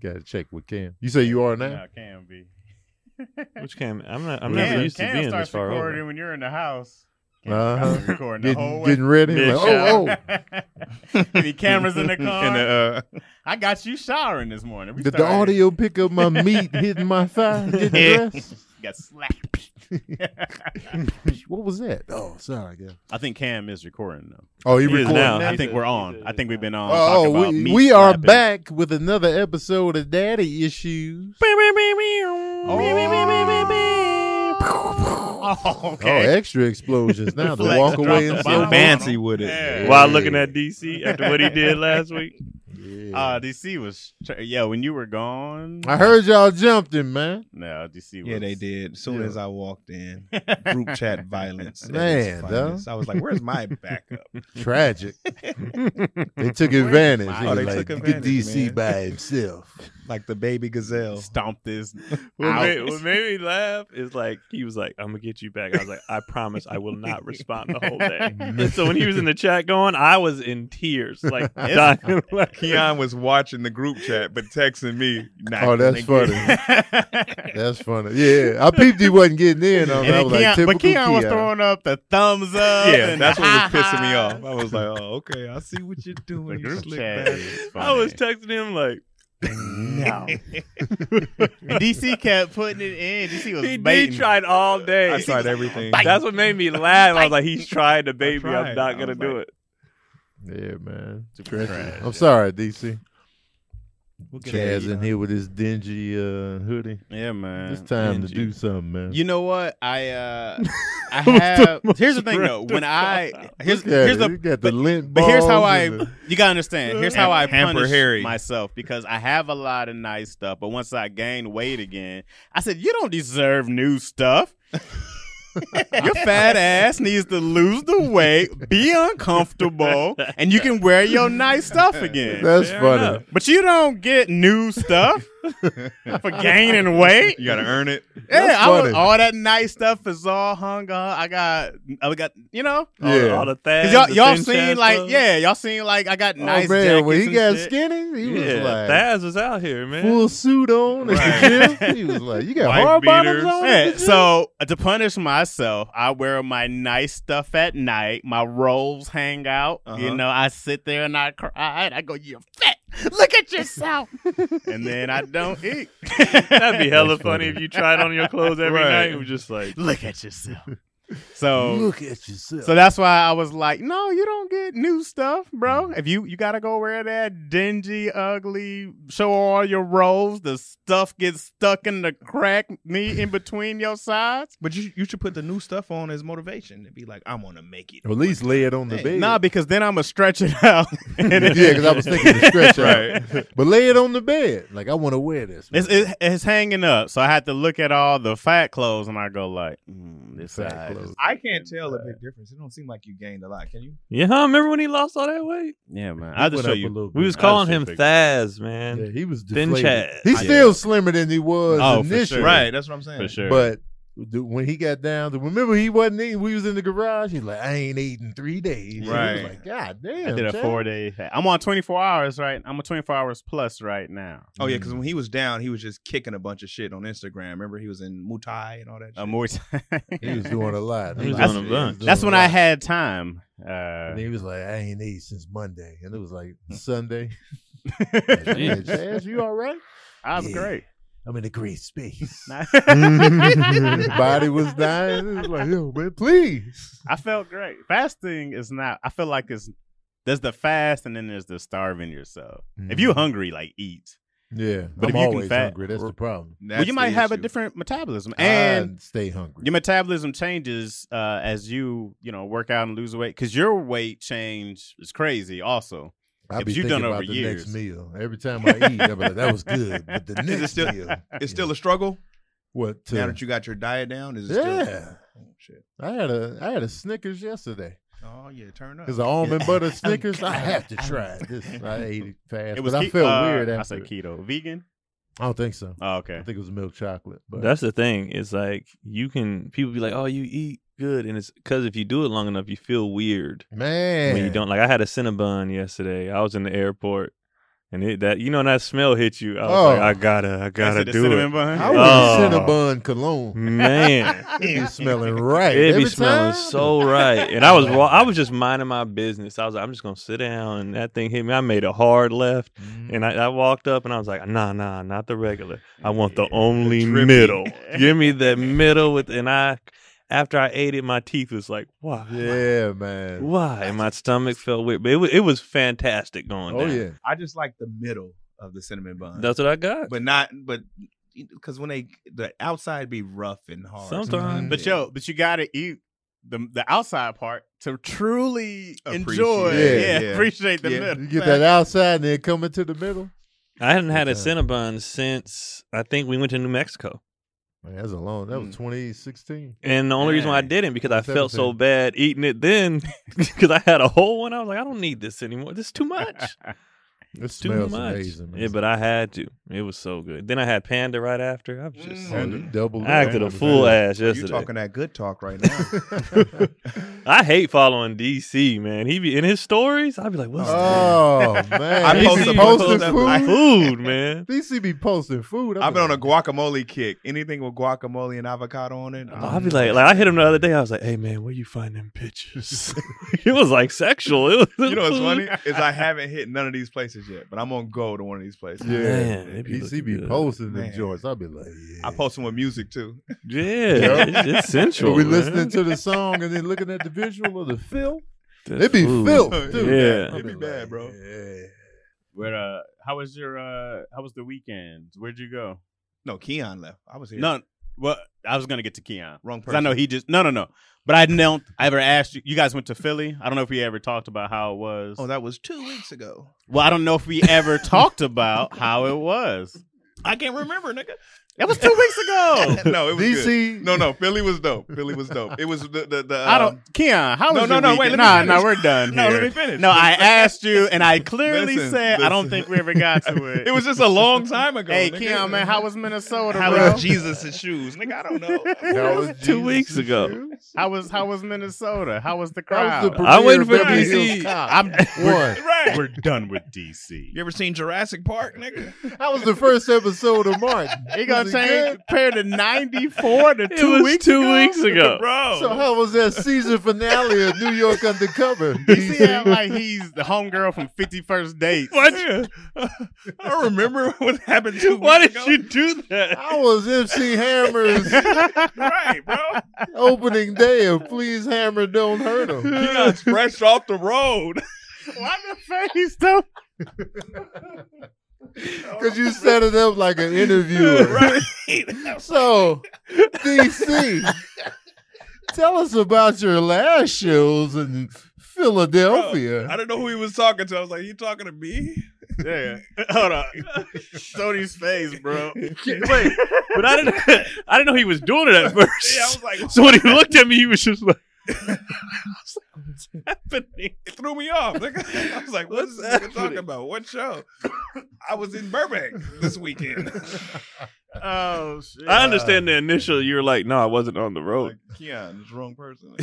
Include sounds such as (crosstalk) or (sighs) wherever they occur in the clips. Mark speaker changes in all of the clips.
Speaker 1: Got to check with Cam. You say you are now.
Speaker 2: Now can be.
Speaker 3: Which cam? I'm not. I'm
Speaker 2: Cam-
Speaker 3: never used to
Speaker 2: Cam
Speaker 3: being
Speaker 2: starts
Speaker 3: this far
Speaker 2: recording
Speaker 3: over.
Speaker 2: when you're in the house. Cam
Speaker 1: Uh-huh.
Speaker 2: starts recording the whole
Speaker 1: Getting,
Speaker 2: way. (laughs)
Speaker 1: getting ready.
Speaker 3: Big
Speaker 1: Like, oh, oh.
Speaker 2: oh! (laughs) Any
Speaker 1: (laughs)
Speaker 2: cameras in the car?
Speaker 3: And, uh,
Speaker 2: I got you showering this morning. We
Speaker 1: Did the
Speaker 2: started- (laughs)
Speaker 1: audio pick up my meat hitting my thigh? Getting
Speaker 3: Yeah.
Speaker 1: dressed?
Speaker 2: (laughs) got slapped.
Speaker 1: (laughs) What was that? Oh, sorry. guys.
Speaker 2: I think Cam is recording though.
Speaker 1: Oh, you
Speaker 3: He is
Speaker 1: recording
Speaker 3: now.
Speaker 1: now?
Speaker 2: I think we're on. I think we've been on.
Speaker 1: Oh,
Speaker 2: talking about
Speaker 1: we,
Speaker 2: meat
Speaker 1: we are
Speaker 2: slapping.
Speaker 1: back with another episode of Daddy Issues.
Speaker 2: (laughs)
Speaker 4: Oh.
Speaker 2: Oh,
Speaker 1: Oh,
Speaker 2: okay.
Speaker 1: extra explosions now. The
Speaker 2: (laughs) Flex
Speaker 1: walk
Speaker 2: dropped
Speaker 1: away
Speaker 2: the
Speaker 1: and
Speaker 2: bomb
Speaker 1: so
Speaker 2: on
Speaker 4: fancy
Speaker 2: him.
Speaker 4: with it.
Speaker 2: Yeah.
Speaker 3: While looking at DC after what he (laughs) did last week,
Speaker 1: Yeah.
Speaker 2: Uh, DC was tr- yeah. When you were gone,
Speaker 1: I heard y'all jumped him, man.
Speaker 2: no DC. Was,
Speaker 4: Yeah, they did. As soon as I walked in,
Speaker 2: did.
Speaker 4: group chat violence. at its
Speaker 1: Man, though.
Speaker 4: finest. I was like, "Where's my backup?"
Speaker 2: (laughs)
Speaker 1: Tragic. they took advantage. They,
Speaker 4: Oh, they
Speaker 1: like,
Speaker 4: took
Speaker 1: Get
Speaker 4: advantage,
Speaker 1: DC
Speaker 4: man."
Speaker 1: by himself.
Speaker 4: Like the baby gazelle.
Speaker 2: Stomp this.
Speaker 3: what
Speaker 2: Ouch.
Speaker 3: made, what made me laugh is like he was like, "I'm gonna get you back." I was like, "I promise, I will not respond the whole day." And so when he was in the chat going, I was in tears, (laughs) like dying. Like,
Speaker 4: Keon was watching the group chat but texting me. Nah,
Speaker 1: Oh, that's
Speaker 4: (laughs)
Speaker 1: funny.
Speaker 2: and
Speaker 1: That's funny. Yeah, I peeped he wasn't getting in on. that. I
Speaker 2: then
Speaker 1: was like,
Speaker 2: Keon,
Speaker 1: typical
Speaker 2: but Keon was
Speaker 1: Keon.
Speaker 2: throwing up the thumbs up.
Speaker 4: yeah,
Speaker 2: and
Speaker 4: that's
Speaker 2: the
Speaker 4: what was
Speaker 2: (laughs)
Speaker 4: pissing me
Speaker 2: ha-ha.
Speaker 4: off. I was like, "Oh, okay, I see what you're
Speaker 2: The
Speaker 4: doing." you
Speaker 2: group
Speaker 4: slick
Speaker 2: chat
Speaker 4: bastard." (laughs)
Speaker 2: is funny.
Speaker 3: I was texting him like,
Speaker 2: no. and DC kept putting it in. DC was
Speaker 3: he, he
Speaker 2: baiting.
Speaker 3: tried all day.
Speaker 4: I tried everything.
Speaker 3: That's what made me laugh. I was like, he's trying to baby. I'm
Speaker 4: tried.
Speaker 3: not
Speaker 4: I
Speaker 3: gonna
Speaker 4: was
Speaker 3: do
Speaker 4: like-
Speaker 3: it.
Speaker 1: Yeah, man.
Speaker 2: Super trash.
Speaker 1: I'm sorry, DC.
Speaker 4: We'll get
Speaker 1: Chaz
Speaker 4: it.
Speaker 1: in here with his dingy uh, hoodie.
Speaker 2: Yeah, man.
Speaker 1: It's time to
Speaker 4: dingy.
Speaker 1: do something, man.
Speaker 2: You know what? I
Speaker 1: (laughs)
Speaker 2: uh I
Speaker 3: That was
Speaker 2: have
Speaker 3: the most
Speaker 2: here's the thing though.
Speaker 3: random
Speaker 2: When I
Speaker 3: call-out.
Speaker 2: here's
Speaker 1: Look at
Speaker 2: here's
Speaker 1: it. you
Speaker 2: the
Speaker 1: got the
Speaker 2: but-
Speaker 1: lint
Speaker 2: but here's how
Speaker 1: balls
Speaker 2: I
Speaker 1: and the-
Speaker 2: you gotta understand. Here's how I
Speaker 4: Hamper
Speaker 2: punish
Speaker 4: Harry.
Speaker 2: myself because I have a lot of nice stuff, but once I gained weight again, I said, You don't deserve new stuff. Your fat ass needs to lose the weight, be uncomfortable, and you can wear your nice stuff again.
Speaker 1: That's
Speaker 3: Fair
Speaker 1: funny.
Speaker 3: enough.
Speaker 2: But you don't get new stuff for gaining weight.
Speaker 4: You gotta earn it.
Speaker 2: Yeah,
Speaker 1: That's
Speaker 2: I was,
Speaker 1: funny.
Speaker 2: all that nice stuff is all hung up. I got, I got, you know,
Speaker 3: All,
Speaker 1: Yeah.
Speaker 3: yeah. all the things.
Speaker 2: 'cause y'all,
Speaker 3: the
Speaker 2: y'all
Speaker 3: thin
Speaker 2: seen
Speaker 3: chest
Speaker 2: like,
Speaker 3: stuff.
Speaker 2: yeah, y'all seen like I got
Speaker 1: Oh,
Speaker 2: nice
Speaker 1: man, when he
Speaker 2: jackets
Speaker 1: got
Speaker 2: and shit.
Speaker 1: skinny, he was
Speaker 3: yeah,
Speaker 1: like
Speaker 3: Thaz was out here, man.
Speaker 1: full suit on at the gym. He was like, "You got
Speaker 4: White
Speaker 1: hard bottoms
Speaker 4: beaters.
Speaker 1: on." at
Speaker 2: Yeah,
Speaker 1: the gym?"
Speaker 2: so uh, to punish myself, I wear my nice stuff at night. My rolls hang out. You
Speaker 4: Uh-huh.
Speaker 2: know, I sit there and I cry. And I go, "You're fat. Look at
Speaker 3: (laughs)
Speaker 2: yourself." and then I don't eat. (laughs)
Speaker 3: That'd be hella
Speaker 1: That's funny.
Speaker 3: funny if you tried on your clothes every
Speaker 4: Right.
Speaker 3: night. It was just like,
Speaker 2: Look at yourself.
Speaker 1: (laughs)
Speaker 2: So
Speaker 1: look at yourself.
Speaker 2: Oh. So that's why I was like, no, you don't get new stuff, bro.
Speaker 1: Mm-hmm.
Speaker 2: If you you gotta go wear that dingy, ugly, show all your rolls, the stuff gets stuck in the crack knee in between your sides.
Speaker 4: But you you should put the new stuff on as motivation and be like, I'm gonna make it.
Speaker 1: or at least lay it on the
Speaker 4: Hey,
Speaker 1: bed.
Speaker 2: Nah, because then I'ma stretch it out.
Speaker 1: (laughs) yeah, because I was thinking
Speaker 2: (laughs)
Speaker 1: the stretch
Speaker 4: Right.
Speaker 1: out. But lay it on the bed. Like I want to wear this.
Speaker 2: It's,
Speaker 1: man.
Speaker 2: it, it's hanging up, so I had to look at all the fat clothes, and I go like, mm, "This
Speaker 1: Fat
Speaker 2: size,
Speaker 1: clothes.
Speaker 4: I can't tell a big difference. It don't seem like you gained a lot. Can you?
Speaker 3: yeah, huh? Remember when he lost all that weight?
Speaker 2: yeah, man." I'll just
Speaker 1: went
Speaker 2: show
Speaker 1: up a
Speaker 2: you.
Speaker 1: little
Speaker 3: We
Speaker 1: bit.
Speaker 3: was
Speaker 2: I
Speaker 3: calling
Speaker 2: should
Speaker 3: him
Speaker 2: figure-
Speaker 3: Thaz,
Speaker 1: Yeah,
Speaker 3: man.
Speaker 1: he was
Speaker 3: Thin
Speaker 1: deflated.
Speaker 3: Chad.
Speaker 1: He's
Speaker 2: Yeah.
Speaker 1: still slimmer than he was
Speaker 2: Oh, for sure.
Speaker 1: initially.
Speaker 2: Right,
Speaker 4: that's what I'm saying.
Speaker 2: For sure.
Speaker 1: But the, when he got down, to, remember he wasn't eating. We was in the garage. He's like, I ain't eating three days. And he
Speaker 4: Right.
Speaker 1: was like, God
Speaker 2: I
Speaker 1: damn.
Speaker 2: did a
Speaker 1: Chad."
Speaker 2: four day. I'm on 24 hours, right? I'm on 24 hours plus right now.
Speaker 4: Oh yeah, because when he was down, he was just kicking a bunch of shit on Instagram. Remember, he was in Muay and all that. Shit.
Speaker 2: A Uh, Muay Thai.
Speaker 1: He was
Speaker 2: (laughs)
Speaker 1: doing a lot.
Speaker 3: He was
Speaker 1: Like,
Speaker 3: doing a
Speaker 1: he was
Speaker 3: bunch.
Speaker 1: doing
Speaker 2: That's
Speaker 1: a
Speaker 2: when I
Speaker 1: lot.
Speaker 2: had time. Uh,
Speaker 1: And he was like, I ain't ate since Monday. And it was
Speaker 2: (laughs)
Speaker 1: like Sunday.
Speaker 3: Yeah.
Speaker 1: Yeah, Chaz, you all right?
Speaker 2: I was
Speaker 1: Yeah.
Speaker 2: great. (laughs)
Speaker 1: I'm in a great space. (laughs) His (laughs)
Speaker 2: I
Speaker 1: body was dying. It was like, yo, man, please.
Speaker 2: felt great. Fasting is not. I feel like it's there's the fast and then there's the starving yourself. If you
Speaker 1: Mhm.
Speaker 2: hungry, like eat.
Speaker 1: Yeah. I'm
Speaker 2: But if you can
Speaker 1: always
Speaker 2: fat-
Speaker 1: hungry. That's the Ah. problem.
Speaker 4: That's
Speaker 2: Well, you
Speaker 4: the
Speaker 2: might have a (laughs)
Speaker 4: issue.
Speaker 2: different metabolism, and
Speaker 1: I stay hungry.
Speaker 2: your metabolism changes uh, as you you know work out and lose weight because your weight change is crazy also.
Speaker 1: I
Speaker 2: Yeah,
Speaker 1: be
Speaker 2: but you
Speaker 1: thinking
Speaker 2: done over
Speaker 1: about the next
Speaker 2: years.
Speaker 1: meal every time I eat. I be like, that was good, but the
Speaker 4: it
Speaker 1: next
Speaker 4: still-
Speaker 1: meal,
Speaker 4: It's still a struggle
Speaker 1: what? To,
Speaker 4: now that you got your diet down. Is it still? Oh,
Speaker 1: yeah,
Speaker 4: Shit.
Speaker 1: I had a I had a Snickers yesterday.
Speaker 4: Oh yeah, turn up.
Speaker 1: Cause the almond
Speaker 3: (laughs)
Speaker 4: (laughs)
Speaker 1: butter Snickers, I have to try it. This I ate it fast,
Speaker 2: It was.
Speaker 1: but
Speaker 2: ke-
Speaker 1: I felt
Speaker 2: uh,
Speaker 1: weird
Speaker 2: I
Speaker 1: after.
Speaker 2: said keto, vegan.
Speaker 1: I don't think so.
Speaker 2: Oh,
Speaker 1: I
Speaker 2: okay.
Speaker 1: think it was milk chocolate. But
Speaker 3: That's the thing. It's like you can people be like, "Oh, you eat good," and it's because if you do it long enough, you feel weird
Speaker 1: man,
Speaker 3: when you don't. Like I had a Cinnabon yesterday. I was in the airport, and it, that you know, and that smell hit you. I was like,
Speaker 1: Oh.
Speaker 3: "I gotta, I
Speaker 2: I
Speaker 3: gotta
Speaker 2: said the
Speaker 3: do
Speaker 2: cinnamon
Speaker 3: it."
Speaker 2: bun. (laughs)
Speaker 1: I was
Speaker 3: Oh.
Speaker 1: Cinnabon
Speaker 3: (laughs)
Speaker 1: cologne.
Speaker 3: Man,
Speaker 1: It be smelling right.
Speaker 3: it
Speaker 1: every
Speaker 3: be smelling
Speaker 1: time.
Speaker 3: so right. And I was, wa- I was just minding my business. I was like, I'm just gonna sit down, and that thing hit me. I made a hard left.
Speaker 1: Mm,
Speaker 3: And I, I walked up and I was like, nah, nah, not the regular. I want the only
Speaker 4: drippy.
Speaker 3: middle. Give
Speaker 1: (laughs)
Speaker 3: me the middle with and I after I ate it, my teeth was like, why?
Speaker 1: Yeah, man.
Speaker 3: Why? And my stomach felt weird. But it was, it was fantastic going
Speaker 1: Oh
Speaker 3: down.
Speaker 1: yeah.
Speaker 4: I just like the middle of the cinnamon bun.
Speaker 3: That's what I got.
Speaker 4: but not but because when they the outside be rough and hard.
Speaker 3: Sometimes.
Speaker 2: But
Speaker 4: Yeah.
Speaker 2: yo, but you gotta eat the the outside part to truly enjoy.
Speaker 4: Appreciate
Speaker 1: it.
Speaker 2: Yeah, (laughs)
Speaker 4: Yeah.
Speaker 2: appreciate the
Speaker 4: Yeah.
Speaker 2: middle.
Speaker 1: You get that outside and then come into the middle.
Speaker 3: I hadn't had a
Speaker 1: Yeah.
Speaker 3: Cinnabon since I think we went to New Mexico.
Speaker 1: Man, that's a long. That was
Speaker 4: Mm.
Speaker 1: 2016.
Speaker 3: And the only reason why I
Speaker 4: Dang.
Speaker 3: didn't because I felt so
Speaker 1: Seventeen.
Speaker 3: bad eating it then (laughs) because I had a whole one. I was like, I don't need this anymore. This is too much.
Speaker 4: (laughs)
Speaker 1: It
Speaker 3: too
Speaker 1: smells
Speaker 3: much.
Speaker 1: amazing. Man.
Speaker 3: Yeah, but I had to. It was so good. Then I had panda right after. I was just
Speaker 1: Oh,
Speaker 4: Mm.
Speaker 1: you double.
Speaker 3: I acted a
Speaker 1: double
Speaker 3: fool
Speaker 1: down.
Speaker 3: ass
Speaker 4: you
Speaker 3: yesterday.
Speaker 4: talking that good talk right now.
Speaker 3: (laughs) I hate following DC, man. He be in his stories. I'd be like, "What's
Speaker 1: (laughs) oh man,
Speaker 4: I
Speaker 1: He be
Speaker 4: posted- I
Speaker 1: posting
Speaker 4: posted-
Speaker 3: that?"
Speaker 4: I-
Speaker 1: food.
Speaker 3: Food,
Speaker 4: (laughs)
Speaker 3: man.
Speaker 1: DC be posting food.
Speaker 4: I've been on a guacamole kick. Anything with guacamole and avocado on it. I'm-
Speaker 3: I'd be like, like, I hit him the other day. I was like, "Hey, man, where you find them pictures?" (laughs) it was like sexual. It was,
Speaker 4: you know what's
Speaker 3: (laughs)
Speaker 4: funny is I haven't hit none of these places yet, but I'm gonna go to one of these places.
Speaker 1: Yeah,
Speaker 3: Man, it be
Speaker 1: DC be
Speaker 3: looking good.
Speaker 1: posting the
Speaker 4: Man.
Speaker 1: joints. I'll be like, yeah.
Speaker 4: I post them with music too.
Speaker 3: Yeah,
Speaker 1: Yeah.
Speaker 3: it's, it's
Speaker 1: Are
Speaker 3: sensual.
Speaker 1: we
Speaker 3: man.
Speaker 1: listening to the song and then looking at the visual of the film?
Speaker 3: (laughs) That's
Speaker 1: It be
Speaker 3: food.
Speaker 1: filth,
Speaker 4: (laughs) It'd
Speaker 1: dude.
Speaker 3: be bad.
Speaker 1: I'll
Speaker 4: It'd be bad, bro.
Speaker 1: Yeah.
Speaker 2: Where uh, how was your uh, how was the weekend? Where'd you go?
Speaker 4: No, Keon left. I was here.
Speaker 2: No, well, I was gonna get to Keon.
Speaker 4: wrong
Speaker 2: Because
Speaker 4: person.
Speaker 2: I know he just no no no. But I don't I ever asked you. You guys went to Philly. I don't know if we ever talked about how it was.
Speaker 4: Oh, that was two weeks ago.
Speaker 2: well, I don't know if we ever talked about how it was. I can't remember, nigga. That was two weeks ago.
Speaker 4: (laughs) no, it was
Speaker 1: DC.
Speaker 4: Good. No, no, Philly was dope. Philly was dope. It was the the. the
Speaker 2: I don't. Keon, how
Speaker 4: no,
Speaker 2: was
Speaker 4: no,
Speaker 2: your
Speaker 4: no, wait,
Speaker 2: weekend?
Speaker 4: let me
Speaker 2: Nah,
Speaker 4: finish.
Speaker 2: nah, we're done.
Speaker 4: (laughs) No,
Speaker 2: here.
Speaker 4: let me finish.
Speaker 2: No, I asked you, and I clearly
Speaker 4: Listen,
Speaker 2: said I don't
Speaker 4: listen.
Speaker 2: think we ever got
Speaker 4: (laughs)
Speaker 2: to
Speaker 4: um,
Speaker 2: it.
Speaker 4: It was just a long time ago.
Speaker 2: hey,
Speaker 4: nigga.
Speaker 2: Keon, man, how was Minnesota,
Speaker 4: How
Speaker 2: bro?
Speaker 4: was Jesus' shoes, nigga? I don't (laughs) know.
Speaker 1: That
Speaker 3: was two
Speaker 1: Jesus'
Speaker 3: weeks ago.
Speaker 1: shoes.
Speaker 2: How was how was Minnesota? How was the
Speaker 1: That was
Speaker 2: crowd?
Speaker 1: the
Speaker 3: I'm waiting
Speaker 1: premiere
Speaker 3: for
Speaker 1: of Beverly
Speaker 3: DC.
Speaker 1: Hills Cop.
Speaker 2: (laughs) I'm
Speaker 1: One.
Speaker 2: right. We're done with DC.
Speaker 4: You ever seen Jurassic Park, nigga?
Speaker 1: That was the first episode of Martin.
Speaker 2: He gonna
Speaker 1: Was it
Speaker 2: change compare
Speaker 4: (laughs)
Speaker 2: to ninety four to
Speaker 3: It
Speaker 2: two
Speaker 3: was
Speaker 2: weeks
Speaker 3: two
Speaker 2: ago?
Speaker 3: weeks ago.
Speaker 2: bro.
Speaker 4: Oh,
Speaker 1: good? So how was that season finale of New York
Speaker 4: (laughs)
Speaker 1: Undercover?
Speaker 2: you see how like he's the homegirl from Fifty First Dates.
Speaker 4: What? (laughs) I remember what happened two
Speaker 3: Why
Speaker 4: weeks
Speaker 3: did
Speaker 4: ago.
Speaker 3: you do that?
Speaker 1: I was MC Hammer's
Speaker 4: (laughs) right, bro?
Speaker 1: opening day of Please Hammer Don't Hurt
Speaker 4: (laughs)
Speaker 1: Him.
Speaker 3: (laughs)
Speaker 4: Keon's fresh off the road.
Speaker 2: Why the face though?
Speaker 1: Because you set it up like an
Speaker 4: (laughs)
Speaker 1: interviewer. So, DC, tell us about your last shows in Philadelphia.
Speaker 4: I don't know who he was talking to. I was like, "You talking to me?"
Speaker 2: Yeah. Hold on. Tony's face,
Speaker 3: (laughs)
Speaker 2: bro.
Speaker 3: Wait, but I didn't. (laughs) I didn't know he was doing it at first.
Speaker 4: Yeah, I was
Speaker 3: (laughs)
Speaker 4: like,
Speaker 3: so when he looked at me, he was just like, I was like, "What's happening?"
Speaker 4: it threw me off. nigga. (laughs) I was like, "What's
Speaker 3: What's
Speaker 4: this nigga
Speaker 3: happening?
Speaker 4: talking about? What show?" I was in Burbank this weekend.
Speaker 2: Oh shit.
Speaker 3: I understand the initial. You were like, "No, I wasn't on the road."
Speaker 4: like, Keon, it's the wrong person.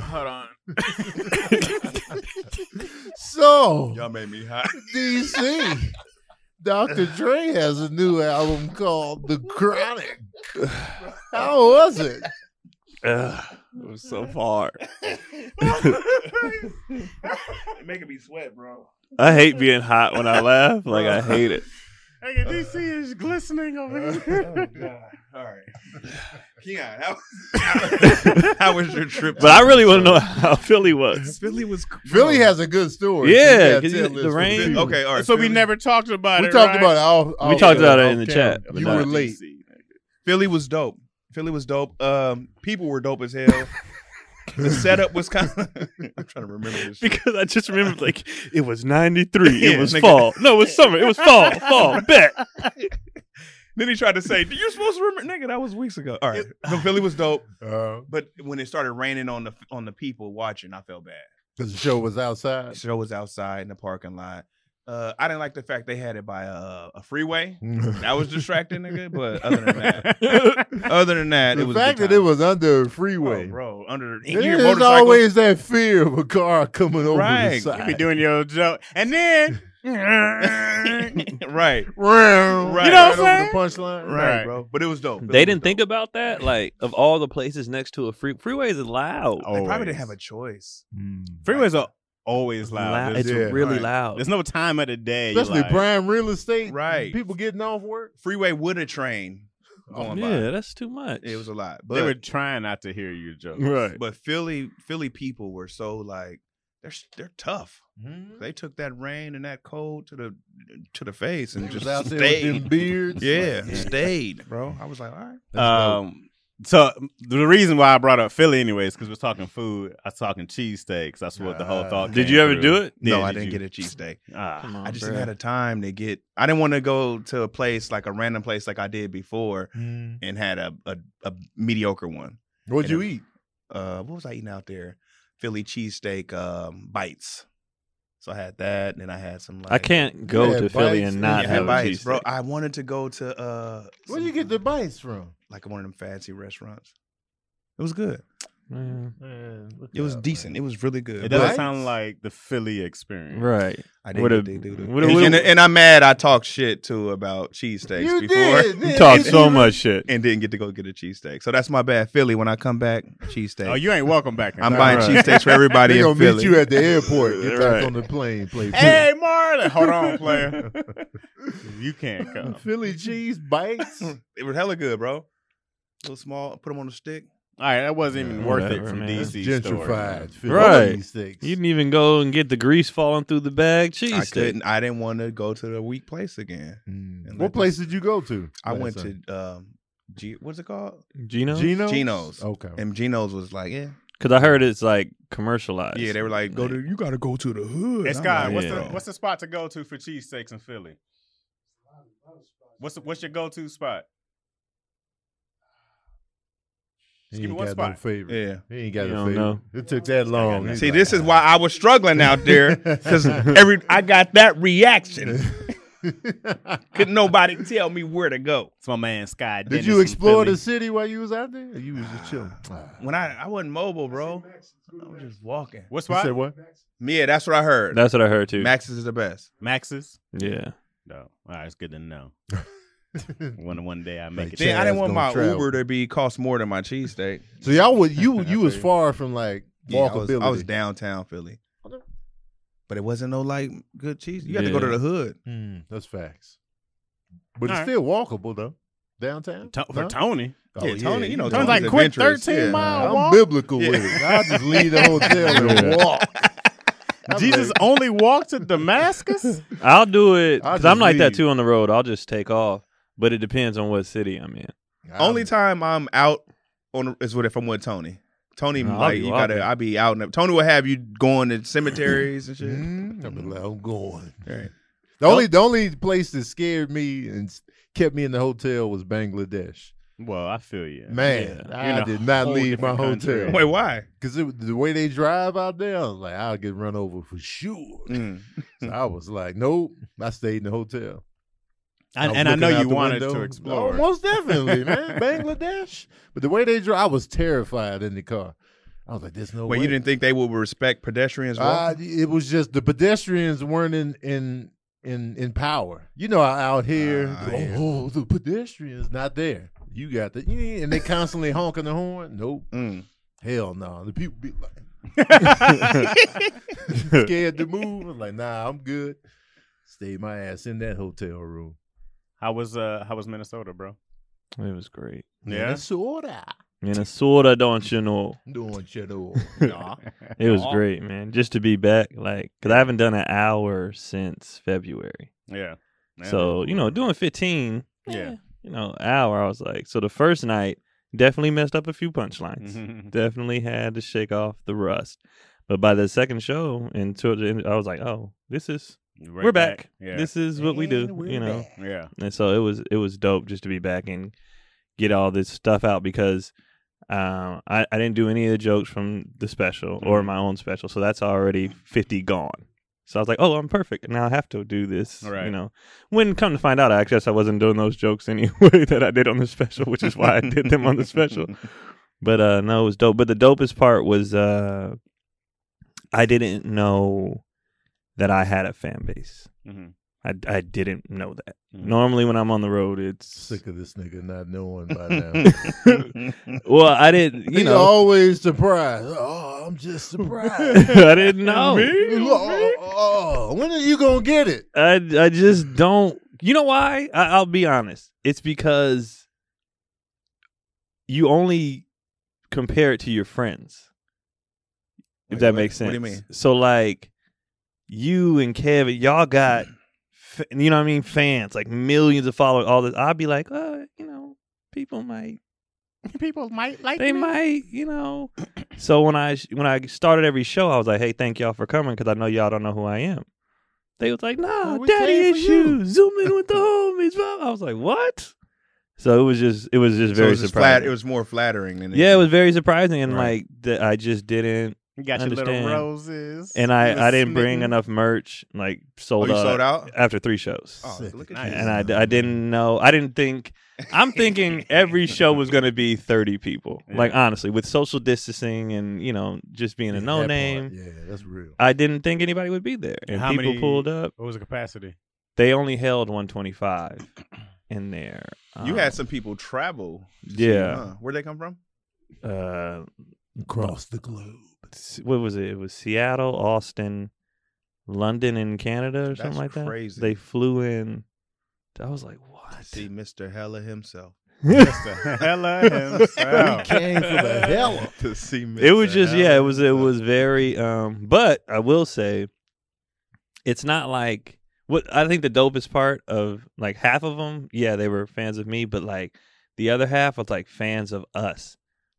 Speaker 2: Hold on.
Speaker 4: (laughs)
Speaker 1: So,
Speaker 4: Y'all made me hot.
Speaker 1: DC. Dr. Dre has a new album called The Chronic. How was it?
Speaker 3: Ugh, it was so far.
Speaker 4: making me sweat, bro.
Speaker 3: I hate being hot when I laugh. Like I hate it.
Speaker 2: Nigga, DC is glistening over
Speaker 4: All
Speaker 2: (laughs) here.
Speaker 4: right, Keon, how,
Speaker 2: (laughs)
Speaker 4: how, was your trip?
Speaker 3: But I really want to know how Philly was.
Speaker 4: (laughs) Philly was
Speaker 1: (laughs) Philly has a good story.
Speaker 3: Yeah,
Speaker 1: You gotta
Speaker 3: 'cause you-
Speaker 1: tell
Speaker 3: the
Speaker 1: this to
Speaker 3: rain-
Speaker 1: people.
Speaker 4: okay. Oh, All right,
Speaker 2: so we
Speaker 4: Philly-
Speaker 2: never talked about
Speaker 1: We
Speaker 2: it.
Speaker 1: talked
Speaker 2: right?
Speaker 1: about it all. all
Speaker 3: We talked about it
Speaker 1: off
Speaker 3: in the
Speaker 1: camera.
Speaker 3: chat, but
Speaker 1: You
Speaker 3: (laughs) not-
Speaker 1: were late.
Speaker 4: (laughs) Philly was dope. Philly was dope. Um, people were dope as hell. the setup was kind of. (laughs) I'm trying to remember this. shit.
Speaker 3: Because I just remember like it was ninety three.
Speaker 4: Yeah,
Speaker 3: it was
Speaker 4: nigga.
Speaker 3: fall. No, it was summer. It was fall. Fall. Bet.
Speaker 4: Then he tried to say, "You're supposed to remember, nigga. That was weeks ago."
Speaker 1: (laughs)
Speaker 4: All right, no, Philly was dope,
Speaker 1: because
Speaker 4: but when it started raining on the on the people watching, I felt bad.
Speaker 1: the show was
Speaker 4: The
Speaker 1: outside.
Speaker 4: show was outside in the parking lot. Uh, I didn't like the fact they had it by uh, a, a freeway. That was distracting, nigga. But other than that,
Speaker 3: (laughs)
Speaker 4: other than that, it
Speaker 1: the
Speaker 4: was a
Speaker 1: fact
Speaker 4: good
Speaker 1: that it
Speaker 4: time.
Speaker 1: was under a
Speaker 4: Oh,
Speaker 1: freeway.
Speaker 4: bro, under the your
Speaker 1: There's
Speaker 4: motorcycle.
Speaker 1: always that fear of a car coming over the
Speaker 4: Right.
Speaker 1: side.
Speaker 4: You
Speaker 2: be doing your joke, and then
Speaker 4: (laughs)
Speaker 2: (laughs)
Speaker 4: right,
Speaker 1: right,
Speaker 4: You
Speaker 2: know
Speaker 1: right
Speaker 2: what I'm
Speaker 1: over the punchline.
Speaker 4: right,
Speaker 2: Right.
Speaker 4: bro. But it was dope. It
Speaker 3: They
Speaker 4: was
Speaker 3: didn't
Speaker 4: dope.
Speaker 3: think about that. Like of all the places next to a free freeways is loud.
Speaker 4: They
Speaker 2: Always.
Speaker 4: probably didn't have a choice.
Speaker 2: freeways are always loud.
Speaker 3: Loud.
Speaker 2: There's,
Speaker 3: It's
Speaker 1: yeah,
Speaker 3: really
Speaker 4: right.
Speaker 3: loud.
Speaker 2: there's no time of the day. you're
Speaker 1: Especially
Speaker 2: like,
Speaker 1: prime real estate.
Speaker 4: Right.
Speaker 1: People getting off work.
Speaker 4: Freeway with a train
Speaker 1: Oh,
Speaker 4: going
Speaker 3: yeah, that's too much.
Speaker 4: by. It was a lot,
Speaker 2: They were
Speaker 4: but
Speaker 2: trying not to hear your joke.
Speaker 1: Right.
Speaker 4: but Philly Philly people were so like they're s- they're tough.
Speaker 1: Hmm?
Speaker 4: They took that rain and that cold to the to the face and
Speaker 1: They
Speaker 4: just
Speaker 1: was out there with them
Speaker 4: stayed. (laughs)
Speaker 1: beards.
Speaker 4: Yeah, stayed, bro. I was like, all right.
Speaker 2: Um, so the reason why I brought up Philly, anyways, because we're talking food. I was talking cheesesteaks. That's what the whole thought.
Speaker 3: Did you ever do it?
Speaker 4: No, I didn't get a cheesesteak.
Speaker 2: it. Ah.
Speaker 3: Come on,
Speaker 4: I just
Speaker 3: bruh.
Speaker 4: didn't have the time to get. I didn't want to go to a place like a random place like I did before
Speaker 1: Mm.
Speaker 4: and had a a, a mediocre one.
Speaker 1: What'd you eat?
Speaker 4: uh what was I eating out there? Philly cheesesteak um bites. So I had that, and then I had some like
Speaker 3: I can't go
Speaker 1: Yeah,
Speaker 3: to Philly
Speaker 1: bites,
Speaker 3: and
Speaker 4: Yeah, I
Speaker 3: not
Speaker 4: had
Speaker 3: have a
Speaker 4: bites,
Speaker 3: cheese.
Speaker 4: bro. I wanted to go to uh
Speaker 1: Where'd
Speaker 4: some,
Speaker 1: you get the bites from?
Speaker 4: like one of them fancy restaurants. It was good.
Speaker 3: Mm,
Speaker 4: It was decent. It was really good.
Speaker 2: It
Speaker 4: but
Speaker 2: doesn't
Speaker 1: Right?
Speaker 2: sound like the Philly experience.
Speaker 3: Right.
Speaker 4: I didn't
Speaker 3: What
Speaker 4: get
Speaker 3: a-
Speaker 4: to do that.
Speaker 3: what a
Speaker 4: and,
Speaker 3: little-
Speaker 4: and, and I'm mad I talked shit too about cheesesteaks
Speaker 1: You
Speaker 4: before (laughs)
Speaker 1: did.
Speaker 3: You talked so
Speaker 1: You-
Speaker 3: much shit.
Speaker 4: and didn't get to go get a cheesesteak. So that's my bad. Philly, when I come back, cheesesteak.
Speaker 2: Oh, you ain't welcome back. in
Speaker 4: I'm
Speaker 2: Philly.
Speaker 4: buying
Speaker 2: Right.
Speaker 4: cheesesteaks for
Speaker 1: (laughs)
Speaker 4: everybody
Speaker 1: They
Speaker 4: in
Speaker 1: gonna
Speaker 4: Philly.
Speaker 1: meet you at the airport. Get back
Speaker 3: Right.
Speaker 1: on the plane. Play
Speaker 2: (laughs) Hey, Marlon. Hold on, player. you can't come.
Speaker 1: Philly. Philly cheese bites.
Speaker 4: It was hella good, bro. Little small, put them on a stick.
Speaker 2: All right, that wasn't even worth it
Speaker 3: Whatever,
Speaker 2: from
Speaker 3: man.
Speaker 2: DC.
Speaker 1: Gentrified. Philly Mm.
Speaker 3: Right.
Speaker 1: cheesesteaks.
Speaker 3: You didn't even go and get the grease falling through the bag
Speaker 4: I
Speaker 3: cheese steak.
Speaker 4: couldn't. I didn't want to go to the weak place again.
Speaker 1: Mm.
Speaker 4: And
Speaker 1: What
Speaker 4: like
Speaker 1: place did you go to?
Speaker 4: I
Speaker 1: last
Speaker 4: went
Speaker 1: time?
Speaker 4: to um, G, what's it called?
Speaker 3: Gino?
Speaker 1: Geno's.
Speaker 4: Geno's.
Speaker 1: Okay.
Speaker 4: And Geno's was like, yeah,
Speaker 3: Because I heard it's like commercialized.
Speaker 4: yeah. They were like, go to. You got to go to the hood.
Speaker 2: Hey,
Speaker 4: I'm
Speaker 2: Sky,
Speaker 4: like,
Speaker 2: what's
Speaker 4: bro.
Speaker 2: the what's the spot to go to for cheesesteaks in Philly? What's the, what's your go to spot?
Speaker 1: He
Speaker 2: Give me
Speaker 1: ain't
Speaker 2: one
Speaker 1: got no
Speaker 2: spot.
Speaker 1: favorite.
Speaker 4: Yeah.
Speaker 1: He ain't got
Speaker 3: You
Speaker 1: a
Speaker 3: don't
Speaker 1: favorite.
Speaker 3: know.
Speaker 1: It took that long. He's
Speaker 4: See,
Speaker 1: like, "Ah."
Speaker 4: this is why I was struggling out there because every I got that reaction.
Speaker 1: (laughs)
Speaker 4: (laughs) Could nobody tell me where to go?
Speaker 2: It's my man Sky.
Speaker 1: Did you explore the city while you was out there? Or you was just
Speaker 2: (sighs)
Speaker 1: chilling.
Speaker 4: When I I wasn't mobile, bro. I was just walking.
Speaker 2: What
Speaker 1: You
Speaker 2: spot?
Speaker 1: said
Speaker 4: (laughs)
Speaker 1: what?
Speaker 4: Yeah, that's what I heard.
Speaker 3: That's what I heard too.
Speaker 4: Max's is the best.
Speaker 2: Max's.
Speaker 3: yeah.
Speaker 2: No. All right, it's good to know. One one day I
Speaker 1: Like
Speaker 2: make
Speaker 4: Then
Speaker 2: it.
Speaker 1: Chaz
Speaker 4: I didn't want
Speaker 1: don't
Speaker 4: my
Speaker 1: travel.
Speaker 4: Uber to be cost more than my cheesesteak.
Speaker 1: So y'all would you
Speaker 2: (laughs)
Speaker 4: I
Speaker 1: you was
Speaker 4: feel you.
Speaker 1: far from like
Speaker 4: Yeah, I was,
Speaker 1: walkability.
Speaker 4: I was downtown Philly. But it wasn't no like good cheese. You had to go to
Speaker 3: Yeah.
Speaker 4: the hood.
Speaker 1: Mm, that's facts. But
Speaker 2: All
Speaker 1: it's
Speaker 2: right.
Speaker 1: still walkable though. Downtown?
Speaker 2: To- for
Speaker 1: No?
Speaker 2: Tony,
Speaker 1: Oh,
Speaker 4: yeah, Tony, you know,
Speaker 2: Tony's
Speaker 4: Tony's
Speaker 2: like quick
Speaker 4: adventurous.
Speaker 2: thirteen
Speaker 4: Yeah.
Speaker 2: mile
Speaker 1: I'm
Speaker 2: walk.
Speaker 1: biblical
Speaker 4: Yeah.
Speaker 1: with it. I just
Speaker 2: (laughs)
Speaker 1: leave the hotel and
Speaker 3: Yeah.
Speaker 1: walk. I'm
Speaker 2: Jesus
Speaker 1: like,
Speaker 2: only walked to
Speaker 3: (laughs)
Speaker 2: Damascus.
Speaker 3: I'll do it.
Speaker 1: I'll
Speaker 3: Cause I'm
Speaker 1: just
Speaker 3: like that
Speaker 1: leave.
Speaker 3: too on the road. I'll just take off. But it depends on what city I'm in.
Speaker 1: I'm-
Speaker 3: Um,
Speaker 4: Only time I'm out on is with if I'm with Tony. Tony,
Speaker 3: No, I'll
Speaker 4: like
Speaker 3: be
Speaker 4: you gotta,
Speaker 3: walking.
Speaker 4: I be out and Tony will have you going to cemeteries and shit.
Speaker 3: Mm-hmm.
Speaker 1: Mm, I'm like, I'm going.
Speaker 4: Right.
Speaker 1: The only the only place that scared me and s- kept me in the hotel was Bangladesh.
Speaker 2: Well, I feel you.
Speaker 1: Man,
Speaker 2: Yeah. You're in
Speaker 1: I
Speaker 2: a
Speaker 1: did not
Speaker 2: whole
Speaker 1: leave my
Speaker 2: different country.
Speaker 1: hotel
Speaker 4: Wait, why?
Speaker 1: because the way they drive out there, I was like, I'll get run over for sure.
Speaker 4: Mm.
Speaker 2: Mm-hmm.
Speaker 1: So I was like, nope. I stayed in the hotel.
Speaker 2: And,
Speaker 1: was
Speaker 2: and I
Speaker 1: looking
Speaker 2: know
Speaker 1: out
Speaker 2: you
Speaker 1: the
Speaker 2: wanted
Speaker 1: window.
Speaker 2: to explore.
Speaker 1: Oh, most definitely,
Speaker 2: (laughs)
Speaker 1: man. Bangladesh. But the way they drive, I was terrified in the car. I was like, there's no
Speaker 4: Well,
Speaker 1: way.
Speaker 4: you didn't think they would respect pedestrians?
Speaker 1: Uh,
Speaker 4: walking?
Speaker 1: it was just the pedestrians weren't in in in in power. You know, out here,
Speaker 4: Ah,
Speaker 1: oh,
Speaker 4: yeah.
Speaker 1: oh, the pedestrians not there. You got the yeah, and they constantly honking the horn. Nope,
Speaker 4: Mm.
Speaker 1: hell no. The people be like
Speaker 3: (laughs)
Speaker 2: (laughs)
Speaker 1: scared to move. I'm like, nah, I'm good. Stayed my ass in that hotel room.
Speaker 2: How was uh how was Minnesota, bro?
Speaker 3: It was great.
Speaker 2: Yeah?
Speaker 1: Minnesota.
Speaker 3: Minnesota, don't you know?
Speaker 1: Doing shit all.
Speaker 3: It
Speaker 4: (laughs)
Speaker 3: was great, man. Just to be back, like, cause I haven't done an hour since February.
Speaker 2: Yeah. Yeah. (laughs)
Speaker 3: So you know, doing 15,
Speaker 2: Yeah.
Speaker 3: you know, hour. I was like, so the first night Definitely messed up a few punchlines.
Speaker 2: Mm-hmm.
Speaker 3: Definitely had to shake off the rust. But by the second show, and towards the end, I was like, oh, this is we're back.
Speaker 2: Yeah.
Speaker 3: This is what we
Speaker 1: And
Speaker 3: do.
Speaker 1: we're
Speaker 3: You know.
Speaker 1: back.
Speaker 3: (laughs)
Speaker 2: yeah.
Speaker 3: And so it was it was dope just to be back and get all this stuff out because um, I, I didn't do any of the jokes from the special or my own special. So that's already 50 gone. So I was like, oh, I'm perfect. Now I have to do this.
Speaker 2: Right.
Speaker 3: You know, when come to find out, I guess I wasn't doing those jokes (laughs) anyway that I did on the special, which is why I did them on the special. But uh, no, it was dope. But the dopest part was uh, I didn't know that I had a fan base.
Speaker 4: Mm-hmm.
Speaker 2: Mhm.
Speaker 3: I, I didn't know that.
Speaker 2: Mhm.
Speaker 3: Normally, when I'm on the road, it's
Speaker 1: Sick of this nigga not knowing by now.
Speaker 3: (laughs) well, I didn't,
Speaker 4: (laughs)
Speaker 1: He's
Speaker 3: you know,
Speaker 1: always surprised. Oh, I'm just surprised.
Speaker 3: (laughs) I
Speaker 4: (laughs)
Speaker 3: didn't (laughs) know.
Speaker 1: oh, oh, when are you gonna get it?
Speaker 3: I I just don't. You know why? I, I'll be honest. It's because you only compare it to your friends. If
Speaker 4: Wait,
Speaker 3: that
Speaker 4: what?
Speaker 3: makes sense.
Speaker 4: What do you mean?
Speaker 3: So like, you and Kevin, y'all
Speaker 4: (clears throat)
Speaker 3: got, f- you know what I mean, fans like millions of followers. All this, I'd be like, uh, you know, people might
Speaker 2: People might like
Speaker 3: they
Speaker 2: me.
Speaker 3: might, you know. So when I when I started every show, I was like, "Hey, thank y'all for coming because I know y'all don't know who I am." They was like, "Nah,
Speaker 1: Well, we
Speaker 3: daddy
Speaker 1: came for you."
Speaker 3: issues. Zoom in with the homies." bro. I was like, "What?" So it was just it was just
Speaker 4: So it
Speaker 3: very
Speaker 4: was just flat.
Speaker 3: surprising.
Speaker 4: It was more flattering than
Speaker 3: yeah, it was very surprising, and
Speaker 4: Right.
Speaker 3: like that I just didn't,
Speaker 2: You got your
Speaker 3: Understand.
Speaker 2: little roses.
Speaker 3: and
Speaker 2: You was
Speaker 3: I I didn't bring
Speaker 2: smitten.
Speaker 3: enough merch. Like
Speaker 4: Oh,
Speaker 3: sold,
Speaker 4: you
Speaker 3: out,
Speaker 4: sold out.
Speaker 3: after three shows.
Speaker 4: Oh,
Speaker 1: Sick.
Speaker 4: look at
Speaker 2: Nice.
Speaker 4: you.
Speaker 3: And I, I didn't know. I didn't think. I'm thinking every show was going to be 30 people.
Speaker 2: Yeah.
Speaker 3: Like, honestly, with social distancing and, you know, just being a
Speaker 1: That
Speaker 3: no
Speaker 1: part,
Speaker 3: name,
Speaker 1: Yeah, that's real.
Speaker 3: I didn't think anybody would be there. And
Speaker 2: How
Speaker 3: people
Speaker 2: many-
Speaker 3: pulled up.
Speaker 2: What was the capacity?
Speaker 3: They only held 125 in there.
Speaker 4: You
Speaker 3: Um,
Speaker 4: had some people travel. to see you,
Speaker 3: Yeah.
Speaker 4: huh? Where'd they come from?
Speaker 3: Uh,
Speaker 1: Across the globe.
Speaker 3: s- what was it? It was Seattle, Austin, London, and Canada or something
Speaker 4: That's
Speaker 3: like that.
Speaker 4: crazy.
Speaker 3: They flew in. I was like, what?
Speaker 4: See Mr. Hella himself.
Speaker 3: (laughs)
Speaker 2: Mr. (laughs) Hella himself.
Speaker 1: He came for the hell of-
Speaker 4: (laughs) to see Mr.
Speaker 3: it was just yeah it was it
Speaker 4: himself.
Speaker 3: was very um but i will say it's not like what i think the dopest part of like half of them yeah they were fans of me but like the other half was like fans of us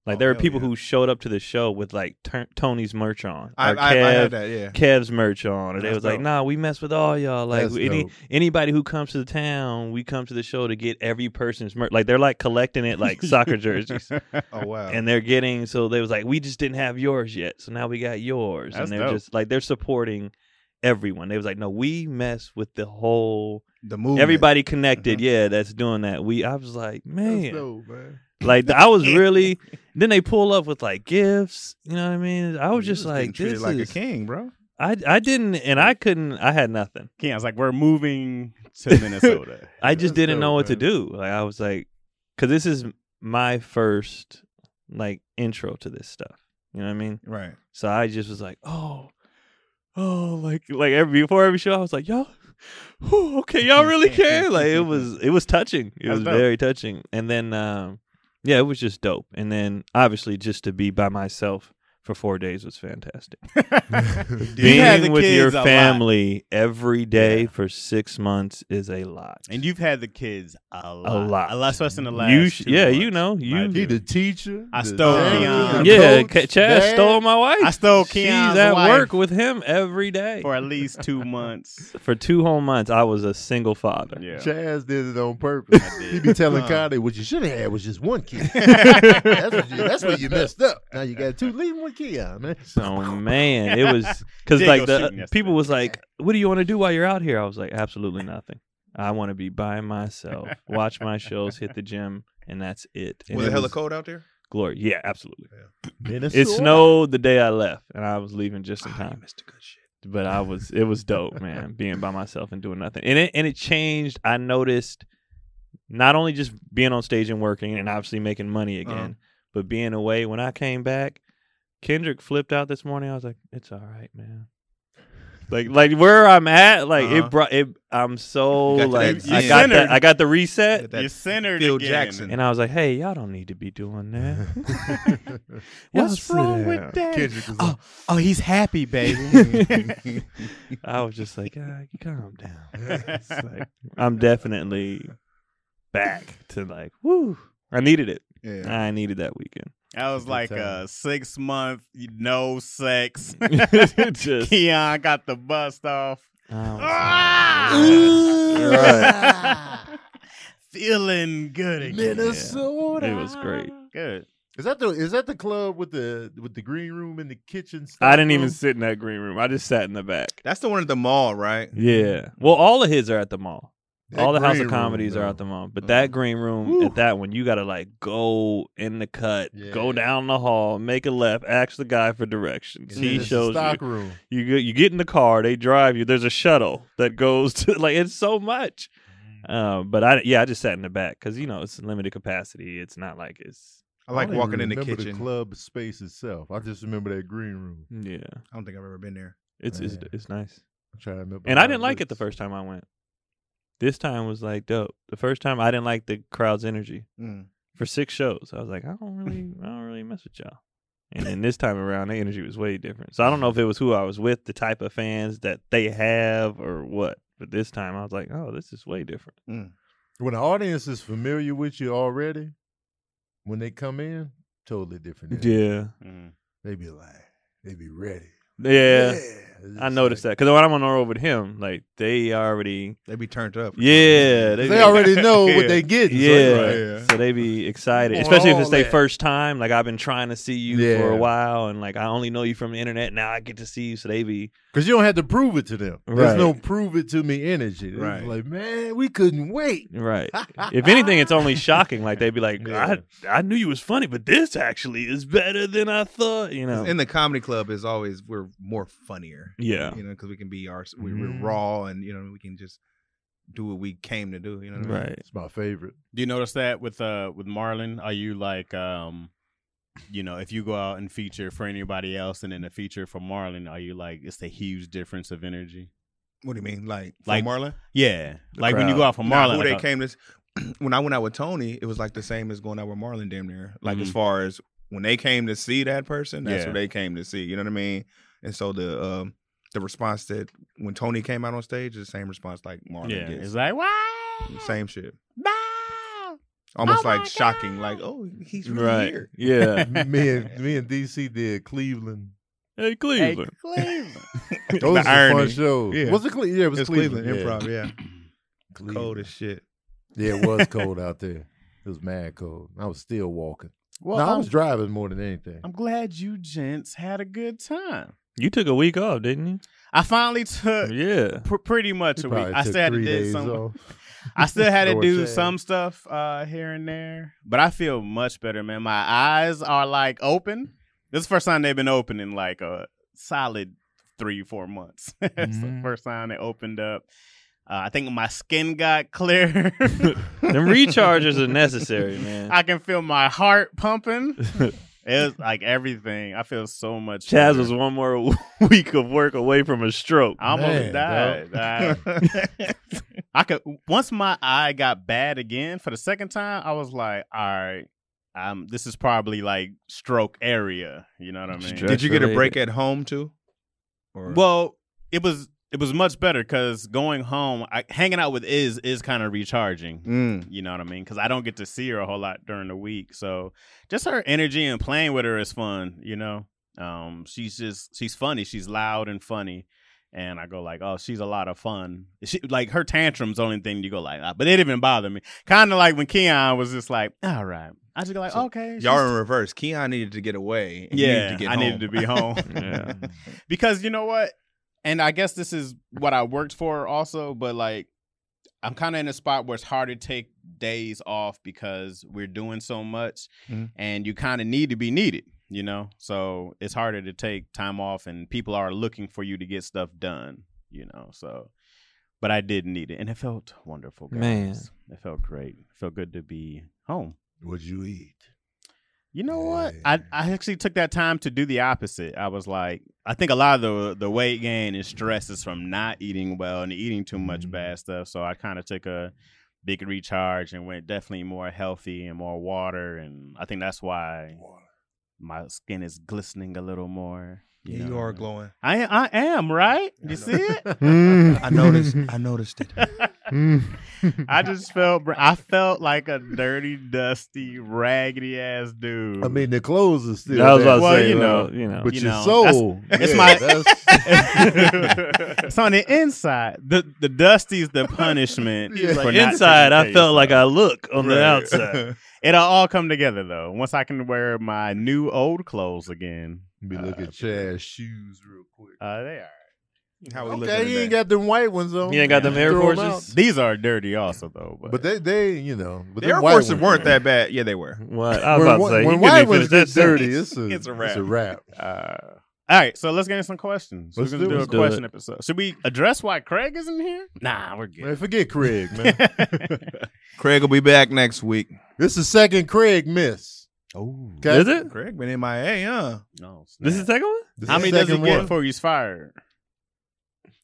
Speaker 3: like
Speaker 4: Oh,
Speaker 3: there were
Speaker 4: hell
Speaker 3: people
Speaker 4: yeah.
Speaker 3: who showed up to the show with like Tur- tony's merch on
Speaker 4: I,
Speaker 3: or
Speaker 4: I, I
Speaker 3: Kev-
Speaker 4: had
Speaker 3: (laughs)
Speaker 4: that. Yeah.
Speaker 3: Kev's merch on, or they
Speaker 4: That's
Speaker 3: was like,
Speaker 4: dope.
Speaker 3: "Nah, we mess with all y'all. Like
Speaker 1: That's
Speaker 3: any
Speaker 1: dope.
Speaker 3: anybody who comes to the town, we come to the show to get every person's merch. Like they're like collecting it like
Speaker 2: (laughs)
Speaker 3: soccer jerseys
Speaker 4: Oh wow.
Speaker 3: and they're getting so they was like we just didn't have yours yet so now we got yours
Speaker 2: That's
Speaker 3: and they're
Speaker 2: dope.
Speaker 3: just like they're supporting everyone they was like no we mess with the whole
Speaker 4: the movie.
Speaker 3: everybody connected yeah that's doing that we i was like
Speaker 1: That's
Speaker 3: man
Speaker 1: dope, man.
Speaker 3: like i was really then they pull up with like gifts you know what i mean i was just like
Speaker 4: treated
Speaker 3: this
Speaker 4: like a
Speaker 3: is
Speaker 4: king, bro.
Speaker 3: i i didn't and i couldn't i had nothing
Speaker 2: Ken's like, we're moving to Minnesota.
Speaker 3: I just
Speaker 1: That's
Speaker 3: didn't know
Speaker 1: dope,
Speaker 3: what to
Speaker 1: man.
Speaker 3: do. Like I was like, because this is my first like intro to this stuff. You know what I mean?
Speaker 4: Right.
Speaker 3: So I just was like, oh, oh, like like every before every show, I was like, y'all, (sighs) whew, okay, y'all really care. Like it was it was touching. It
Speaker 2: That's
Speaker 3: was
Speaker 2: dope.
Speaker 3: very touching. And then um, yeah, it was just dope. And then obviously just to be by myself for four days was fantastic.
Speaker 2: (laughs) You had the
Speaker 3: (laughs) Being with your
Speaker 2: kids a lot.
Speaker 3: family every day for six months is a lot.
Speaker 2: And you've had the kids a lot.
Speaker 3: lot.
Speaker 2: A lot, especially in the last.
Speaker 3: You sh-
Speaker 2: two
Speaker 3: yeah,
Speaker 2: months.
Speaker 3: you know, you-
Speaker 2: I,
Speaker 1: He
Speaker 2: do.
Speaker 1: the teacher.
Speaker 2: I
Speaker 1: (laughs) the
Speaker 2: stole
Speaker 1: janitor,
Speaker 2: Keon.
Speaker 1: the
Speaker 3: yeah,
Speaker 1: coach,
Speaker 3: Ca- Chad
Speaker 1: dad.
Speaker 3: stole my wife.
Speaker 2: I stole
Speaker 3: She's
Speaker 2: Keon's
Speaker 3: at
Speaker 2: wife
Speaker 3: work with him every day
Speaker 2: for at least two
Speaker 3: (laughs)
Speaker 2: months.
Speaker 3: for two whole months. I was a single father.
Speaker 2: Yeah.
Speaker 1: Chaz did it on purpose.
Speaker 2: did.
Speaker 1: He be telling
Speaker 4: Uh.
Speaker 1: Connie what you should have had was just one
Speaker 4: (laughs)
Speaker 1: kid. that's, what you, that's where you messed up. Now you got two. Leave one kid out, man.
Speaker 3: So
Speaker 4: (laughs)
Speaker 3: man, it was because
Speaker 2: Did go
Speaker 3: like
Speaker 2: shooting
Speaker 3: the
Speaker 2: yesterday.
Speaker 3: people was like, "What do you want to do while you're out here?" I was like, "Absolutely nothing. I want to be by myself, watch my shows, hit the gym, and that's it." And
Speaker 4: (laughs) was it hella
Speaker 3: was
Speaker 4: cold out there?
Speaker 3: glory? Yeah, absolutely.
Speaker 1: Minnesota. (laughs)
Speaker 3: It snowed the day I left, and I was leaving just in
Speaker 4: Ah, you
Speaker 3: time.
Speaker 4: missed a good shit.
Speaker 3: But I was, it was dope, man, being by myself and doing nothing. And it and it changed. I noticed not only just being on stage and working, and obviously making money again,
Speaker 4: Uh-huh.
Speaker 3: but being away. When I came back, Kendrick flipped out this morning. I was like, "It's all right, man." Like like where I'm at, like
Speaker 4: Uh-huh.
Speaker 3: it brought it. I'm so
Speaker 4: You got to
Speaker 3: like
Speaker 4: that-
Speaker 3: I
Speaker 4: you
Speaker 3: got
Speaker 2: centered.
Speaker 3: that I got the reset,
Speaker 4: Got that
Speaker 2: you centered
Speaker 4: Phil
Speaker 2: again.
Speaker 4: Jackson.
Speaker 3: and I was like, "Hey, y'all don't need to be doing that."
Speaker 4: (laughs)
Speaker 3: Y'all
Speaker 2: What's
Speaker 3: sit
Speaker 2: wrong
Speaker 3: down.
Speaker 2: with that?
Speaker 1: Kendrick is
Speaker 2: oh,
Speaker 1: like,
Speaker 2: oh, he's happy, (laughs)
Speaker 3: (laughs)
Speaker 2: baby.
Speaker 3: I was just like, ah, calm (laughs) down. It's like, I'm definitely back to like, woo. I needed it.
Speaker 1: Yeah.
Speaker 3: I needed that (laughs) weekend.
Speaker 2: That was like a six month no
Speaker 3: (laughs)
Speaker 2: sex. (laughs)
Speaker 3: Just-
Speaker 2: Keon got the bust off. Ah!
Speaker 3: Um,
Speaker 1: Right.
Speaker 2: (laughs) Feeling good again.
Speaker 1: Minnesota.
Speaker 3: It was great.
Speaker 2: Good.
Speaker 1: Is that the is that the club with the with the green room and the kitchen?
Speaker 3: I didn't even
Speaker 1: room?
Speaker 3: sit in that green room. I just sat in the back.
Speaker 4: That's the one at the mall, right?
Speaker 3: Yeah. Well, all of his are at the mall.
Speaker 1: That
Speaker 3: all the House
Speaker 1: green
Speaker 3: of
Speaker 1: room,
Speaker 3: Comedies are
Speaker 1: though.
Speaker 3: at the mall. But
Speaker 1: Uh,
Speaker 3: that green room
Speaker 1: whew.
Speaker 3: at that one, you gotta like go in the cut, go
Speaker 1: Yeah.
Speaker 3: down the hall, make a left, ask the guy for directions.
Speaker 1: And then
Speaker 3: he
Speaker 1: it's the
Speaker 3: shows you.
Speaker 1: stock room.
Speaker 3: You get, you get in the car, they drive you. There's a shuttle that goes to (laughs) like it's so much. Uh, but I yeah, I just sat in the back because you know it's limited capacity. It's not like it's
Speaker 4: I like
Speaker 1: don't
Speaker 4: walking
Speaker 1: even
Speaker 4: in the
Speaker 1: remember
Speaker 4: kitchen.
Speaker 1: The club space itself. I just remember that green room.
Speaker 3: yeah,
Speaker 4: I don't think I've ever been there.
Speaker 3: it's it's,
Speaker 1: Yeah.
Speaker 3: it's nice.
Speaker 1: I'm trying to remember.
Speaker 3: And I
Speaker 1: how
Speaker 3: didn't like it the
Speaker 1: looks.
Speaker 3: first time I went. This time was like dope. The first time I didn't like the crowd's energy
Speaker 4: Mm.
Speaker 3: for six shows. I was like, I don't (laughs) really, I don't really mess with y'all. And then this time around, the energy was way different. So I don't know if it was who I was with, the type of fans that they have, or what. But this time, I was like, oh, this is way different.
Speaker 1: When the audience is familiar with you already, when they come in, totally different. energy.
Speaker 3: Yeah,
Speaker 2: Mm.
Speaker 1: They be like, they be ready.
Speaker 3: yeah.
Speaker 1: It's
Speaker 3: I
Speaker 1: just
Speaker 3: noticed
Speaker 1: like-
Speaker 3: that because when I'm on the road with him, like they already,
Speaker 4: They be turned up.
Speaker 3: yeah,
Speaker 1: They already know what
Speaker 4: Yeah.
Speaker 1: they get.
Speaker 3: (laughs) Yeah.
Speaker 4: Right.
Speaker 3: So they be excited,
Speaker 1: Boy,
Speaker 3: especially if it's
Speaker 1: all
Speaker 3: their
Speaker 1: that.
Speaker 3: first time. Like I've been trying to see you for a
Speaker 1: Yeah.
Speaker 3: while, and like I only know you from the internet. Now I get to see you, so they be
Speaker 1: Because you don't have to prove it to them. There's
Speaker 3: Right.
Speaker 1: no prove it to me energy. It's
Speaker 4: Right.
Speaker 1: like, man, we couldn't wait.
Speaker 3: right. (laughs) if anything,
Speaker 1: (laughs)
Speaker 3: it's only shocking. Like they be like,
Speaker 1: Yeah.
Speaker 3: I I knew you was funny, but this actually is better than I thought. You know,
Speaker 4: In the comedy club is always we're more funnier.
Speaker 3: Yeah. Mm-hmm.
Speaker 4: You know, because we can be our we,
Speaker 1: Mhm.
Speaker 4: we're raw and you know we can just do what we came to do. You know what I mean?
Speaker 3: right?
Speaker 1: It's my favorite.
Speaker 2: Do you notice that with uh with Marlon? Are you like um you know, if you go out and feature for anybody else and then a feature for Marlon, are you like it's a huge difference of energy?
Speaker 4: What do you mean? Like for
Speaker 2: Like-
Speaker 4: Marlon?
Speaker 2: Yeah.
Speaker 3: The
Speaker 2: like when you
Speaker 3: crowd.
Speaker 2: go out for
Speaker 4: Nah,
Speaker 2: Marlon.
Speaker 4: who
Speaker 2: like uh,
Speaker 4: they
Speaker 2: a-
Speaker 4: came to (clears throat) when I went out with Tony, it was like the same as going out with Marlon damn near. Like as
Speaker 2: Mhm.
Speaker 4: far as when they came to see that person, that's
Speaker 2: Yeah.
Speaker 4: what they came to see. You know what I mean? And so the um the response that when Tony came out on stage is the same response like Marlon
Speaker 2: yeah.
Speaker 4: gets.
Speaker 2: It's like wow.
Speaker 4: Same shit.
Speaker 2: Wow.
Speaker 4: Almost
Speaker 2: Oh my
Speaker 4: like shocking,
Speaker 2: God.
Speaker 4: like, oh, he's
Speaker 2: (laughs)
Speaker 4: really here.
Speaker 1: (laughs)
Speaker 3: Yeah.
Speaker 1: me and me and DC did Cleveland.
Speaker 3: hey,
Speaker 2: Hey,
Speaker 3: Cleveland.
Speaker 2: Cleveland.
Speaker 1: Those
Speaker 4: The
Speaker 1: were fun
Speaker 4: irony.
Speaker 1: shows.
Speaker 4: Yeah.
Speaker 1: Was it Cleveland? Yeah, it was,
Speaker 4: It was Cleveland,
Speaker 1: Yeah.
Speaker 4: improv, yeah.
Speaker 1: Cleveland.
Speaker 4: Cold as shit.
Speaker 1: Yeah, it was cold out there. It was mad cold. I was still walking.
Speaker 2: Well,
Speaker 1: no, I
Speaker 2: I'm-
Speaker 1: was driving more than anything.
Speaker 2: I'm glad you gents had a good time.
Speaker 3: You took a week off, didn't
Speaker 2: I finally
Speaker 3: you?
Speaker 2: took
Speaker 3: Yeah.
Speaker 2: pr- pretty much
Speaker 1: You
Speaker 2: a week.
Speaker 1: probably
Speaker 2: I
Speaker 1: took
Speaker 2: still had to
Speaker 1: three
Speaker 2: do
Speaker 1: days
Speaker 2: some.
Speaker 1: off.
Speaker 2: I still had to
Speaker 1: Or
Speaker 2: do
Speaker 1: sad.
Speaker 2: some stuff uh, here and there, but I feel much better, man. My eyes are like open. This is the first time they've been open in like a solid three, four months. (laughs) it's the
Speaker 3: Mm-hmm.
Speaker 1: Mhm.
Speaker 2: first time they opened up. Uh, I think my skin got
Speaker 3: (laughs)
Speaker 2: clear. (laughs)
Speaker 3: Them recharges are necessary, man.
Speaker 2: I can feel my heart
Speaker 3: (laughs)
Speaker 2: pumping. It's like everything. I feel so much.
Speaker 3: Chaz
Speaker 2: better.
Speaker 3: was one more (laughs) week of work away from a stroke.
Speaker 2: I
Speaker 1: Man,
Speaker 2: almost died. I, (laughs) I could once my eye got bad again for the second time, I was like, all right, um, this is probably like stroke area. You know what I mean?
Speaker 3: Stroke.
Speaker 4: Did you get a
Speaker 3: Related.
Speaker 4: break at home too? Or
Speaker 2: Well, it was it was much better because going home, I, hanging out with Iz is kind of recharging.
Speaker 4: Mm.
Speaker 2: You know what I mean? Because I don't get to see her a whole lot during the week, so just her energy and playing with her is fun. You know, um, she's just she's funny. She's loud and funny, and I go like, oh, she's a lot of fun. She, like her tantrums, only thing you go like, ah, but it didn't even bother me. Kind of like when Keon was just like, all right, I just go like,
Speaker 4: So
Speaker 2: okay,
Speaker 4: y'all
Speaker 2: she's-
Speaker 4: are in reverse. Keon needed to get away. and
Speaker 2: (laughs)
Speaker 4: you
Speaker 2: yeah,
Speaker 4: to get
Speaker 2: I
Speaker 4: home.
Speaker 2: needed to be home
Speaker 4: (laughs)
Speaker 5: (laughs)
Speaker 3: Yeah.
Speaker 2: because you know what and i guess this is what i worked for also but like i'm kind of in a spot where it's hard to take days off because we're doing so much
Speaker 4: Mhm.
Speaker 2: and you kind of need to be needed you know so it's harder to take time off and people are looking for you to get stuff done you know so but i did need it and it felt wonderful guys.
Speaker 3: Man.
Speaker 2: it felt great it felt good to be home
Speaker 1: What'd you eat?
Speaker 2: you know what?
Speaker 1: Yeah.
Speaker 2: I, I actually took that time to do the opposite. I was like, I think a lot of the the weight gain and stress is from not eating well and eating too much
Speaker 1: Mhm.
Speaker 2: bad stuff. So I kind of took a big recharge and went definitely more healthy and more water. And I think that's why my skin is glistening a little more.
Speaker 4: Yeah,
Speaker 2: know
Speaker 4: you
Speaker 2: what
Speaker 4: are
Speaker 2: I mean?
Speaker 4: glowing.
Speaker 2: I I am right. You see it?
Speaker 5: (laughs)
Speaker 1: (laughs)
Speaker 4: I noticed. I noticed it.
Speaker 2: Mm. I just felt br- I felt like a dirty, dusty, raggedy ass dude.
Speaker 5: I mean, the clothes are still.
Speaker 3: That was
Speaker 5: there,
Speaker 3: what I was
Speaker 2: Well,
Speaker 3: saying.
Speaker 2: you know.
Speaker 3: well, you know.
Speaker 5: but
Speaker 2: you
Speaker 5: your
Speaker 2: know,
Speaker 5: soul.
Speaker 2: that's-
Speaker 5: yeah,
Speaker 2: my-
Speaker 5: (laughs) that's-
Speaker 2: (laughs) it's on the inside. The the dusty's the
Speaker 5: (laughs)
Speaker 2: punishment.
Speaker 5: Yeah.
Speaker 2: for
Speaker 3: But
Speaker 2: not
Speaker 3: inside,
Speaker 2: taking
Speaker 3: I
Speaker 2: care of
Speaker 3: felt like
Speaker 2: yourself.
Speaker 3: I look on
Speaker 1: (laughs)
Speaker 2: (laughs)
Speaker 3: the outside.
Speaker 2: It'll all come together though. Once I can wear my new old clothes again.
Speaker 5: Let me look at Chad's shoes real quick.
Speaker 2: Uh, they are.
Speaker 4: How we
Speaker 5: Okay,
Speaker 4: looking
Speaker 5: he ain't
Speaker 4: today?
Speaker 5: got them white ones on.
Speaker 3: You ain't got them Air
Speaker 5: Throw 'em
Speaker 3: Forces?
Speaker 2: These are dirty also though. But,
Speaker 5: out. But they, they, you know, but
Speaker 4: The
Speaker 5: them
Speaker 4: Air
Speaker 5: white
Speaker 4: Forces
Speaker 5: ones-
Speaker 4: weren't that bad. Yeah, they were.
Speaker 3: What I was
Speaker 5: when
Speaker 3: about to
Speaker 5: one-
Speaker 3: say. you
Speaker 5: when
Speaker 3: couldn't
Speaker 5: white
Speaker 3: even
Speaker 5: ones
Speaker 3: finish
Speaker 5: get
Speaker 3: that sentence.
Speaker 5: dirty, it's a,
Speaker 4: It's a
Speaker 5: It's
Speaker 4: wrap.
Speaker 5: a wrap.
Speaker 2: uh, all right, so let's get into some questions.
Speaker 5: Let's
Speaker 2: We're
Speaker 5: do
Speaker 2: gonna
Speaker 5: it.
Speaker 2: do, a
Speaker 3: Let's do
Speaker 2: question
Speaker 3: it.
Speaker 2: episode. Should we address why Craig isn't here? Nah,
Speaker 5: (laughs)
Speaker 2: we're (laughs) good.
Speaker 5: Man, forget Craig,
Speaker 2: (laughs)
Speaker 5: man.
Speaker 4: Craig will be back next week.
Speaker 5: this is second Craig miss.
Speaker 4: Oh,
Speaker 5: Okay?
Speaker 3: Is it?
Speaker 4: Craig been MIA, huh?
Speaker 2: no, snap.
Speaker 3: This is the second one.
Speaker 1: (laughs)
Speaker 5: This
Speaker 2: How
Speaker 5: is
Speaker 2: many does he
Speaker 5: second
Speaker 2: get
Speaker 5: one.
Speaker 2: before he's fired?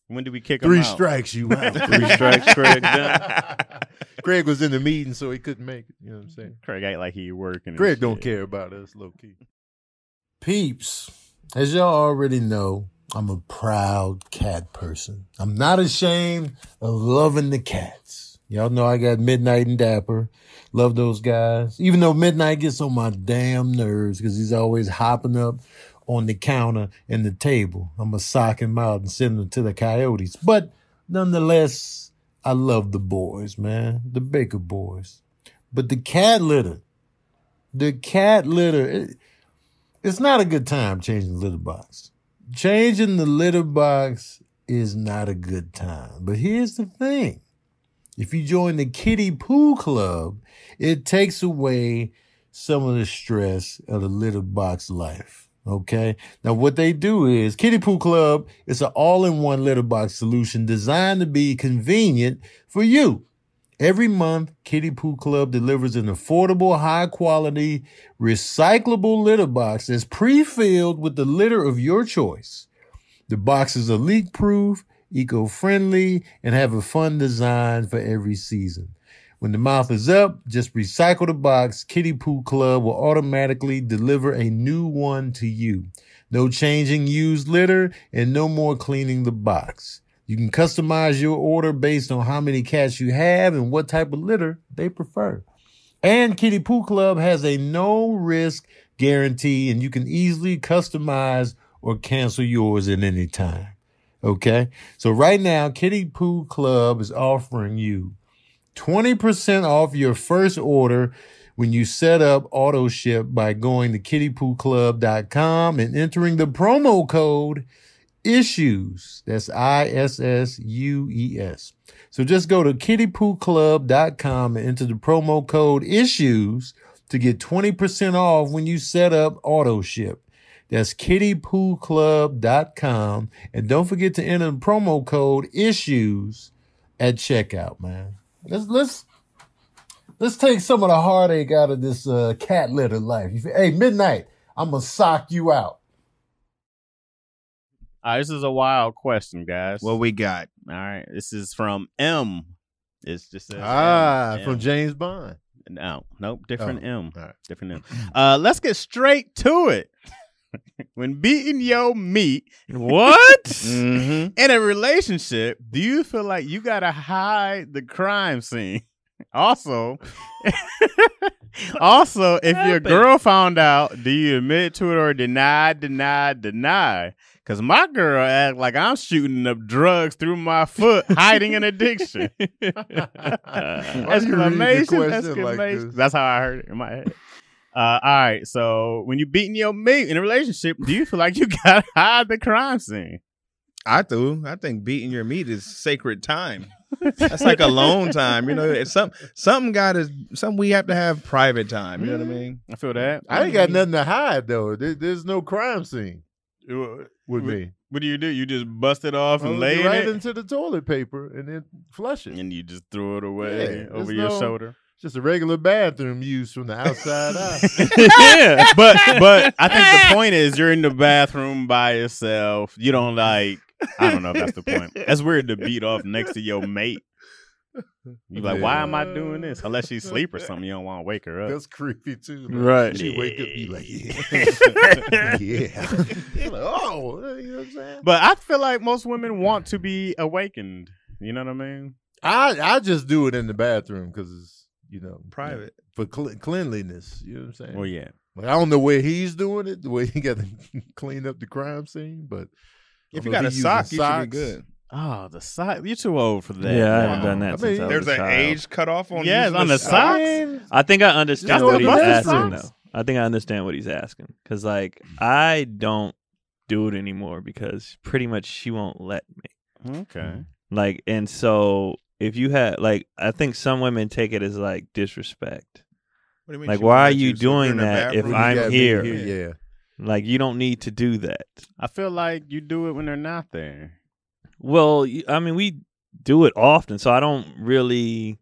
Speaker 2: When do we kick
Speaker 5: Three
Speaker 2: him out?
Speaker 5: strikes, you out.
Speaker 3: Three strikes, Craig.
Speaker 5: (laughs) Craig was in the meeting, so he couldn't make it. You know what I'm saying?
Speaker 2: Craig ain't like he working. and
Speaker 5: Craig don't
Speaker 2: shit.
Speaker 5: care about us, low key.
Speaker 1: Peeps, as y'all already know, I'm a proud cat person. I'm not ashamed of loving the cats. Y'all know I got Midnight and Dapper. Love those guys. Even though Midnight gets on my damn nerves because he's always hopping up on the counter and the table. I'm going to sock him out and send him to the coyotes. But nonetheless, I love the boys, man. The Baker boys. But the cat litter, the cat litter, it- it's not a good time changing the litter box. Changing the litter box is not a good time. But here's the thing. If you join the kitty poo club, it takes away some of the stress of the litter box life. Okay. Now what they do is kitty poo club is an all-in-one litter box solution designed to be convenient for you. Every month, Kitty Poo Club delivers an affordable, high quality, recyclable litter box that's pre filled with the litter of your choice. The boxes are leak proof, eco friendly, and have a fun design for every season. When the mouth is up, just recycle the box. Kitty Poo Club will automatically deliver a new one to you. No changing used litter and no more cleaning the box. You can customize your order based on how many cats you have and what type of litter they prefer. And Kitty Poo Club has a no risk guarantee, and you can easily customize or cancel yours at any time. Okay? So, right now, Kitty Poo Club is offering you 20% off your first order when you set up auto ship by going to kittypooclub.com and entering the promo code issues. That's I S S U E S. So just go to kittypooclub.com and enter the promo code issues to get 20% off when you set up auto ship. That's kittypooclub.com. And don't forget to enter the promo code issues at checkout, man. Let's, let's, let's take some of the heartache out of this uh, cat litter life. You feel- Hey, midnight, I'm going to sock you out.
Speaker 2: All right, this is a wild question, guys.
Speaker 4: What we got?
Speaker 2: all right, this is from M. It's just says M,
Speaker 5: Ah,
Speaker 2: M.
Speaker 5: from James Bond.
Speaker 2: no, nope, different M,
Speaker 5: all right. (laughs)
Speaker 2: different M. Uh, let's get straight to it. (laughs) when beating your meat Mm.
Speaker 3: What?
Speaker 4: Mm-hmm.
Speaker 2: in a relationship, do you feel like you gotta hide the crime scene? (laughs) Also, (laughs) also, if your
Speaker 3: happened?
Speaker 2: girl found out, do you admit to it or deny, deny, deny? Cause my girl act like I'm shooting up drugs through my foot, hiding an addiction. (laughs)
Speaker 5: Why do you read the
Speaker 2: exclamation!
Speaker 5: question like
Speaker 2: exclamation.
Speaker 5: this?
Speaker 2: That's how I heard it in my head. Uh, all right, so when you beating your mate in a relationship, do you feel like you (laughs) gotta hide the crime scene?
Speaker 4: I do. I think beating your meat is sacred time. That's like alone time. You know, it's some something got is something we have to have private time. You know
Speaker 2: Mm-hmm.
Speaker 4: what I mean?
Speaker 2: I feel that.
Speaker 5: I ain't got
Speaker 4: Mm-hmm.
Speaker 5: nothing to hide though. There- there's no crime scene
Speaker 2: Wha-
Speaker 5: with
Speaker 2: With-
Speaker 5: me.
Speaker 2: What do you do? You just bust it off
Speaker 5: I'll
Speaker 2: and
Speaker 5: get
Speaker 2: lay
Speaker 5: Oh, right
Speaker 2: it,
Speaker 5: into the toilet paper and then flush it.
Speaker 2: and you just throw it away
Speaker 5: Yeah,
Speaker 2: over
Speaker 5: there's
Speaker 2: your
Speaker 5: no- (laughs)
Speaker 2: shoulder. (laughs)
Speaker 5: Just a regular bathroom used from the
Speaker 4: (laughs)
Speaker 5: outside out. (laughs)
Speaker 3: yeah.
Speaker 2: But but I think the point is you're in the bathroom by yourself. You don't like. I don't know if that's the point. That's weird to beat off next to your mate. You like, why am I doing this? Unless she's asleep or something, you don't want to wake her up.
Speaker 5: That's creepy too. man.
Speaker 3: Right.
Speaker 5: She wake up, you like,
Speaker 2: (laughs)
Speaker 5: (laughs) yeah.
Speaker 4: (laughs)
Speaker 5: yeah. You're like, oh, you know what I'm saying?
Speaker 2: But I feel like most women want to be awakened. You know what I mean?
Speaker 1: I I just do it in the bathroom because it's you know
Speaker 4: Private.
Speaker 1: for cle- cleanliness. You know what I'm saying?
Speaker 2: Well, yeah.
Speaker 1: Like, I don't know where he's doing it, the way
Speaker 5: (laughs)
Speaker 1: he got to clean up the crime scene, but I
Speaker 4: If you
Speaker 1: don't know
Speaker 4: got a
Speaker 1: he using
Speaker 4: sock, you should
Speaker 1: socks.
Speaker 4: be good.
Speaker 2: Oh, the sock. You're too old for that.
Speaker 3: Yeah, I haven't
Speaker 2: No.
Speaker 3: done that
Speaker 1: I
Speaker 3: since
Speaker 1: mean,
Speaker 3: I was
Speaker 4: There's
Speaker 3: a
Speaker 4: an
Speaker 3: child.
Speaker 4: age cutoff on
Speaker 2: Yes,
Speaker 4: using
Speaker 2: on the
Speaker 1: I
Speaker 2: socks?
Speaker 1: mean,
Speaker 3: I think I understand
Speaker 1: Just
Speaker 3: what
Speaker 1: go
Speaker 3: he's
Speaker 1: to the
Speaker 3: asking
Speaker 1: bathroom.
Speaker 3: though. I think I understand what he's asking because like I don't do it anymore because pretty much she won't let me.
Speaker 2: Okay.
Speaker 3: Like, and so if you had like, I think some women take it as like disrespect.
Speaker 4: What do you mean
Speaker 3: Like,
Speaker 4: she
Speaker 3: why
Speaker 4: won't
Speaker 3: are
Speaker 4: let
Speaker 3: you
Speaker 4: So you're
Speaker 3: doing
Speaker 4: in the
Speaker 3: that if
Speaker 4: bathroom,
Speaker 1: you
Speaker 3: I'm
Speaker 1: got me
Speaker 3: here.
Speaker 1: Yeah,
Speaker 3: Like, you don't need to do that.
Speaker 2: I feel like you do it when they're not there.
Speaker 3: Well, you- I mean, we do it often, so I don't really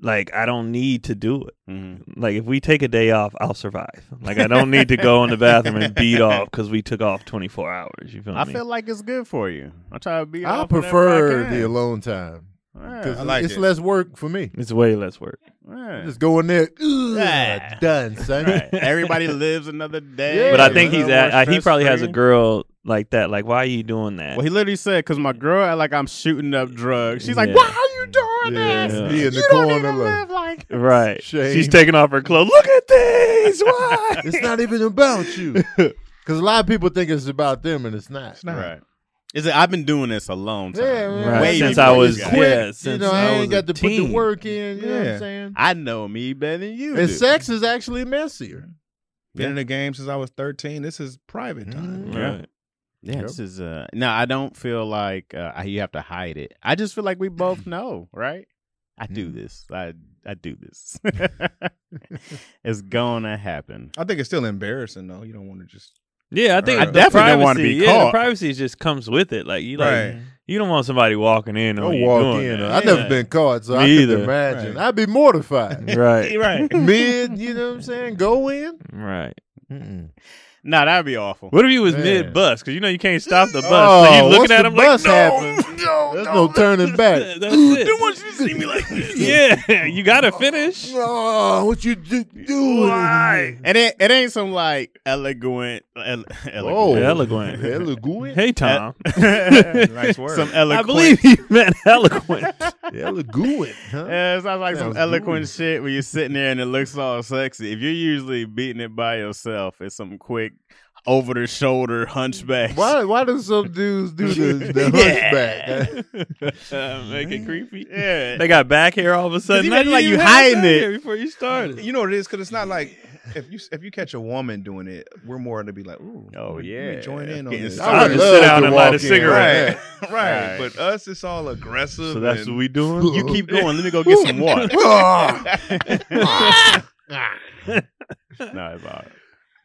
Speaker 3: like. I don't need to do it.
Speaker 2: Mm-hmm.
Speaker 3: Like, if we take a day off, I'll survive. Like, I don't need to go in the bathroom and beat off because we took off 24 hours. You feel
Speaker 2: I
Speaker 3: me?
Speaker 2: feel like it's good for you. I try to be.
Speaker 1: I
Speaker 2: off whenever
Speaker 1: prefer
Speaker 2: I
Speaker 1: the alone time
Speaker 2: can.
Speaker 1: because
Speaker 4: I like
Speaker 1: it's
Speaker 4: it.
Speaker 1: less work for me.
Speaker 3: it's way less work.
Speaker 2: Yeah, yeah.
Speaker 1: Just go in there, ugh,
Speaker 2: Yeah.
Speaker 1: done, son. (laughs)
Speaker 2: Right. (laughs) Everybody lives another day.
Speaker 1: Yeah,
Speaker 3: But I
Speaker 1: you
Speaker 3: think he's
Speaker 2: Another
Speaker 3: at,
Speaker 2: more
Speaker 3: uh, he probably has a
Speaker 2: stress-free.
Speaker 3: girl like that. Like, why are you doing that?
Speaker 2: Well, he literally said, "Cause my girl, act like I'm shooting up drugs." She's like,
Speaker 3: Yeah.
Speaker 2: "Why are you doing
Speaker 1: Yeah,
Speaker 2: this?
Speaker 1: he in the
Speaker 2: you don't
Speaker 1: corner.
Speaker 2: even live
Speaker 1: Like,
Speaker 2: like."
Speaker 3: Right.
Speaker 1: (laughs) Shame.
Speaker 3: She's (laughs) taking off her clothes. Look at these. Why?
Speaker 1: it's not even about you,
Speaker 3: (laughs)
Speaker 1: because a lot of people think it's about them, and it's not.
Speaker 2: (laughs) Right. Is it? I've been doing this a long time.
Speaker 1: Yeah, man.
Speaker 3: Right,
Speaker 2: Way
Speaker 3: since
Speaker 2: before
Speaker 3: I
Speaker 2: you
Speaker 3: was
Speaker 2: got
Speaker 1: Quick,
Speaker 2: here.
Speaker 3: yeah,
Speaker 1: you
Speaker 3: since
Speaker 1: know, I,
Speaker 3: I,
Speaker 1: ain't
Speaker 3: was
Speaker 1: got
Speaker 3: a
Speaker 1: to put
Speaker 3: teen.
Speaker 1: the work in. You know what
Speaker 4: Yeah.
Speaker 1: I'm saying?
Speaker 2: I know me better than you.
Speaker 1: And
Speaker 2: do.
Speaker 1: sex is actually messier.
Speaker 4: Been in the game since I was 13. This is private time.
Speaker 3: Right.
Speaker 2: Yeah,
Speaker 1: Yep.
Speaker 2: this is uh no, I don't feel like uh I- you have to hide it. I just feel like we both know, right? I do this. I I do this. (laughs) it's gonna happen.
Speaker 4: I think it's still embarrassing though. You don't want to just
Speaker 3: Yeah, I think
Speaker 4: I
Speaker 3: the
Speaker 2: definitely don't wanna
Speaker 3: privacy-
Speaker 2: be
Speaker 3: yeah, the
Speaker 2: caught.
Speaker 3: privacy just comes with it. Like you, like
Speaker 4: Right.
Speaker 3: you don't want somebody walking in
Speaker 1: Don't
Speaker 3: on (laughs) you
Speaker 1: walk
Speaker 3: doing
Speaker 1: in.
Speaker 3: that.
Speaker 1: I've
Speaker 3: Yeah.
Speaker 1: never been caught, so I
Speaker 3: Me
Speaker 1: could
Speaker 3: either.
Speaker 1: imagine.
Speaker 4: Right.
Speaker 1: I'd be mortified.
Speaker 3: (laughs) Right,
Speaker 4: right.
Speaker 1: Mid, you know what I'm saying? Go in.
Speaker 3: right.
Speaker 2: Nah, that'd be awful.
Speaker 3: What if you was
Speaker 1: Man.
Speaker 3: mid bus? Because you know you can't stop the bus. so
Speaker 1: Oh,
Speaker 3: you
Speaker 1: once
Speaker 3: looking at
Speaker 1: the
Speaker 3: him
Speaker 1: bus
Speaker 3: like, no, (laughs)
Speaker 1: happens,
Speaker 3: no,
Speaker 1: There's no turning back.
Speaker 3: (laughs) That's it. Don't want you to see me (laughs) like this. Yeah, you gotta finish.
Speaker 1: Oh, what you do- doing?
Speaker 3: Why?
Speaker 2: And it it ain't some like elegant ele-
Speaker 1: Oh,
Speaker 2: elegant.
Speaker 1: (laughs)
Speaker 3: Eloquent.
Speaker 1: Eloquent.
Speaker 3: Hey Tom,
Speaker 4: Nice word.
Speaker 2: Some eloquent.
Speaker 3: I believe you meant eloquent.
Speaker 1: Eloquent. Huh?
Speaker 2: Yeah, it sounds like some
Speaker 1: Sounds
Speaker 2: eloquent
Speaker 1: good.
Speaker 2: shit when you're sitting there and it looks all sexy. If you're usually beating it by yourself, it's some quick over the shoulder hunchback.
Speaker 1: Why? Why do some dudes do
Speaker 3: (laughs)
Speaker 1: the, the
Speaker 2: Yeah.
Speaker 1: hunchback?
Speaker 2: (laughs)
Speaker 3: Make it creepy.
Speaker 2: Yeah.
Speaker 3: (laughs) They got back hair all of a sudden.
Speaker 2: you
Speaker 3: Now
Speaker 2: look like you
Speaker 3: even had
Speaker 2: hiding
Speaker 3: back
Speaker 2: it.
Speaker 3: hair before you started.
Speaker 4: You know what it is? Because it's not like if you if you catch a woman doing it, we're more to be like, ooh,
Speaker 2: Oh,
Speaker 4: let me-
Speaker 2: yeah.
Speaker 4: let me join in on
Speaker 2: Getting
Speaker 4: this. (laughs)
Speaker 3: I'll
Speaker 1: I would
Speaker 3: just
Speaker 1: love
Speaker 3: sit down
Speaker 1: to
Speaker 3: and light a
Speaker 1: walk in.
Speaker 3: cigarette.
Speaker 4: Right, (laughs) right. But us, it's all aggressive.
Speaker 3: So that's
Speaker 4: and-
Speaker 3: what we doing.
Speaker 1: (laughs)
Speaker 3: (laughs)
Speaker 2: You keep going. Let me go get some water. (laughs)
Speaker 1: Ah,
Speaker 2: no, it's all right.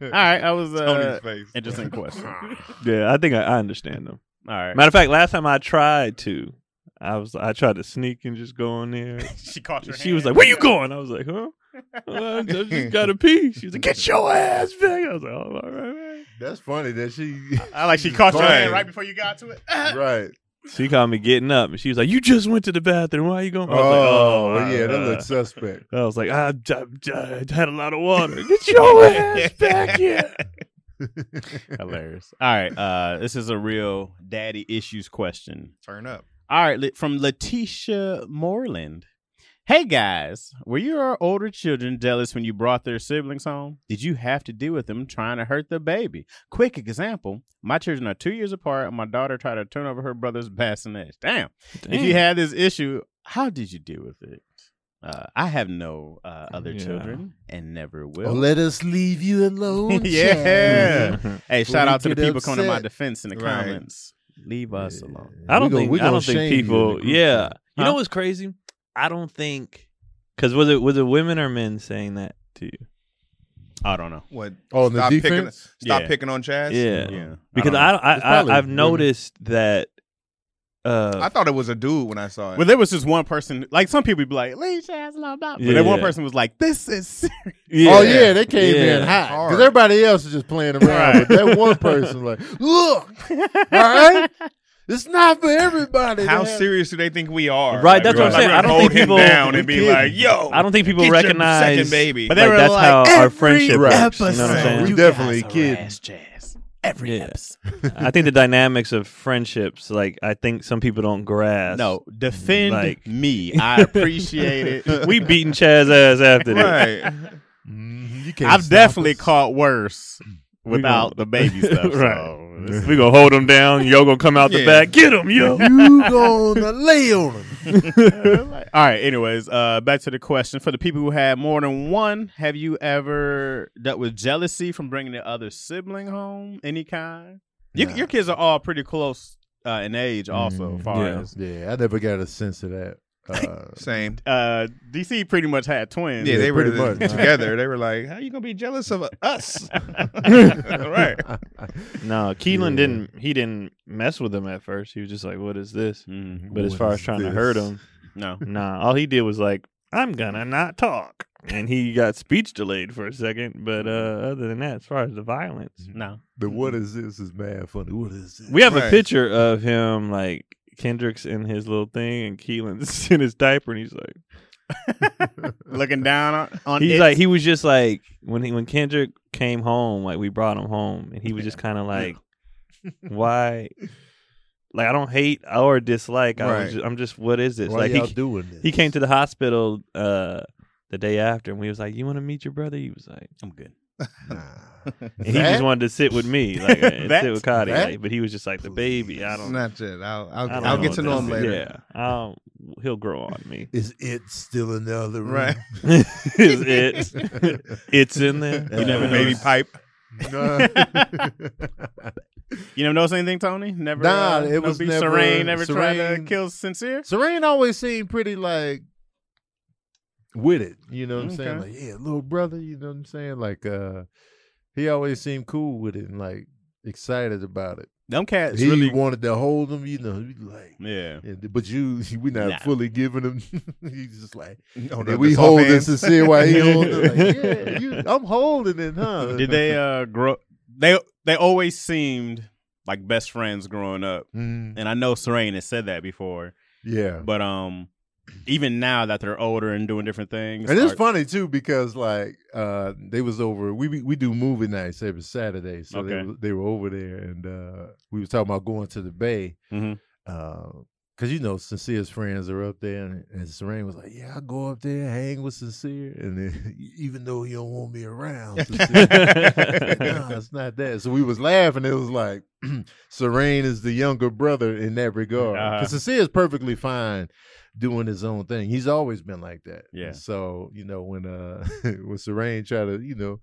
Speaker 2: All right, I was uh,
Speaker 3: (laughs)
Speaker 4: Tony's face.
Speaker 2: interesting question. All
Speaker 3: Yeah, I think I, I understand them.
Speaker 2: right,
Speaker 3: Matter of fact, last time I tried to, I was I tried to sneak and just go
Speaker 1: (laughs)
Speaker 3: in there.
Speaker 2: she caught your
Speaker 3: She
Speaker 2: hand.
Speaker 3: was like, "Where you going?" I was like, "Huh." Well,
Speaker 1: (laughs)
Speaker 3: I just got a pee. She was like, "Get your ass back!" I was like, "Oh, "All right." man."
Speaker 1: That's funny that
Speaker 3: (laughs)
Speaker 1: she.
Speaker 2: I like she caught your
Speaker 4: Right.
Speaker 2: hand right before you got to it.
Speaker 1: right.
Speaker 3: She called me getting up, and she was like, "You just went to the bathroom. Why are you going?" I was
Speaker 1: Oh,
Speaker 3: like,
Speaker 1: yeah, that
Speaker 3: uh,
Speaker 1: looks suspect.
Speaker 3: I was like, I, I- I had a lot of water.
Speaker 1: (laughs)
Speaker 3: Get your ass back here.
Speaker 2: Hilarious. All right, uh, this is a real daddy issues question.
Speaker 4: Turn up.
Speaker 2: All right, li- from Letitia Moreland. Hey guys, were your older children jealous when you brought their siblings home? Did you have to deal with them trying to hurt the baby? Quick example: My children are two years apart, and my daughter tried to turn over her brother's bassinet. Damn. If you had this issue, how did you deal with it? Uh, I have no uh, other
Speaker 3: Yeah.
Speaker 2: children and never
Speaker 1: Oh,
Speaker 2: will.
Speaker 1: let us leave you (laughs) alone.
Speaker 2: Yeah.
Speaker 3: Mm-hmm.
Speaker 1: child.
Speaker 2: hey,
Speaker 1: When
Speaker 2: shout
Speaker 1: you
Speaker 2: out to the
Speaker 1: get
Speaker 2: people coming to my
Speaker 1: upset.
Speaker 2: defense in the
Speaker 4: Right.
Speaker 2: comments. Leave us
Speaker 1: Yeah.
Speaker 2: alone.
Speaker 3: I
Speaker 1: We
Speaker 3: don't
Speaker 1: gon-
Speaker 3: think
Speaker 1: we
Speaker 3: I
Speaker 1: gon'
Speaker 3: don't think
Speaker 1: shame you in the
Speaker 3: people.
Speaker 1: group
Speaker 3: Yeah,
Speaker 1: chat.
Speaker 3: you
Speaker 2: Huh?
Speaker 3: know what's crazy? I don't think because was it was it women or men saying that to you?
Speaker 2: I don't know.
Speaker 4: What?
Speaker 1: Oh, the
Speaker 4: stop picking,
Speaker 1: defense?
Speaker 4: stop
Speaker 2: Yeah.
Speaker 4: picking on Chaz.
Speaker 3: Yeah,
Speaker 2: Yeah.
Speaker 3: because
Speaker 2: don't
Speaker 3: I
Speaker 2: know.
Speaker 3: I, I,
Speaker 1: It's probably
Speaker 3: have
Speaker 1: women.
Speaker 3: noticed that.
Speaker 4: I
Speaker 3: Uh,
Speaker 4: thought it was a dude when I saw it.
Speaker 2: Well, there was just one person. Like some people be like, "Leave Chaz alone," blah, blah." but
Speaker 3: Yeah.
Speaker 2: then one person was like, "This is serious."
Speaker 1: Oh yeah, they came
Speaker 3: Yeah.
Speaker 1: in hot because
Speaker 4: Hard.
Speaker 1: everybody else is just playing around.
Speaker 2: Right.
Speaker 1: But that one person, like, (laughs) look, all right, it's not for everybody. to
Speaker 4: How
Speaker 1: have-
Speaker 4: serious do
Speaker 3: (laughs)
Speaker 4: they think we are?
Speaker 3: Right, that's
Speaker 4: we're
Speaker 3: what I'm saying.
Speaker 4: we're
Speaker 3: I don't
Speaker 4: hold
Speaker 3: think people-
Speaker 4: him down
Speaker 3: we
Speaker 4: and be
Speaker 1: kidding.
Speaker 4: like, "Yo,
Speaker 3: I don't think people
Speaker 4: get your
Speaker 3: recognize
Speaker 4: second baby."
Speaker 2: But
Speaker 3: like
Speaker 2: they were
Speaker 3: that's
Speaker 2: like,
Speaker 3: how our
Speaker 2: "Every
Speaker 3: friendship works. You know what
Speaker 1: episode
Speaker 3: I'm saying?
Speaker 1: you- definitely kidding.
Speaker 2: Chaz. every
Speaker 3: Yeah.
Speaker 2: episode.
Speaker 3: I think the dynamics of friendships, like I think some people don't grasp.
Speaker 2: No, defend (laughs)
Speaker 3: Like-
Speaker 2: me. I appreciate (laughs) it.
Speaker 3: (laughs) we beating Chaz ass after this.
Speaker 4: right.
Speaker 1: Mm-hmm. You can't
Speaker 2: I've
Speaker 1: stop
Speaker 2: definitely
Speaker 1: us.
Speaker 2: caught worse
Speaker 3: gonna-
Speaker 2: without the
Speaker 3: (laughs)
Speaker 2: baby stuff.
Speaker 3: Right.
Speaker 2: So it's-
Speaker 3: We gonna hold him down. Yo gonna come out the
Speaker 4: Yeah.
Speaker 3: back. Get
Speaker 1: (laughs)
Speaker 3: him, yo.
Speaker 1: You gonna lay on him.
Speaker 2: All right. Anyways, uh, back to the question. For the people who had more than one, have you ever dealt with jealousy from bringing the other sibling home? Any kind? You,
Speaker 1: Nah.
Speaker 2: Your kids are all pretty close uh, in age, also.
Speaker 3: Mm,
Speaker 2: far
Speaker 3: yeah.
Speaker 2: as
Speaker 1: Yeah, I never got a sense of that. (laughs) Uh,
Speaker 4: Same.
Speaker 2: uh, DC pretty much had twins.
Speaker 4: Yeah, they were
Speaker 1: pretty much.
Speaker 4: (laughs) together. They were like, "How you gonna be jealous of
Speaker 3: (laughs)
Speaker 4: us?" right.
Speaker 3: No, Keelan
Speaker 1: Yeah.
Speaker 3: didn't. He didn't mess with him at first. He was just like, "What is this?"
Speaker 2: Mhm.
Speaker 3: But as
Speaker 1: What
Speaker 3: far
Speaker 1: is
Speaker 3: as trying to
Speaker 1: this?
Speaker 3: hurt him,
Speaker 2: No.
Speaker 3: nah. All he did was like, "I'm gonna not talk," and he got speech delayed for a second. But uh, other than that, as far as the violence,
Speaker 2: No.
Speaker 1: the what is this is mad funny. What is this?
Speaker 3: we have a
Speaker 4: Right.
Speaker 3: picture of him like Kendrick's in his little thing, and Keelan's (laughs) in his diaper, and he's like,
Speaker 2: Looking down on, on
Speaker 3: he's
Speaker 2: it.
Speaker 3: like, he was just like when he when Kendrick came home, like we brought him home, and he was just kind of like, why? Like I don't hate or dislike. I
Speaker 4: Right.
Speaker 3: was just, I'm just what is this?
Speaker 1: Why
Speaker 3: like
Speaker 1: y'all
Speaker 3: he
Speaker 1: doing this?
Speaker 3: he came to the hospital uh the day after, and we was like, you want to meet your brother? He was like,
Speaker 2: I'm good.
Speaker 1: Nah.
Speaker 3: and he just wanted to sit with me, like and sit
Speaker 2: That-
Speaker 3: with
Speaker 1: (laughs)
Speaker 3: Cotty,
Speaker 1: that-
Speaker 3: like, but he was just like the baby. I don't.
Speaker 4: That's it. I'll
Speaker 3: I don't
Speaker 4: I'll, I'll get
Speaker 3: what
Speaker 4: to know him
Speaker 3: this is.
Speaker 4: later.
Speaker 3: Yeah, I'll, he'll grow on
Speaker 1: (laughs)
Speaker 3: me. (laughs)
Speaker 1: Is it still in the other room? (laughs)
Speaker 4: Right.
Speaker 3: is it? it's in there.
Speaker 1: You never
Speaker 3: Uh,
Speaker 4: Baby pipe.
Speaker 1: Nah.
Speaker 2: You never notice anything, Tony? Never.
Speaker 1: Nah,
Speaker 2: uh,
Speaker 1: it
Speaker 2: no
Speaker 1: was
Speaker 2: be
Speaker 1: never-
Speaker 2: Serene. Never tried to
Speaker 1: Serene-
Speaker 2: kill sincere.
Speaker 1: (laughs) Serene always seemed pretty like with it. You know what I'm saying?
Speaker 2: Okay.
Speaker 1: Like, yeah, little brother, you know what I'm saying? Like uh he always seemed cool with it and like excited about it.
Speaker 2: Them cats
Speaker 1: he
Speaker 2: really.
Speaker 1: wanted to hold him, you know, he like
Speaker 2: yeah.
Speaker 1: and- but you, (laughs) we not
Speaker 2: Nah.
Speaker 1: fully giving him. (laughs) He's just like,
Speaker 4: Oh,
Speaker 1: "Did
Speaker 4: the-
Speaker 1: we
Speaker 4: the
Speaker 1: hold
Speaker 4: soft
Speaker 1: this to
Speaker 4: hands.
Speaker 1: see why
Speaker 4: (laughs)
Speaker 1: he holding. it?" Like, yeah, you, I'm holding it, huh?
Speaker 2: Did they uh grow? They they always seemed like best friends growing up,
Speaker 1: Mm,
Speaker 2: and I know Serene has said that before.
Speaker 1: yeah,
Speaker 2: But um, even now that they're older and doing different things,
Speaker 1: And it's
Speaker 2: are-
Speaker 1: funny too because like uh they was over we we- we do movie nights every Saturday, so they
Speaker 2: Okay.
Speaker 1: were, they were over there and uh we was talking about going to the bay.
Speaker 2: Mhm.
Speaker 1: Uh, Cause you know, Sincere's friends are up there, and, and Serene was like, "Yeah, I go up there, hang with Sincere, and then, (laughs) e, even though you don't want me around,
Speaker 2: (laughs)
Speaker 1: Sincere, (laughs) no, it's not that." So we was laughing. It was like Serene is the younger brother in that regard.
Speaker 2: Uh-huh.
Speaker 1: Because Sincere is perfectly fine doing his own thing. He's always been like that.
Speaker 2: Yeah.
Speaker 1: And so you know when uh (laughs) when Serene try to you know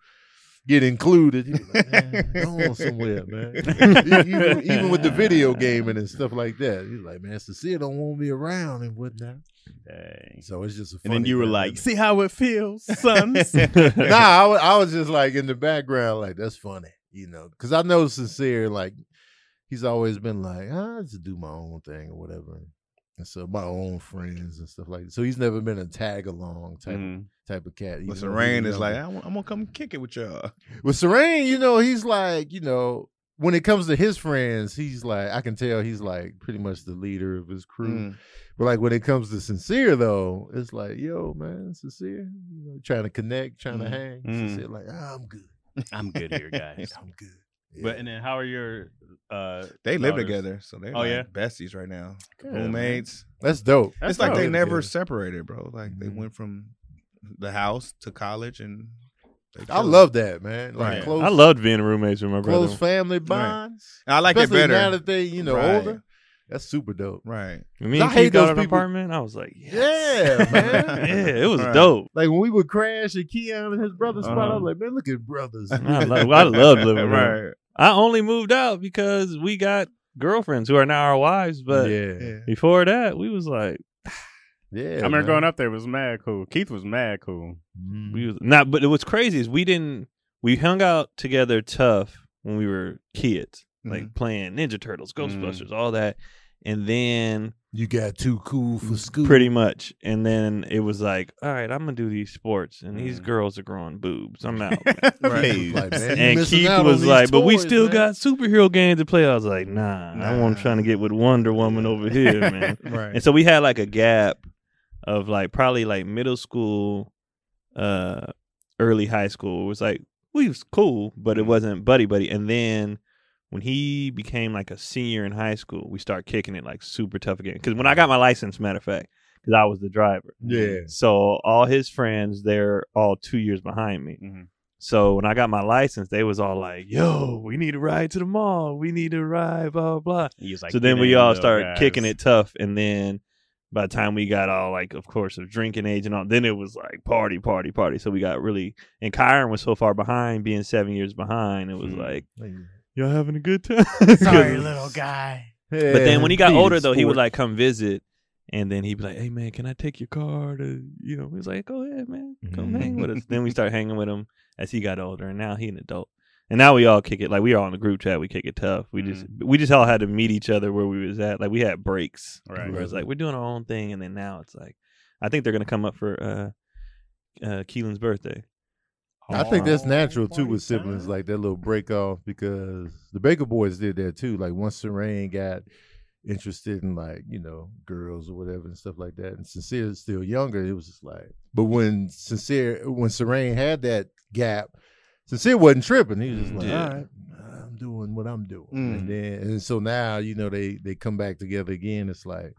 Speaker 1: get included, he be like, man, go on somewhere,
Speaker 2: (laughs)
Speaker 1: man. E- even, even with the video gaming and stuff like that, he's like, man, Cecile don't want me around and whatnot.
Speaker 2: Dang.
Speaker 1: So it's just a.
Speaker 2: and
Speaker 1: Funny
Speaker 2: then you were
Speaker 1: dynamic.
Speaker 2: like, "See how it feels, (laughs) sons."
Speaker 4: (laughs)
Speaker 1: nah, I wa- I was just like in the background, like that's funny, you know, because I know sincere, like he's always been like, I just do my own thing or whatever, and so my own friends and stuff like that. So he's never been a tag along type
Speaker 2: Mhm.
Speaker 1: type of cat. even
Speaker 4: Mm. But
Speaker 1: though
Speaker 4: Serene
Speaker 1: he's
Speaker 4: is like, "Ah."
Speaker 1: younger.
Speaker 4: I'm, I'm gonna come kick it with y'all.
Speaker 1: with Serene, you know, he's like, you know, when it comes to his friends, he's like, I can tell he's like pretty much the leader of his crew.
Speaker 4: Mm.
Speaker 1: But like when it comes to sincere though, it's like, yo, man, sincere, you know, trying to connect, trying to
Speaker 4: Mm.
Speaker 1: hang.
Speaker 2: Mm.
Speaker 1: Sincere, like, "Ah, I'm good.
Speaker 2: I'm good here, guys.
Speaker 1: I'm good. Yeah.
Speaker 2: But and then how are your uh?
Speaker 4: They live
Speaker 2: daughters?
Speaker 4: together, so they're
Speaker 2: Oh,
Speaker 4: like
Speaker 2: yeah?
Speaker 4: besties right now.
Speaker 2: Good, man.
Speaker 4: Roommates.
Speaker 1: that's dope.
Speaker 2: That's
Speaker 4: it's like
Speaker 2: dope.
Speaker 4: they never
Speaker 1: Yeah.
Speaker 4: separated, bro. Like they
Speaker 1: Mhm.
Speaker 4: went from the house to college, and they
Speaker 1: I
Speaker 4: chilling.
Speaker 1: love that, man. Like
Speaker 4: Right.
Speaker 1: close,
Speaker 3: I loved being roommates with my brother.
Speaker 1: close family bonds.
Speaker 4: And I like
Speaker 1: Especially
Speaker 4: it better.
Speaker 1: now that they, you know,
Speaker 4: Right.
Speaker 1: older. That's super dope.
Speaker 4: Right.
Speaker 3: When Me
Speaker 1: I
Speaker 3: and
Speaker 1: hate
Speaker 3: Keith got
Speaker 1: those
Speaker 3: out of the
Speaker 1: people-
Speaker 3: apartment. I was like,
Speaker 1: Yeah,
Speaker 3: yes.
Speaker 1: man.
Speaker 3: yeah, it was
Speaker 4: Right.
Speaker 3: dope.
Speaker 1: Like when we would crash at Keon and his brother's spot, I
Speaker 2: Uh-huh.
Speaker 1: was like, man, look at
Speaker 2: (laughs)
Speaker 1: brothers.
Speaker 3: I, lo- I loved
Speaker 4: (laughs)
Speaker 3: living with him.
Speaker 4: right.
Speaker 3: I only moved out because we got girlfriends who are now our wives. (laughs) But
Speaker 1: yeah,
Speaker 4: Yeah.
Speaker 3: before that, we was like,
Speaker 1: yeah.
Speaker 2: I remember growing up there was mad cool. Keith was mad (laughs) cool.
Speaker 1: Mm-hmm.
Speaker 3: we was not. But what's crazy is we didn't. We hung out together tough when we were kids,
Speaker 1: Mm-hmm.
Speaker 3: like playing Ninja Turtles,
Speaker 2: Mm.
Speaker 3: Ghostbusters, all that, and then
Speaker 1: You got too cool for school.
Speaker 3: Mm, pretty much, and then it was like, all right, I'm gonna do these sports, and these
Speaker 2: Mm.
Speaker 3: girls are growing boobs. I'm out.
Speaker 1: He was like, man, (laughs) you
Speaker 3: And
Speaker 1: missing
Speaker 3: Keith
Speaker 1: out on
Speaker 3: was
Speaker 1: these
Speaker 3: like, but we
Speaker 1: toys,
Speaker 3: still
Speaker 1: man."
Speaker 3: got superhero games to play. I was like, nah, I want
Speaker 4: Nah.
Speaker 3: trying to get with Wonder Woman over here, man.
Speaker 4: Right.
Speaker 3: and so we had like a gap of like probably like middle school, uh,
Speaker 4: Mm-hmm.
Speaker 3: early high school. It was like we was cool, but it wasn't buddy buddy. And then when he became like a senior in high school, we start kicking it like super tough again. Because when I got my license, matter of fact, because I was the driver.
Speaker 4: Yeah.
Speaker 3: So all his friends, they're all two years behind me.
Speaker 4: Mm-hmm.
Speaker 2: Mhm.
Speaker 3: So when I got my license, they was all like, "Yo, we need a ride to the mall. We need a ride, blah blah." blah.
Speaker 2: He was like,
Speaker 3: so then
Speaker 2: "Get
Speaker 3: we
Speaker 2: in,
Speaker 3: all
Speaker 2: little
Speaker 3: started
Speaker 2: guys."
Speaker 3: kicking it tough, and then by the time we got all like, of course, of drinking age and all, then it was like party, party, party. So we got really, and Kyron was so far behind, being seven years behind, it was
Speaker 2: Mhm.
Speaker 3: like,
Speaker 6: Like,
Speaker 3: y'all having a (laughs) good time. 'Cause it was-
Speaker 2: guy.
Speaker 3: But then when he got older, though, he would like come visit, and then he'd be like, "Hey man, can I take your car?" To you know, he was like, "Go ahead, man, come
Speaker 1: Mm-hmm.
Speaker 3: hang with
Speaker 1: (laughs)
Speaker 3: us." Then we start hanging with him as he got older, and now he an adult. And now we all kick it like we are on the group chat. We kick it tough. We just
Speaker 1: Mm-hmm.
Speaker 3: we just all had to meet each other where we was at. Like we had breaks
Speaker 2: Right.
Speaker 1: Mm-hmm.
Speaker 3: where it's like we're doing our own thing, and then now it's like I think they're gonna come up for uh uh Keelan's birthday.
Speaker 1: I think that's
Speaker 4: Uh-huh.
Speaker 1: natural too
Speaker 2: Party
Speaker 1: with siblings,
Speaker 2: time.
Speaker 1: like that little break off because the Baker Boys did that too. Like once Serene got interested in like you know girls or whatever and stuff like that, and Sincere is still younger, it was just like. But when Sincere, when Serene had that gap, Sincere wasn't tripping. He was just like,
Speaker 3: Yeah.
Speaker 1: all right. I'm doing what I'm doing,
Speaker 4: Mm.
Speaker 1: and then and so now you know they they come back together again. It's like,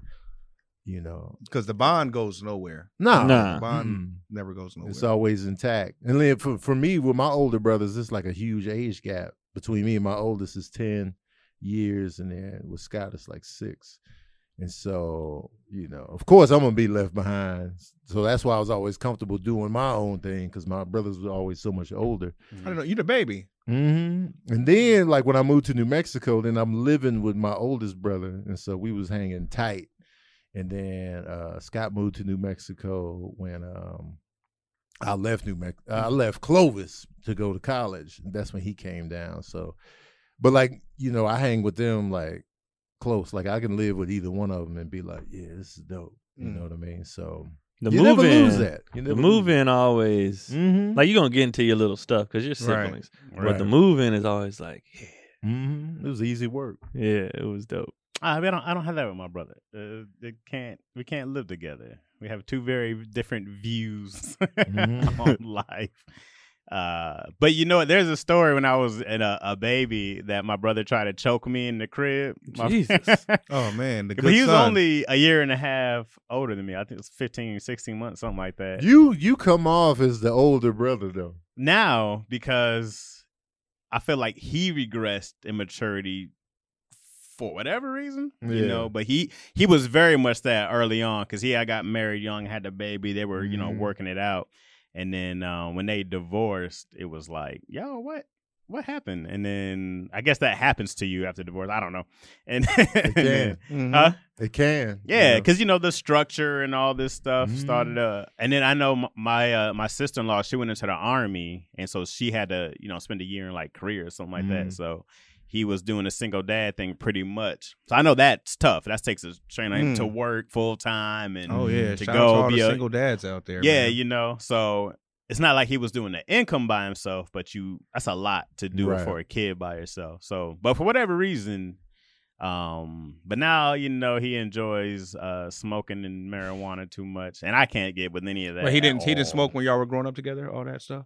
Speaker 1: you know,
Speaker 4: because the bond goes nowhere.
Speaker 1: nah,
Speaker 3: Nah.
Speaker 4: Bond
Speaker 1: mm-mm.
Speaker 4: never goes nowhere.
Speaker 1: It's always intact. And then for, for me, with my older brothers, it's like a huge age gap between me and my oldest is 10 years. And then with Scott, it's like six. And so, you know, of course, I'm going to be left behind. So that's why I was always comfortable doing my own thing because my brothers were always so much older.
Speaker 4: I don't know. You the baby.
Speaker 1: hmm And then, like, when I moved to New Mexico, then I'm living with my oldest brother. And so we was hanging tight. And then uh, Scott moved to New Mexico when um, I left New Mex- I left Clovis to go to college. That's when he came down. So, but like you know, I hang with them like close. Like I can live with either one of them and be like, yeah, this is dope. You
Speaker 4: Mm.
Speaker 1: know what I mean? So
Speaker 3: The
Speaker 1: you
Speaker 3: move
Speaker 1: never
Speaker 3: in,
Speaker 1: lose that. You
Speaker 3: the
Speaker 1: never
Speaker 3: move in always
Speaker 1: Mm-hmm.
Speaker 3: like you are gonna get into your little stuff because you're
Speaker 4: Right.
Speaker 3: siblings.
Speaker 1: Right.
Speaker 3: But the move in is always like, yeah,
Speaker 1: mm-hmm. It was easy work.
Speaker 3: yeah, it was dope.
Speaker 2: I, I don't. I don't have that with my brother. Uh, it can't. We can't live together. We have two very different views
Speaker 1: Mhm.
Speaker 2: (laughs) on life. Uh, but you know, what? there's a story when I was in a, a baby that my brother tried to choke me in the crib. My- (laughs)
Speaker 3: Jesus.
Speaker 4: Oh man, the good
Speaker 2: but he was
Speaker 4: son.
Speaker 2: only a year and a half older than me. I think it was 15, 16 months, something like that.
Speaker 1: You you come off as the older brother though.
Speaker 2: now because I feel like he regressed in maturity for whatever reason, you
Speaker 1: Yeah.
Speaker 2: know. But he he was very much that early on because he I got married young, had the baby. They were you know
Speaker 1: Mhm.
Speaker 2: working it out, and then um, when they divorced, it was like, yo, what? What happened? And then I guess that happens to you after divorce. I don't know. And, (laughs) and then,
Speaker 4: Mhm.
Speaker 2: huh?
Speaker 1: It can.
Speaker 2: Yeah,
Speaker 1: you know. Mm-hmm.
Speaker 2: because you know the structure and all this stuff started. Uh, and then I know m- my uh, my sister in law she went into the army, and so she had to you know spend a year in like Korea or something like that.
Speaker 1: Mm.
Speaker 2: So he was doing a single dad thing pretty much. So I know that's tough. That takes a strain like,
Speaker 4: Mm.
Speaker 2: to work full time and
Speaker 4: Oh yeah,
Speaker 2: to
Speaker 4: shout
Speaker 2: go
Speaker 4: out to all
Speaker 2: be
Speaker 4: the
Speaker 2: a-
Speaker 4: single dads out there.
Speaker 2: yeah,
Speaker 4: man.
Speaker 2: you know. So it's not like he was doing the income by himself, but you that's a lot to do
Speaker 1: Right.
Speaker 2: for a kid by yourself. So, but for whatever reason, um, but now you know he enjoys uh smoking and marijuana too much, and I can't get with any of that.
Speaker 4: But he
Speaker 2: at
Speaker 4: didn't. He didn't
Speaker 2: all.
Speaker 4: smoke when y'all were growing up together. All that stuff.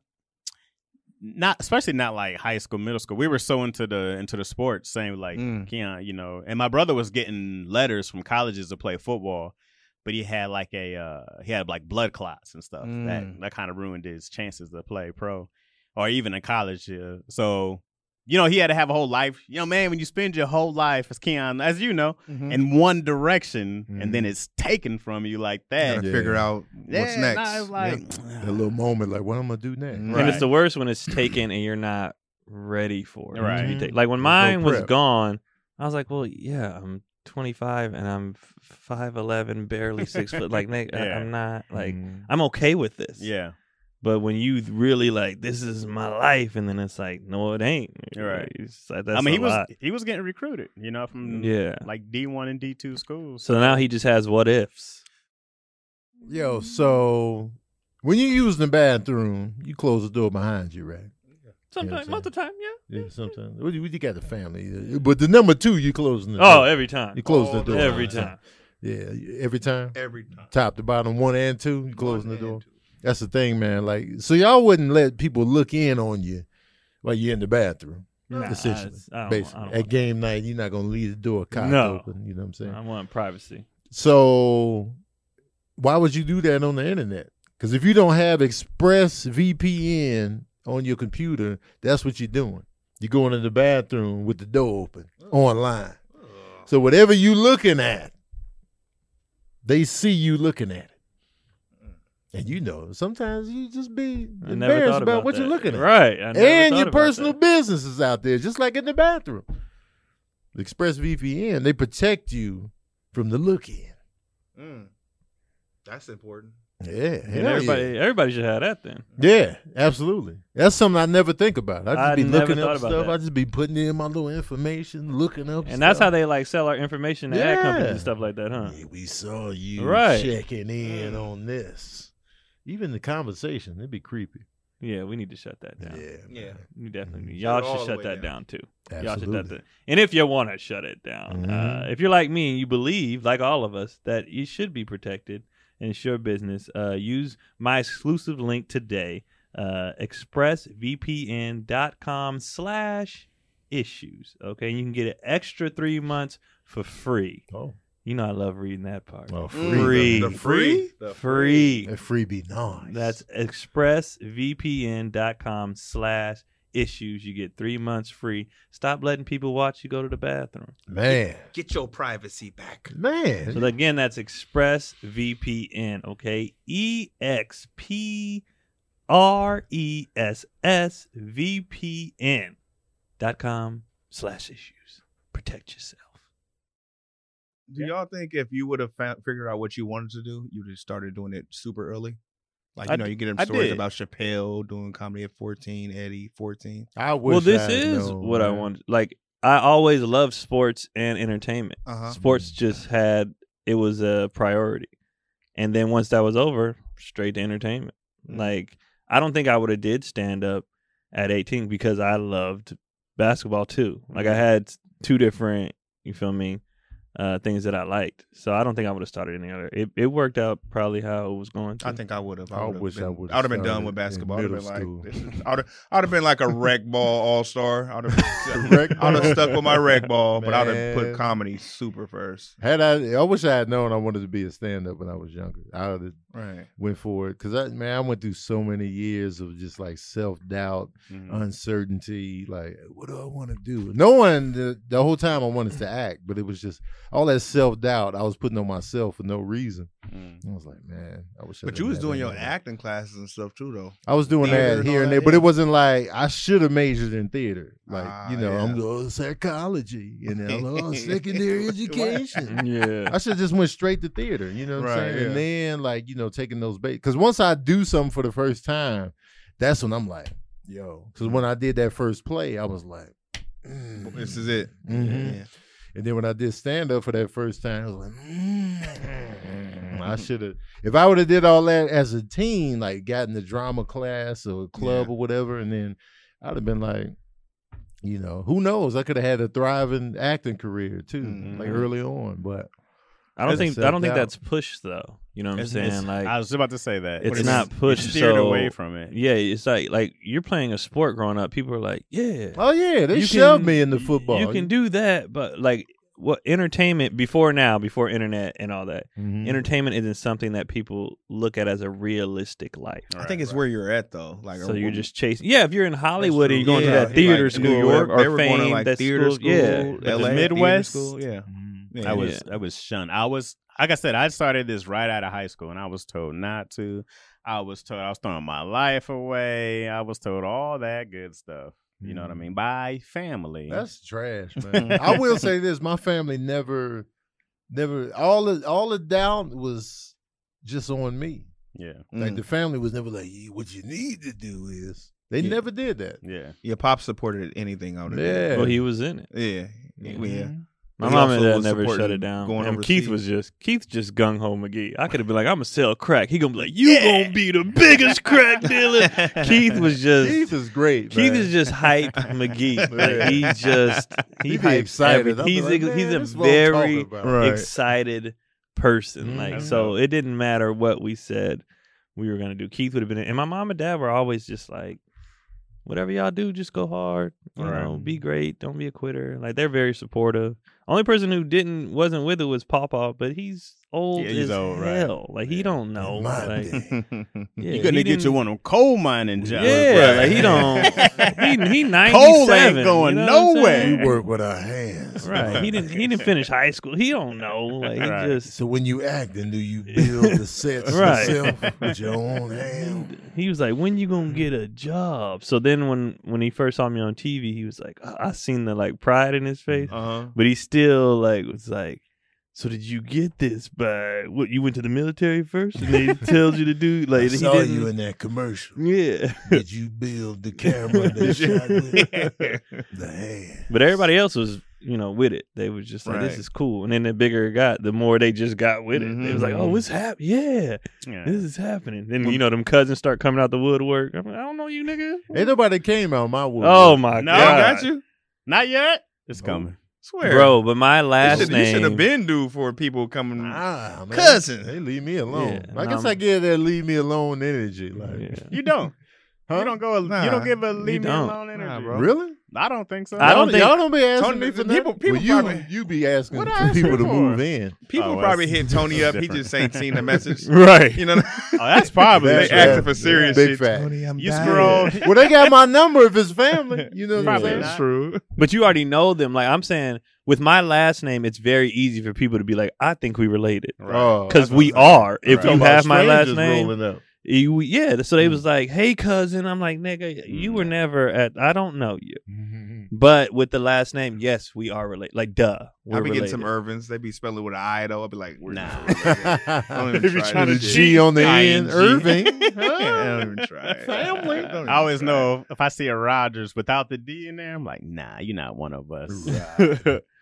Speaker 2: Not especially not like high school, middle school. We were so into the into the sports, same like
Speaker 4: Mm.
Speaker 2: Keon, you know. And my brother was getting letters from colleges to play football, but he had like a uh, he had like blood clots and stuff. That
Speaker 4: Mm.
Speaker 2: that kind of ruined his chances to play pro or even in college. Yeah. So you know he had to have a whole life. You know, man, when you spend your whole life as Keon, as you know,
Speaker 4: Mhm.
Speaker 2: in one direction,
Speaker 1: Mhm.
Speaker 2: and then it's taken from you like
Speaker 4: gotta
Speaker 2: that.
Speaker 1: Yeah.
Speaker 4: figure out what's
Speaker 2: Yeah,
Speaker 4: next.
Speaker 2: nah, it's like (sniffs)
Speaker 1: that little moment, like what I'm gonna do next.
Speaker 4: Mm.
Speaker 3: And
Speaker 2: Right.
Speaker 3: it's the worst when (clears throat) it's taken and you're not ready for it.
Speaker 2: Right.
Speaker 3: You take- Like when
Speaker 1: There's no
Speaker 3: mine was
Speaker 1: prep.
Speaker 3: gone, I was like, well, yeah, I'm 25 and I'm 5'11, barely six foot. Like, Nick,
Speaker 2: (laughs)
Speaker 3: I,
Speaker 2: Yeah. Mm-hmm.
Speaker 3: I'm not like,
Speaker 1: Mm.
Speaker 3: I'm okay with this.
Speaker 2: yeah,
Speaker 3: But when you really like, this is my life, and then it's like, no, it ain't.
Speaker 2: Right.
Speaker 3: Like, it's like, that's
Speaker 2: I mean
Speaker 3: a
Speaker 2: he was um,
Speaker 3: lot.
Speaker 2: he was getting recruited, you know, from
Speaker 3: yeah.
Speaker 2: like D one and D two schools.
Speaker 3: So now he just has what ifs.
Speaker 1: Yo, so when you use the bathroom, you close the door behind you, right? Sometimes- most of
Speaker 3: the time,
Speaker 1: Yeah, sometimes. Well, you, you got the family, Uh, but the number two, you closing the
Speaker 3: Oh,
Speaker 1: door.
Speaker 3: every time.
Speaker 1: you close the
Speaker 4: all the
Speaker 1: door
Speaker 3: Every time.
Speaker 1: Yeah, every time,
Speaker 4: Every time.
Speaker 1: top to bottom, one and two, you closing the
Speaker 4: One and
Speaker 1: door. That's the thing, man. Like, so y'all wouldn't let people look in on you while you're in the bathroom.
Speaker 3: Nah,
Speaker 1: Essentially,
Speaker 3: I, I don't,
Speaker 1: basically,
Speaker 3: I don't
Speaker 1: at
Speaker 3: want,
Speaker 1: game night, you're not gonna leave the door cocked
Speaker 3: No.
Speaker 1: open. You know what I'm saying?
Speaker 3: I want privacy.
Speaker 1: So, why would you do that on the internet? Because if you don't have Express VPN on your computer, that's what you're doing. You're going to the bathroom with the door open online. So whatever you looking at, they see you looking at it, and you know sometimes you just be
Speaker 3: I never
Speaker 1: embarrassed
Speaker 3: thought
Speaker 1: about, what
Speaker 3: that.
Speaker 1: you're looking at
Speaker 3: Right. I never
Speaker 1: and
Speaker 3: thought
Speaker 1: your
Speaker 3: about
Speaker 1: personal
Speaker 3: that.
Speaker 1: business is out there, just like in the bathroom. ExpressVPN, they protect you from the look in.
Speaker 4: Mm. That's important.
Speaker 1: Yeah, hell
Speaker 3: And everybody, everybody should have that then.
Speaker 1: yeah. yeah, absolutely. That's something I never think about. I just
Speaker 3: I
Speaker 1: be
Speaker 3: never
Speaker 1: looking
Speaker 3: thought
Speaker 1: up
Speaker 3: about
Speaker 1: stuff.
Speaker 3: that.
Speaker 1: I just be putting in my little information, looking up,
Speaker 3: And that's how they like sell our information to ad companies
Speaker 1: Yeah.
Speaker 3: and stuff like that, huh?
Speaker 1: Yeah, we saw you
Speaker 3: Right.
Speaker 1: checking in on this. Even the conversation, it'd be creepy.
Speaker 3: Yeah, we need to shut that down.
Speaker 1: Yeah, Mm-hmm.
Speaker 4: Yeah.
Speaker 3: We definitely need.
Speaker 4: Shut
Speaker 3: Y'all
Speaker 4: it all
Speaker 3: should
Speaker 4: the
Speaker 3: shut
Speaker 4: way
Speaker 3: that down,
Speaker 4: down.
Speaker 3: too. Y'all should
Speaker 1: absolutely.
Speaker 3: shut that. And if you want to shut it down, uh,
Speaker 1: Mhm.
Speaker 3: if you're like me and you believe, like all of us, that you should be protected and it's your business, uh, use my exclusive link today, uh, expressvpn.com slash issues. Okay, and you can get an extra three months for free.
Speaker 1: Oh,
Speaker 3: You know I love reading that part.
Speaker 1: oh,
Speaker 3: Free.
Speaker 1: free.
Speaker 4: The, the free. The
Speaker 3: free.
Speaker 1: That free be nice.
Speaker 3: That's expressvpn.com slash issues. You get three months free. Stop letting people watch you go to the bathroom.
Speaker 1: man,
Speaker 4: Get your privacy back.
Speaker 1: man.
Speaker 3: So again, that's expressvpn, okay? E X P R E S S V P N dot com slash issues. Protect yourself.
Speaker 4: Do y'all think if you would have found, figured out what you wanted to do, you would have started doing it super early? Like you
Speaker 3: I
Speaker 4: know, you get them
Speaker 3: I
Speaker 4: stories
Speaker 3: did.
Speaker 4: about Chappelle doing comedy at fourteen, Eddie fourteen.
Speaker 1: I wish
Speaker 3: Well, this
Speaker 1: I had
Speaker 3: is
Speaker 1: known,
Speaker 3: what I
Speaker 1: man.
Speaker 3: want. Like I always loved sports and entertainment.
Speaker 4: Uh huh.
Speaker 3: sports just had it was a priority and then once that was over straight to entertainment
Speaker 2: Mm-hmm.
Speaker 3: like i don't think i would have did stand up at 18 because i loved basketball too like
Speaker 2: Mm-hmm.
Speaker 3: i had two different you feel me uh things that i liked so i don't think i would have started any other it, it worked out probably how it was going to
Speaker 4: I think I would have.
Speaker 1: I
Speaker 4: would've
Speaker 1: wish I
Speaker 4: been,
Speaker 1: would've
Speaker 4: I would have been
Speaker 1: started
Speaker 4: done with
Speaker 1: in
Speaker 4: basketball. I'd have been
Speaker 1: middle school.
Speaker 4: like, this is, I'd, have, I'd have been
Speaker 1: (laughs)
Speaker 4: like a rec ball all star. I'd have,
Speaker 1: Rec
Speaker 4: I'd have
Speaker 1: ball.
Speaker 4: stuck with my rec ball, but I'd have
Speaker 1: Man.
Speaker 4: put comedy super first.
Speaker 1: Had I, I wish I had known I wanted to be a stand up when I was younger. I would have
Speaker 4: Right.
Speaker 1: went for it because I, man, I went through so many years of just like self doubt,
Speaker 2: Mm-hmm.
Speaker 1: uncertainty. Like, what do I want to do? No one the, the whole time I wanted to act, but it was just all that self doubt I was putting on myself for no reason.
Speaker 2: Mm.
Speaker 1: I was like, man, I wish. I
Speaker 4: But
Speaker 1: didn't
Speaker 4: you was
Speaker 1: have
Speaker 4: doing
Speaker 1: any
Speaker 4: your
Speaker 1: of that.
Speaker 4: acting classes and stuff too, though.
Speaker 1: I was doing
Speaker 4: theater
Speaker 1: that
Speaker 4: and
Speaker 1: here
Speaker 4: all
Speaker 1: and
Speaker 4: that,
Speaker 1: there, but
Speaker 4: yeah.
Speaker 1: it wasn't like I should have majored in theater. Like
Speaker 4: Ah,
Speaker 1: you know, I'm
Speaker 4: yeah.
Speaker 1: going psychology, you
Speaker 4: (laughs)
Speaker 1: know, oh, secondary education.
Speaker 3: yeah
Speaker 2: (laughs)
Speaker 1: I should just went straight to theater. You know what I'm
Speaker 4: Right,
Speaker 1: saying?
Speaker 4: yeah.
Speaker 1: And then like you know taking those bait because once I do something for the first time, that's when I'm like, yo. Because when I did that first play, I was like, mm,
Speaker 4: This
Speaker 3: Mm-hmm.
Speaker 4: is it.
Speaker 1: mhm.
Speaker 4: Yeah.
Speaker 1: And then when I did stand up for that first time, I was like, mm, I should have. If I would have did all that as a teen, like gotten the drama class or club
Speaker 4: Yeah.
Speaker 1: or whatever, and then I'd have been like, you know, who knows? I could have had a thriving acting career too, like
Speaker 4: Mhm.
Speaker 1: early on. But
Speaker 3: i don't
Speaker 1: It's
Speaker 3: think i don't think
Speaker 1: self-doubt.
Speaker 3: that's pushed though you know what i'm
Speaker 2: It's- it's-
Speaker 3: saying like
Speaker 2: I was about to say that.
Speaker 3: it's
Speaker 2: But
Speaker 3: not pushed,
Speaker 2: steered
Speaker 3: so-
Speaker 2: away from it.
Speaker 3: yeah it's like like you're playing a sport growing up people are like yeah
Speaker 1: oh yeah, they
Speaker 3: You
Speaker 1: shoved
Speaker 3: can-
Speaker 1: me in the
Speaker 3: y-
Speaker 1: football.
Speaker 3: You can do that, but like what entertainment before now, before internet and all that,
Speaker 4: Mm-hmm.
Speaker 1: Mhm.
Speaker 3: entertainment isn't something that people look at as a realistic life.
Speaker 4: I think it's where you're at though. Like,
Speaker 3: so
Speaker 4: a-
Speaker 3: you're just chasing. Yeah, if you're in Hollywood and you're going
Speaker 4: Yeah,
Speaker 3: to that theater
Speaker 4: like in
Speaker 3: school
Speaker 4: New
Speaker 3: or
Speaker 4: York,
Speaker 3: whatever,
Speaker 4: they
Speaker 3: or
Speaker 4: were
Speaker 3: fame,
Speaker 4: going to like
Speaker 3: that
Speaker 4: theater
Speaker 3: school, yeah,
Speaker 4: school,
Speaker 2: The
Speaker 4: LA, theater
Speaker 2: Midwest?
Speaker 4: school, Yeah. yeah.
Speaker 2: I was I was shunned. I was like I said, I started this right out of high school and I was told not to. I was told I was throwing my life away. I was told all that good stuff. You know what I
Speaker 3: Mm.
Speaker 2: mean? By family.
Speaker 1: That's (laughs) trash, man. I will say this: my family never, never all the all the doubt was just on me.
Speaker 2: yeah.
Speaker 1: Like
Speaker 4: Mm.
Speaker 1: the family was never like, "You- "What you need to do is." They
Speaker 4: Yeah.
Speaker 1: never did that.
Speaker 2: Yeah.
Speaker 4: Your pop supported anything out of
Speaker 1: Yeah.
Speaker 3: Well, he was in it.
Speaker 4: Yeah. Yeah.
Speaker 3: Mhm.
Speaker 4: yeah.
Speaker 3: My
Speaker 4: He
Speaker 3: mom and
Speaker 4: also
Speaker 3: dad
Speaker 4: was
Speaker 3: never shut
Speaker 4: supporting
Speaker 3: it down.
Speaker 4: going
Speaker 3: and Keith
Speaker 4: overseas.
Speaker 3: was just Keith just gung ho McGee. I could have been like, I'm gonna sell crack. He gonna be like, you gonna be the biggest
Speaker 2: (laughs)
Speaker 3: crack
Speaker 4: (laughs)
Speaker 3: dealer. Keith was just
Speaker 1: Keith is great.
Speaker 3: Keith
Speaker 1: man.
Speaker 3: is just
Speaker 4: (laughs)
Speaker 3: hype McGee. Like
Speaker 1: Yeah.
Speaker 3: he just
Speaker 2: (laughs)
Speaker 3: he,
Speaker 1: He be
Speaker 3: hypes
Speaker 1: excited.
Speaker 3: every-
Speaker 1: I'll be
Speaker 3: He's
Speaker 1: like,
Speaker 3: a,
Speaker 1: "Man,
Speaker 3: he's a
Speaker 1: this is what I'm talking
Speaker 3: very
Speaker 1: about."
Speaker 4: Right.
Speaker 3: excited person. Like
Speaker 1: Mhm.
Speaker 3: so, it didn't matter what we said we were gonna do. Keith would have been, and my mom and dad were always just like, whatever y'all do, just go hard. You
Speaker 4: Right.
Speaker 3: know, be great. Don't be a quitter. Like they're very supportive. Only person who didn't wasn't with it was Papa, but he's old
Speaker 2: Yeah, he's
Speaker 3: as
Speaker 2: old, right.
Speaker 3: hell. Like he don't know.
Speaker 6: My
Speaker 3: Like,
Speaker 6: day.
Speaker 3: (laughs) yeah,
Speaker 2: you couldn't
Speaker 3: he
Speaker 2: get you
Speaker 3: didn't-
Speaker 2: one of them coal mining jobs.
Speaker 3: Yeah,
Speaker 2: bruh.
Speaker 3: like he
Speaker 2: (laughs)
Speaker 3: don't. He he ninety
Speaker 2: Coal
Speaker 3: seven.
Speaker 2: ain't going
Speaker 3: you know what I'm
Speaker 2: nowhere.
Speaker 3: saying?
Speaker 6: We work with our hands.
Speaker 3: Right. He didn't. He didn't finish high school. He don't know. Like he
Speaker 2: Right.
Speaker 3: just.
Speaker 6: So when you acting, do you build the sets
Speaker 3: (laughs) Right.
Speaker 6: yourself with your
Speaker 3: (laughs)
Speaker 6: own hand?
Speaker 3: He was like, "When you gonna get a job?" So then, when when he first saw me on TV, he was like, "I, I seen the like pride in his face."
Speaker 6: Mm-hmm.
Speaker 4: Uh-huh.
Speaker 3: but he still like was like so did you get this by what you went to the military first
Speaker 6: (laughs)
Speaker 3: and they tells you to do like
Speaker 6: I
Speaker 3: he
Speaker 6: saw
Speaker 3: didn't
Speaker 6: you in that commercial.
Speaker 3: yeah
Speaker 6: Did you build the camera that shot with the hand?
Speaker 3: (laughs) but everybody else was you know with it they was just like this
Speaker 4: Right.
Speaker 3: is cool and then the bigger it got the more they just got with it they was like
Speaker 6: Mm-hmm.
Speaker 3: oh
Speaker 4: Mhm.
Speaker 3: what's hap (laughs) yeah
Speaker 2: Yeah.
Speaker 3: this is happening then you know them cousins start coming out the woodwork I'm like, i don't know you nigga
Speaker 1: Ain't nobody came out my Oh, wood.
Speaker 3: oh my
Speaker 2: No,
Speaker 4: Y'all
Speaker 3: god
Speaker 4: got you?
Speaker 2: Not yet. It's coming.
Speaker 4: Swear.
Speaker 3: bro but my
Speaker 4: You
Speaker 3: last
Speaker 4: should- you
Speaker 3: name
Speaker 4: should have been due for people coming.
Speaker 1: Ah, man.
Speaker 4: Cousin.
Speaker 1: They leave me alone.
Speaker 3: Yeah,
Speaker 1: I guess
Speaker 3: nah.
Speaker 1: I give that leave me alone energy. Like,
Speaker 3: Yeah.
Speaker 2: You don't. You don't go.
Speaker 4: Nah.
Speaker 2: you don't give a leave me
Speaker 3: don't.
Speaker 2: alone energy.
Speaker 4: Nah, bro.
Speaker 1: really?
Speaker 2: I don't think so.
Speaker 3: I
Speaker 1: y'all,
Speaker 3: don't think-
Speaker 1: y'all don't be asking
Speaker 4: Tony,
Speaker 1: me for
Speaker 4: the
Speaker 1: nothing.
Speaker 4: people- people
Speaker 1: well, you
Speaker 4: probably-
Speaker 1: you be asking
Speaker 2: What I
Speaker 1: for
Speaker 2: ask
Speaker 1: people
Speaker 2: you
Speaker 1: to
Speaker 2: for?
Speaker 1: move in.
Speaker 4: People
Speaker 2: Oh, well,
Speaker 4: probably
Speaker 2: that's-
Speaker 4: hit (laughs) Tony up.
Speaker 2: that's
Speaker 4: He
Speaker 2: different.
Speaker 4: just ain't seen
Speaker 1: (laughs)
Speaker 4: the
Speaker 3: (laughs)
Speaker 4: message.
Speaker 3: right
Speaker 4: You know,
Speaker 2: Oh, that's probably
Speaker 4: (laughs) they
Speaker 1: That's
Speaker 2: true.
Speaker 4: asking
Speaker 1: right.
Speaker 4: for serious
Speaker 1: Big
Speaker 4: shit.
Speaker 1: fact.
Speaker 4: I'm
Speaker 2: You scroll.
Speaker 4: dying. (laughs)
Speaker 1: well, they got my number if it's
Speaker 3: (laughs)
Speaker 1: family. You know what I'm
Speaker 2: Probably
Speaker 1: saying?
Speaker 2: not.
Speaker 4: true.
Speaker 3: But you already know them. Like I'm saying, with my last name, it's very easy for people to be like, "I think we related,"
Speaker 1: Oh,
Speaker 3: because
Speaker 1: I
Speaker 3: we
Speaker 1: thought-
Speaker 3: are. If
Speaker 1: I thought
Speaker 3: you
Speaker 1: about
Speaker 3: have my last
Speaker 1: strangers
Speaker 3: name,
Speaker 1: rolling up.
Speaker 3: you, yeah. So they was like, "Hey, cousin," I'm like, "Nigga, you were
Speaker 2: Mm.
Speaker 3: never at. I don't know you." But with the last name, yes, we are related. Like, duh, we're
Speaker 4: I'll be getting
Speaker 3: related.
Speaker 4: some Irvins. They be spelling with an I though. I'll be like, we're
Speaker 2: Nah.
Speaker 4: not. Don't even
Speaker 1: If
Speaker 4: try
Speaker 1: you're trying to
Speaker 4: this shit.
Speaker 1: G on the end,
Speaker 4: ING. (laughs)
Speaker 1: Irving.
Speaker 2: (laughs)
Speaker 4: I don't even try. it.
Speaker 1: Family.
Speaker 4: Don't even
Speaker 2: I always
Speaker 4: try
Speaker 2: know if I see a Rogers without the D in there, I'm like, nah, you're not one of us.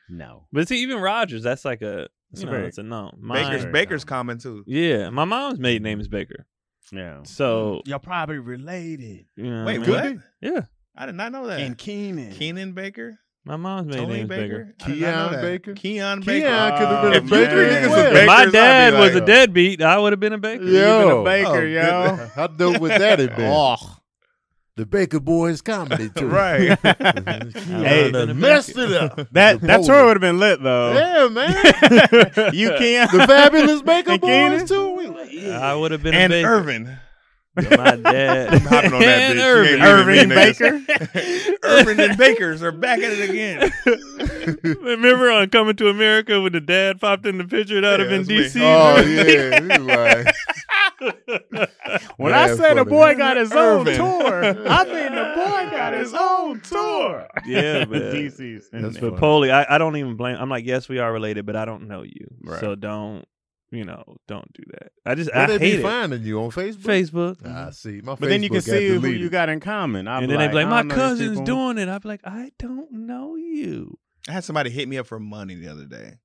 Speaker 2: no.
Speaker 3: But see, even Rogers, that's like a
Speaker 2: It's
Speaker 3: you
Speaker 2: a
Speaker 3: know,
Speaker 2: very-
Speaker 3: it's a no.
Speaker 4: it. Baker's
Speaker 3: Mine,
Speaker 2: Baker.
Speaker 4: Baker's common too.
Speaker 3: yeah, my mom's maiden name is Baker,
Speaker 2: Yeah.
Speaker 3: so
Speaker 2: You're probably related.
Speaker 3: you know
Speaker 4: Wait,
Speaker 3: what I
Speaker 4: what?
Speaker 3: mean? Yeah,
Speaker 4: I did not know that.
Speaker 2: And Keenan.
Speaker 4: Keenan Baker,
Speaker 3: my mom's maiden
Speaker 4: Tony
Speaker 3: name is
Speaker 4: Baker,
Speaker 3: Baker.
Speaker 4: I did not know
Speaker 1: Keon
Speaker 4: that.
Speaker 1: Baker?
Speaker 4: Keon Baker. Uh,
Speaker 1: Keon could have been a
Speaker 4: if you three
Speaker 1: baker.
Speaker 4: niggas
Speaker 1: as well.
Speaker 4: was
Speaker 3: If my
Speaker 4: Bakers, I'd
Speaker 3: dad
Speaker 4: be
Speaker 3: was a
Speaker 4: like,
Speaker 3: deadbeat, I would have been a baker.
Speaker 1: Yo.
Speaker 2: Baker,
Speaker 4: Oh,
Speaker 2: yo.
Speaker 1: How dope would that have been?
Speaker 2: Oh.
Speaker 6: The Baker Boys comedy tour.
Speaker 4: (laughs) Right.
Speaker 2: (laughs) Mm-hmm. Hey,
Speaker 6: Hey, messed it
Speaker 1: (laughs)
Speaker 6: up.
Speaker 2: That that tour would have been lit though.
Speaker 1: Yeah, man.
Speaker 2: (laughs) you can
Speaker 1: (laughs) the fabulous Baker
Speaker 2: And Keenan?
Speaker 1: Boys too. We like,
Speaker 3: I would have been
Speaker 4: and
Speaker 3: a baker.
Speaker 4: Irvin.
Speaker 3: My
Speaker 4: (laughs)
Speaker 3: dad.
Speaker 4: I'm hopping on
Speaker 3: (laughs)
Speaker 4: that
Speaker 3: And
Speaker 4: bitch. You ain't
Speaker 3: Irvin.
Speaker 4: leaving me, niggas.
Speaker 2: (laughs) Baker.
Speaker 4: Irvin and Baker's are back at it again.
Speaker 3: (laughs) Remember on Coming to America when the dad popped in the picture? That would have
Speaker 4: Yeah,
Speaker 3: been
Speaker 4: that's
Speaker 3: DC.
Speaker 1: Oh (laughs) yeah,
Speaker 4: me.
Speaker 1: we (laughs) like,
Speaker 2: When I
Speaker 1: That's
Speaker 2: say the
Speaker 1: funny.
Speaker 2: boy got his own
Speaker 4: Irvin.
Speaker 2: tour, (laughs) I mean the boy got his own tour. (laughs)
Speaker 3: Yeah, man.
Speaker 2: DC's. in
Speaker 1: That's
Speaker 2: there.
Speaker 3: But Polly, I, I don't even blame. I'm like, yes, we are related, but I don't know you,
Speaker 2: Right.
Speaker 3: so don't, you know, don't do that. I just,
Speaker 1: Well,
Speaker 3: I
Speaker 1: they
Speaker 3: hate
Speaker 1: be
Speaker 3: it.
Speaker 1: finding you on Facebook.
Speaker 3: Facebook,
Speaker 1: I see. My
Speaker 2: But then you can
Speaker 1: Facebook got
Speaker 2: see who
Speaker 1: deleted.
Speaker 2: you got in common. I'd
Speaker 3: and then they be like,
Speaker 2: I
Speaker 3: my
Speaker 2: don't know these
Speaker 3: cousin's
Speaker 2: people.
Speaker 3: doing it. I'd be like, I don't know you.
Speaker 4: I had somebody hit me up for money the other day.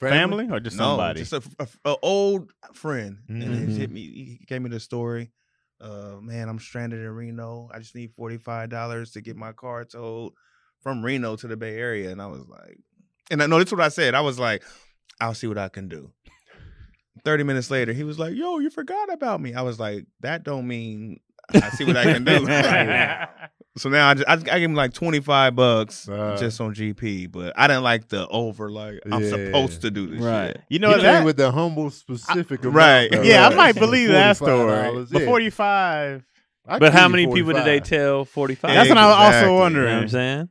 Speaker 2: family or just somebody.
Speaker 4: No, just a, a- a old friend. And
Speaker 3: Mhm.
Speaker 4: he hit me. He gave me the story. Uh, man, I'm stranded in Reno. I just need forty five dollars to get my car towed from Reno to the Bay Area. And I was like, and I know this is what I said. I was like, I'll see what I can do. Thirty minutes later, he was like, "Yo, you forgot about me." I was like, "That don't mean I see what I can do." (laughs)
Speaker 2: (laughs)
Speaker 4: so now I, just, I, I gave him like twenty five bucks
Speaker 1: Uh,
Speaker 4: just on GP, but I didn't like the over like I'm
Speaker 1: Yeah.
Speaker 4: supposed to do this. shit.
Speaker 2: you
Speaker 1: You
Speaker 2: know
Speaker 1: came
Speaker 2: that?
Speaker 1: with the humble specific, amount,
Speaker 4: right.
Speaker 1: though,
Speaker 2: yeah, I
Speaker 1: right?
Speaker 2: might believe that story.
Speaker 1: $45, yeah.
Speaker 2: But 45.
Speaker 1: I
Speaker 3: But
Speaker 1: give
Speaker 3: how
Speaker 1: you
Speaker 3: many people did they
Speaker 1: 45.
Speaker 3: tell? Forty five.
Speaker 2: That's what I was also
Speaker 4: Exactly.
Speaker 3: You know what I'm
Speaker 2: wondering.
Speaker 3: saying?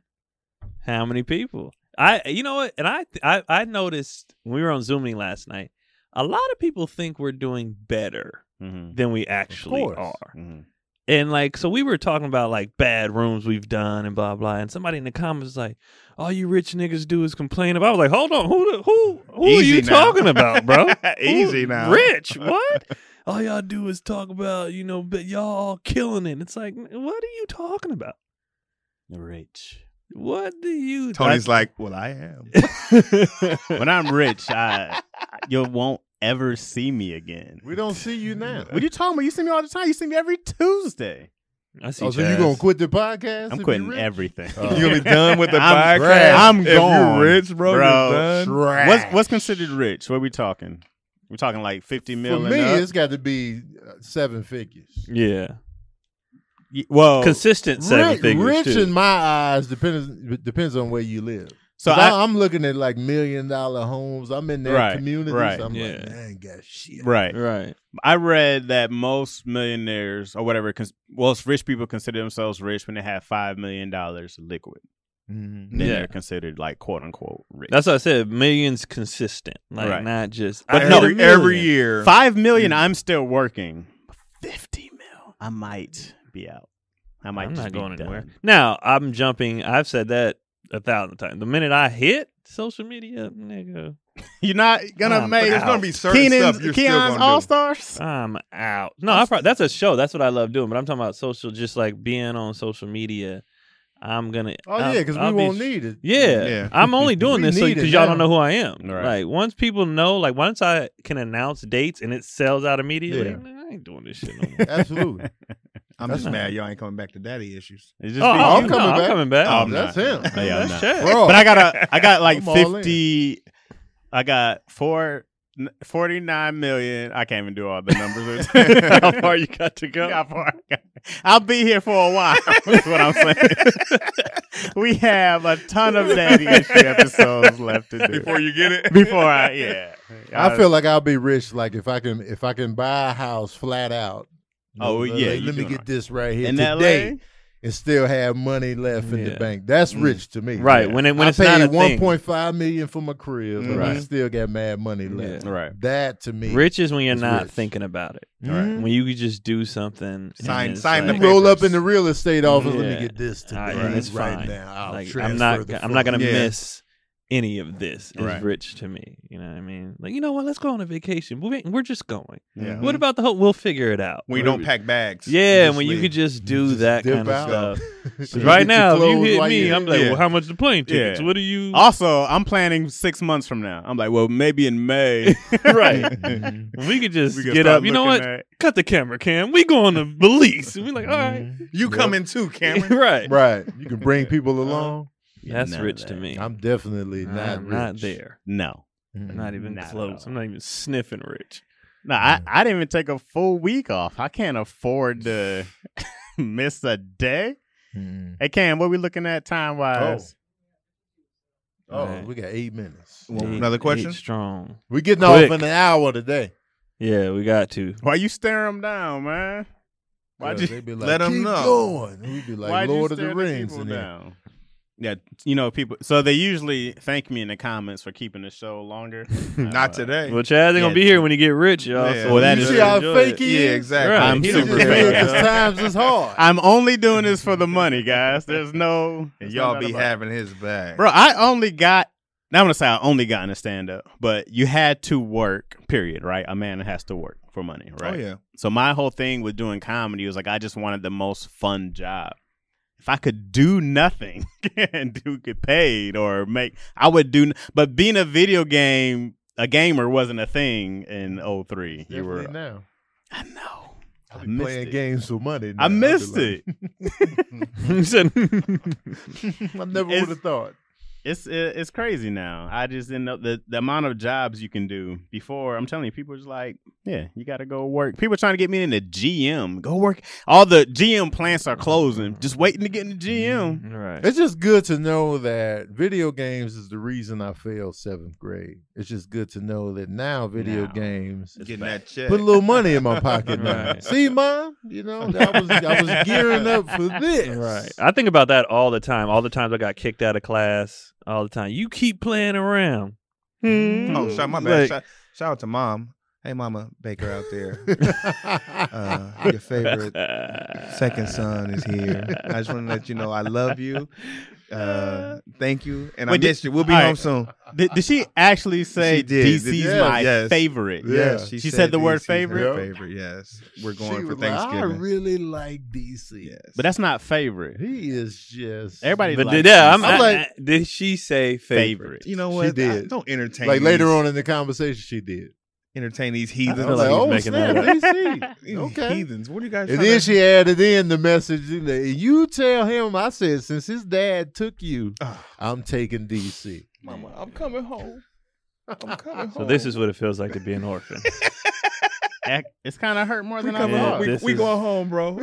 Speaker 3: How many people? I you know what? And I I I noticed when we were on Zooming last night, a lot of people think we're doing better
Speaker 2: Mhm.
Speaker 3: than we actually
Speaker 1: course.
Speaker 3: are.
Speaker 2: Mhm.
Speaker 3: And like so we were talking about like bad rooms we've done and blah blah and somebody in the comments was like, all you rich niggas do is complain about I was like, hold on, who the- who who are
Speaker 4: Easy
Speaker 3: you
Speaker 4: now.
Speaker 3: talking about, bro?
Speaker 4: (laughs) Easy
Speaker 3: Who-
Speaker 4: now.
Speaker 3: Rich, what? All y'all do is talk about, you know, but y'all killing it. It's like, what are you talking about?
Speaker 2: Rich.
Speaker 3: What do you
Speaker 4: Tony's like, well, I am.
Speaker 2: When I'm rich, I you won't ever see me again.
Speaker 1: We don't see you now.
Speaker 2: What are you talking about? You see me all the time. You see me every Tuesday.
Speaker 3: I see
Speaker 1: Oh, so you gonna quit the podcast? if
Speaker 2: I'm
Speaker 1: you
Speaker 2: quitting
Speaker 1: rich?
Speaker 4: (laughs)
Speaker 2: everything.
Speaker 1: Oh.
Speaker 4: You'll
Speaker 2: (laughs)
Speaker 4: be done with the
Speaker 2: I'm-
Speaker 4: podcast.
Speaker 2: I'm
Speaker 4: If you're
Speaker 2: gone,
Speaker 4: rich, bro.
Speaker 2: bro.
Speaker 4: You're done.
Speaker 1: Trash.
Speaker 2: What's what's considered rich? What are we talking? We're talking like 50
Speaker 1: For
Speaker 2: million.
Speaker 1: me, it's got to be uh, seven figures.
Speaker 3: Yeah.
Speaker 2: Y- Well,
Speaker 3: (laughs) Consistent seven
Speaker 1: rich,
Speaker 3: figures
Speaker 1: rich
Speaker 3: too.
Speaker 1: in my eyes depends depends on where you live. So
Speaker 2: so I,
Speaker 1: I, am looking at like million dollar homes. I'm in that
Speaker 2: Right,
Speaker 1: community.
Speaker 2: right,
Speaker 1: so I'm
Speaker 3: yeah.
Speaker 1: like, man, I ain't got shit.
Speaker 2: right.
Speaker 3: right.
Speaker 2: I read that most millionaires or whatever, cons- most rich people consider themselves rich when they have five million dollars liquid.
Speaker 4: Mm-hmm.
Speaker 1: Mhm.
Speaker 2: Then
Speaker 3: Yeah.
Speaker 2: they're considered like quote unquote rich.
Speaker 3: That's what I said. Millions consistent, like
Speaker 2: Right.
Speaker 3: not just.
Speaker 2: But
Speaker 3: I
Speaker 2: no,
Speaker 3: hit a
Speaker 4: every, every
Speaker 3: million.
Speaker 4: year.
Speaker 2: Five million,
Speaker 3: Hmm.
Speaker 2: I'm still working. Fifty mil, I might be out. I might.
Speaker 3: I'm
Speaker 2: just
Speaker 3: not
Speaker 2: be
Speaker 3: going
Speaker 2: done.
Speaker 3: anywhere. Now I'm jumping. I've said that a thousand times. The minute I hit social media, nigga,
Speaker 2: You're not
Speaker 4: gonna
Speaker 3: I'm
Speaker 4: make. There's
Speaker 3: out.
Speaker 4: gonna be certain
Speaker 2: Keenan's,
Speaker 4: stuff you're still
Speaker 2: Keon's
Speaker 4: gonna
Speaker 2: All
Speaker 4: do.
Speaker 2: Stars.
Speaker 3: I'm out. No, I probably, that's a show. That's what I love doing. But I'm talking about social, just like being on social media. I'm gonna.
Speaker 1: Oh yeah, because we won't need
Speaker 3: need.
Speaker 1: it.
Speaker 3: Yeah.
Speaker 4: Yeah.
Speaker 3: I'm only doing
Speaker 1: We
Speaker 3: this so
Speaker 1: need
Speaker 3: because
Speaker 1: it
Speaker 3: y'all
Speaker 1: now.
Speaker 3: don't know who I am.
Speaker 2: Right.
Speaker 3: Like once people know, like once I can announce dates and it sells out immediately,
Speaker 1: Yeah.
Speaker 3: man, I ain't doing this shit no more.
Speaker 1: (laughs) Absolutely.
Speaker 4: I'm just
Speaker 3: That's
Speaker 4: mad y'all ain't coming back to daddy issues.
Speaker 2: It's
Speaker 3: oh,
Speaker 2: be
Speaker 3: I'm,
Speaker 1: coming
Speaker 2: you.
Speaker 3: no, I'm
Speaker 1: back.
Speaker 3: coming back.
Speaker 2: Oh, I'm
Speaker 1: That's
Speaker 2: not.
Speaker 1: him.
Speaker 2: No, yeah, I'm
Speaker 3: Let's
Speaker 2: not.
Speaker 3: chat.
Speaker 1: Bro.
Speaker 2: But I got a, I
Speaker 3: (laughs)
Speaker 2: got like
Speaker 1: I'm all in.
Speaker 2: fifty. I got four. 49 million. I can't even do all the numbers. (laughs)
Speaker 3: How far you got to go?
Speaker 2: Yeah, I've already- I'll be here for a while. (laughs) That's what I'm saying. (laughs) we have a ton
Speaker 3: (laughs)
Speaker 2: of daddy issue episodes left to do
Speaker 4: you get
Speaker 2: (laughs)
Speaker 4: it.
Speaker 2: before I yeah.
Speaker 1: I feel like I'll be rich. Like if I can, if I can buy a house flat out.
Speaker 2: Oh,
Speaker 1: Let-
Speaker 2: yeah,
Speaker 1: let,
Speaker 2: you
Speaker 1: let me
Speaker 2: doing
Speaker 1: get
Speaker 2: right.
Speaker 1: this right here
Speaker 2: in
Speaker 1: today,
Speaker 2: LA.
Speaker 1: and still have money left in
Speaker 3: Yeah.
Speaker 1: the bank. That's
Speaker 4: Mm.
Speaker 1: rich to me.
Speaker 3: Right. When it
Speaker 1: I
Speaker 3: when it's not a
Speaker 1: paid
Speaker 3: thing.
Speaker 1: one point five million for my crib, but I
Speaker 2: Right.
Speaker 1: still got mad money left.
Speaker 3: Yeah.
Speaker 2: Right.
Speaker 1: That to me,
Speaker 3: Rich mm-hmm. is when you're
Speaker 1: It's
Speaker 3: not
Speaker 1: rich.
Speaker 3: thinking about it.
Speaker 1: Mhm.
Speaker 3: When you could just do something. and
Speaker 4: Sign-
Speaker 3: it's
Speaker 4: sign the
Speaker 3: like,
Speaker 4: paper.
Speaker 1: roll up in the real estate office. Let
Speaker 3: Yeah.
Speaker 1: me get this today,
Speaker 3: All right,
Speaker 1: right,
Speaker 3: it's fine.
Speaker 1: now. I'll
Speaker 3: Like,
Speaker 1: transfer
Speaker 3: I'm not.
Speaker 1: the
Speaker 3: I'm not gonna
Speaker 1: funds.
Speaker 4: Yeah.
Speaker 3: miss any of this. It's
Speaker 2: Right.
Speaker 3: rich to me. You know what I mean? Like you know what? Let's go on a vacation. We ain't- We're just going.
Speaker 2: Yeah.
Speaker 3: What about the whole? We'll figure it out.
Speaker 4: We don't pack bags.
Speaker 3: Yeah,
Speaker 4: Just
Speaker 3: when you
Speaker 4: leave.
Speaker 3: could just do
Speaker 1: Just
Speaker 3: that
Speaker 1: dip
Speaker 3: kind
Speaker 1: out.
Speaker 3: of stuff.
Speaker 1: You
Speaker 3: (laughs) 'Cause right
Speaker 1: get your
Speaker 3: now, if you
Speaker 1: clothes
Speaker 3: hit
Speaker 1: while
Speaker 3: me,
Speaker 1: you're (laughs)
Speaker 3: I'm like,
Speaker 1: here.
Speaker 3: well, how much the plane tickets?
Speaker 2: Yeah.
Speaker 3: What are you?
Speaker 2: Also, I'm planning six months from now. I'm like, well, maybe in May.
Speaker 3: (laughs) right. (laughs) we could
Speaker 2: (laughs)
Speaker 3: just
Speaker 2: We can
Speaker 3: get
Speaker 2: start
Speaker 3: up. You know what?
Speaker 2: looking at-
Speaker 3: Cut the camera, Cam. We going to Belize. And we're like, all right.
Speaker 4: You coming too,
Speaker 3: (laughs)
Speaker 4: Cameron.
Speaker 2: (laughs)
Speaker 3: right.
Speaker 1: right? You can bring
Speaker 2: Uh,
Speaker 1: people along.
Speaker 3: That's
Speaker 2: None of
Speaker 3: rich to
Speaker 2: that.
Speaker 3: me.
Speaker 1: I'm definitely
Speaker 3: I'm
Speaker 1: not rich.
Speaker 3: not there.
Speaker 2: No.
Speaker 1: Mm.
Speaker 3: Not even
Speaker 2: Not at
Speaker 3: close.
Speaker 2: all.
Speaker 3: I'm not even sniffing rich.
Speaker 2: No,
Speaker 3: Mm.
Speaker 2: I, I didn't even take a full week off. I can't afford to (laughs) miss a day.
Speaker 1: Mm.
Speaker 2: Hey Cam, what we looking at time wise?
Speaker 1: Oh,
Speaker 3: Right.
Speaker 1: we got eight minutes.
Speaker 4: Well,
Speaker 3: Eight-
Speaker 4: another
Speaker 3: eight
Speaker 4: question?
Speaker 3: strong.
Speaker 1: We're getting
Speaker 3: Quick.
Speaker 1: off in an hour today.
Speaker 3: Yeah, we got to.
Speaker 2: Why you stare him down, man? Why'd
Speaker 1: Because
Speaker 2: you-
Speaker 1: they be like,
Speaker 4: let 'em
Speaker 1: "Keep
Speaker 4: know."
Speaker 1: Going. We do like
Speaker 2: Why'd you
Speaker 1: Lord of
Speaker 2: stare
Speaker 1: the
Speaker 2: the
Speaker 1: Rings
Speaker 2: people
Speaker 1: in here.
Speaker 2: down? Yeah, you know people. So they usually thank me in the comments for keeping the show
Speaker 1: (laughs)
Speaker 2: longer.
Speaker 4: Not
Speaker 2: Uh,
Speaker 4: today.
Speaker 3: Well, Chad, they
Speaker 2: Yeah.
Speaker 3: gonna be here when you get rich, y'all.
Speaker 4: Yeah.
Speaker 3: so
Speaker 2: Well, that
Speaker 3: you
Speaker 2: is-
Speaker 3: better
Speaker 1: See how
Speaker 3: enjoy it.
Speaker 1: fake he
Speaker 4: Yeah,
Speaker 1: is?
Speaker 4: exactly.
Speaker 3: Right.
Speaker 2: I'm
Speaker 1: He
Speaker 2: super
Speaker 1: just did
Speaker 2: fake.
Speaker 1: it 'cause times is
Speaker 3: (laughs)
Speaker 1: hard. (laughs)
Speaker 2: I'm only doing this for the money, guys. There's no
Speaker 4: And
Speaker 2: there's
Speaker 4: y'all
Speaker 2: no
Speaker 4: be
Speaker 2: doubt about it.
Speaker 4: having his bag.
Speaker 2: bro. I only got. Now I'm gonna say I only got in a stand up, but you had to work. Period. Right? A man has to work for money. Right?
Speaker 4: Oh yeah.
Speaker 2: So my whole thing with doing comedy was like I just wanted the most fun job. If I could do nothing (laughs) and do get paid or make, I would do. n- But being a video game, a gamer wasn't a thing in 03. You were,
Speaker 1: Definitely now.
Speaker 2: I know.
Speaker 1: I
Speaker 2: I
Speaker 1: be
Speaker 2: missed
Speaker 1: playing
Speaker 2: it.
Speaker 1: games for money. now.
Speaker 2: I
Speaker 1: I be
Speaker 2: missed
Speaker 1: like,
Speaker 2: it.
Speaker 3: (laughs) He said-
Speaker 1: (laughs) I never
Speaker 2: It's-
Speaker 1: would have thought.
Speaker 2: It's it, it's crazy now. I just didn't know the, the amount of jobs you can do. Before, I'm telling you, people was like, yeah, you got to go work. People trying to get me into GM. Go work. All the GM plants are closing. Just waiting to get into GM.
Speaker 3: right.
Speaker 1: It's just good to know that video games is the reason I failed seventh grade. It's just good to know that now video
Speaker 2: Now.
Speaker 1: games
Speaker 4: Getting that check.
Speaker 1: put a little money in my pocket now.
Speaker 3: Right.
Speaker 1: See, mom, you know I was I was gearing up for this.
Speaker 3: Right.
Speaker 1: (laughs)
Speaker 3: I think about that all the time. All the times I got kicked out of class. All the time. You keep playing around. Hmm.
Speaker 4: (laughs) Oh, shout my bad.
Speaker 3: Like-
Speaker 4: shout, shout out to mom. Hey, Mama Baker out
Speaker 2: (laughs)
Speaker 4: there. Uh,
Speaker 1: uh,
Speaker 4: your favorite
Speaker 2: Uh,
Speaker 4: second son is here. I just want to let you know I love (laughs) you. Uh, thank you, and
Speaker 2: Wait,
Speaker 4: I
Speaker 2: did-
Speaker 4: missed you. We'll be
Speaker 2: all
Speaker 4: home
Speaker 2: right.
Speaker 4: soon.
Speaker 2: Did, did she actually say
Speaker 4: She did.
Speaker 2: DC's
Speaker 4: Yes,
Speaker 2: my
Speaker 4: yes.
Speaker 2: favorite?
Speaker 1: Yeah.
Speaker 4: Yes,
Speaker 2: She said the word
Speaker 4: DC's her
Speaker 2: favorite?
Speaker 4: Favorite. Yes, we're going
Speaker 1: she
Speaker 4: for
Speaker 1: was like,
Speaker 4: Thanksgiving.
Speaker 1: I really like DC.
Speaker 4: yes,
Speaker 2: But that's not favorite.
Speaker 1: He is just
Speaker 2: Everybody
Speaker 3: But
Speaker 2: likes
Speaker 3: did, yeah, I'm,
Speaker 2: DC's
Speaker 3: I-
Speaker 1: like-
Speaker 3: I- did she say favorite?
Speaker 2: favorite.
Speaker 4: you know
Speaker 1: She
Speaker 4: what? I-
Speaker 1: did.
Speaker 4: don't entertain.
Speaker 1: like
Speaker 4: these-
Speaker 1: later on in the conversation she did.
Speaker 4: entertain these
Speaker 1: I
Speaker 4: heathens.
Speaker 3: feel
Speaker 1: was
Speaker 3: like
Speaker 1: like,
Speaker 3: he's
Speaker 1: oh
Speaker 4: (laughs)
Speaker 1: snap,
Speaker 3: making that
Speaker 1: DC.
Speaker 4: These
Speaker 1: Okay.
Speaker 4: heathens. What are you guys?
Speaker 1: And
Speaker 4: (laughs) trying
Speaker 1: then
Speaker 4: to-
Speaker 1: she added in the message, you know, you tell him, I said, since his dad took you,
Speaker 4: Ah,
Speaker 1: I'm taking DC.
Speaker 4: Mama, (laughs) I'm coming home. I'm coming home.
Speaker 3: So this is what it feels like to be an orphan.
Speaker 2: Ac- It's kind of hurt more than I
Speaker 3: coming
Speaker 2: thought.
Speaker 3: up.
Speaker 4: we,
Speaker 3: this
Speaker 4: we
Speaker 3: is-
Speaker 4: going home, (laughs) bro.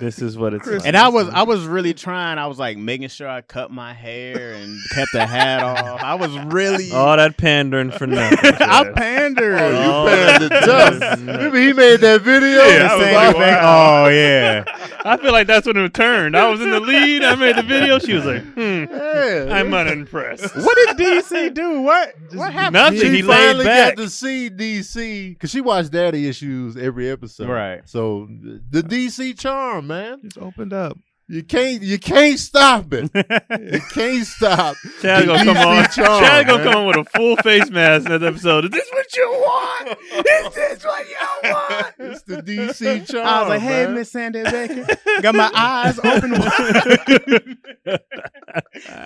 Speaker 3: This is what it's
Speaker 4: Chris-
Speaker 3: like.
Speaker 2: And I was I was really trying. I was like making sure I cut my hair and kept the hat off. I was
Speaker 1: (laughs)
Speaker 2: really
Speaker 3: all that pandering for nothing.
Speaker 2: I
Speaker 3: Jeff.
Speaker 2: pandered.
Speaker 1: Oh, you
Speaker 3: Oh,
Speaker 1: panned the dust.
Speaker 3: no.
Speaker 1: Remember he made that video?
Speaker 2: I was
Speaker 1: Saying
Speaker 2: like,
Speaker 1: that-
Speaker 2: oh yeah.
Speaker 3: I feel like that's when it turned. I was in the lead. I made the video. She was like, hmm,
Speaker 1: Yeah.
Speaker 3: I'm unimpressed.
Speaker 2: What did DC do? What what happened?
Speaker 3: Nothing.
Speaker 1: She
Speaker 3: he laid
Speaker 1: finally
Speaker 3: back.
Speaker 1: got to see DC because she watched Daddy Issues every episode.
Speaker 2: Right.
Speaker 1: So the DC charm, man,
Speaker 4: Just opened up.
Speaker 1: you can't you can't stop
Speaker 3: (laughs)
Speaker 1: it. you can't stop.
Speaker 3: Chad
Speaker 1: the
Speaker 3: gonna come
Speaker 1: DC
Speaker 3: on.
Speaker 1: charm,
Speaker 3: Chad gonna
Speaker 1: man.
Speaker 3: come on with a full face mask in this episode. Is this what you want? Is this what you want?
Speaker 1: It's the DC charm.
Speaker 2: (laughs) I was like, hey,
Speaker 1: man.
Speaker 2: Miss Sandy Baker. Got my eyes (laughs) open wide.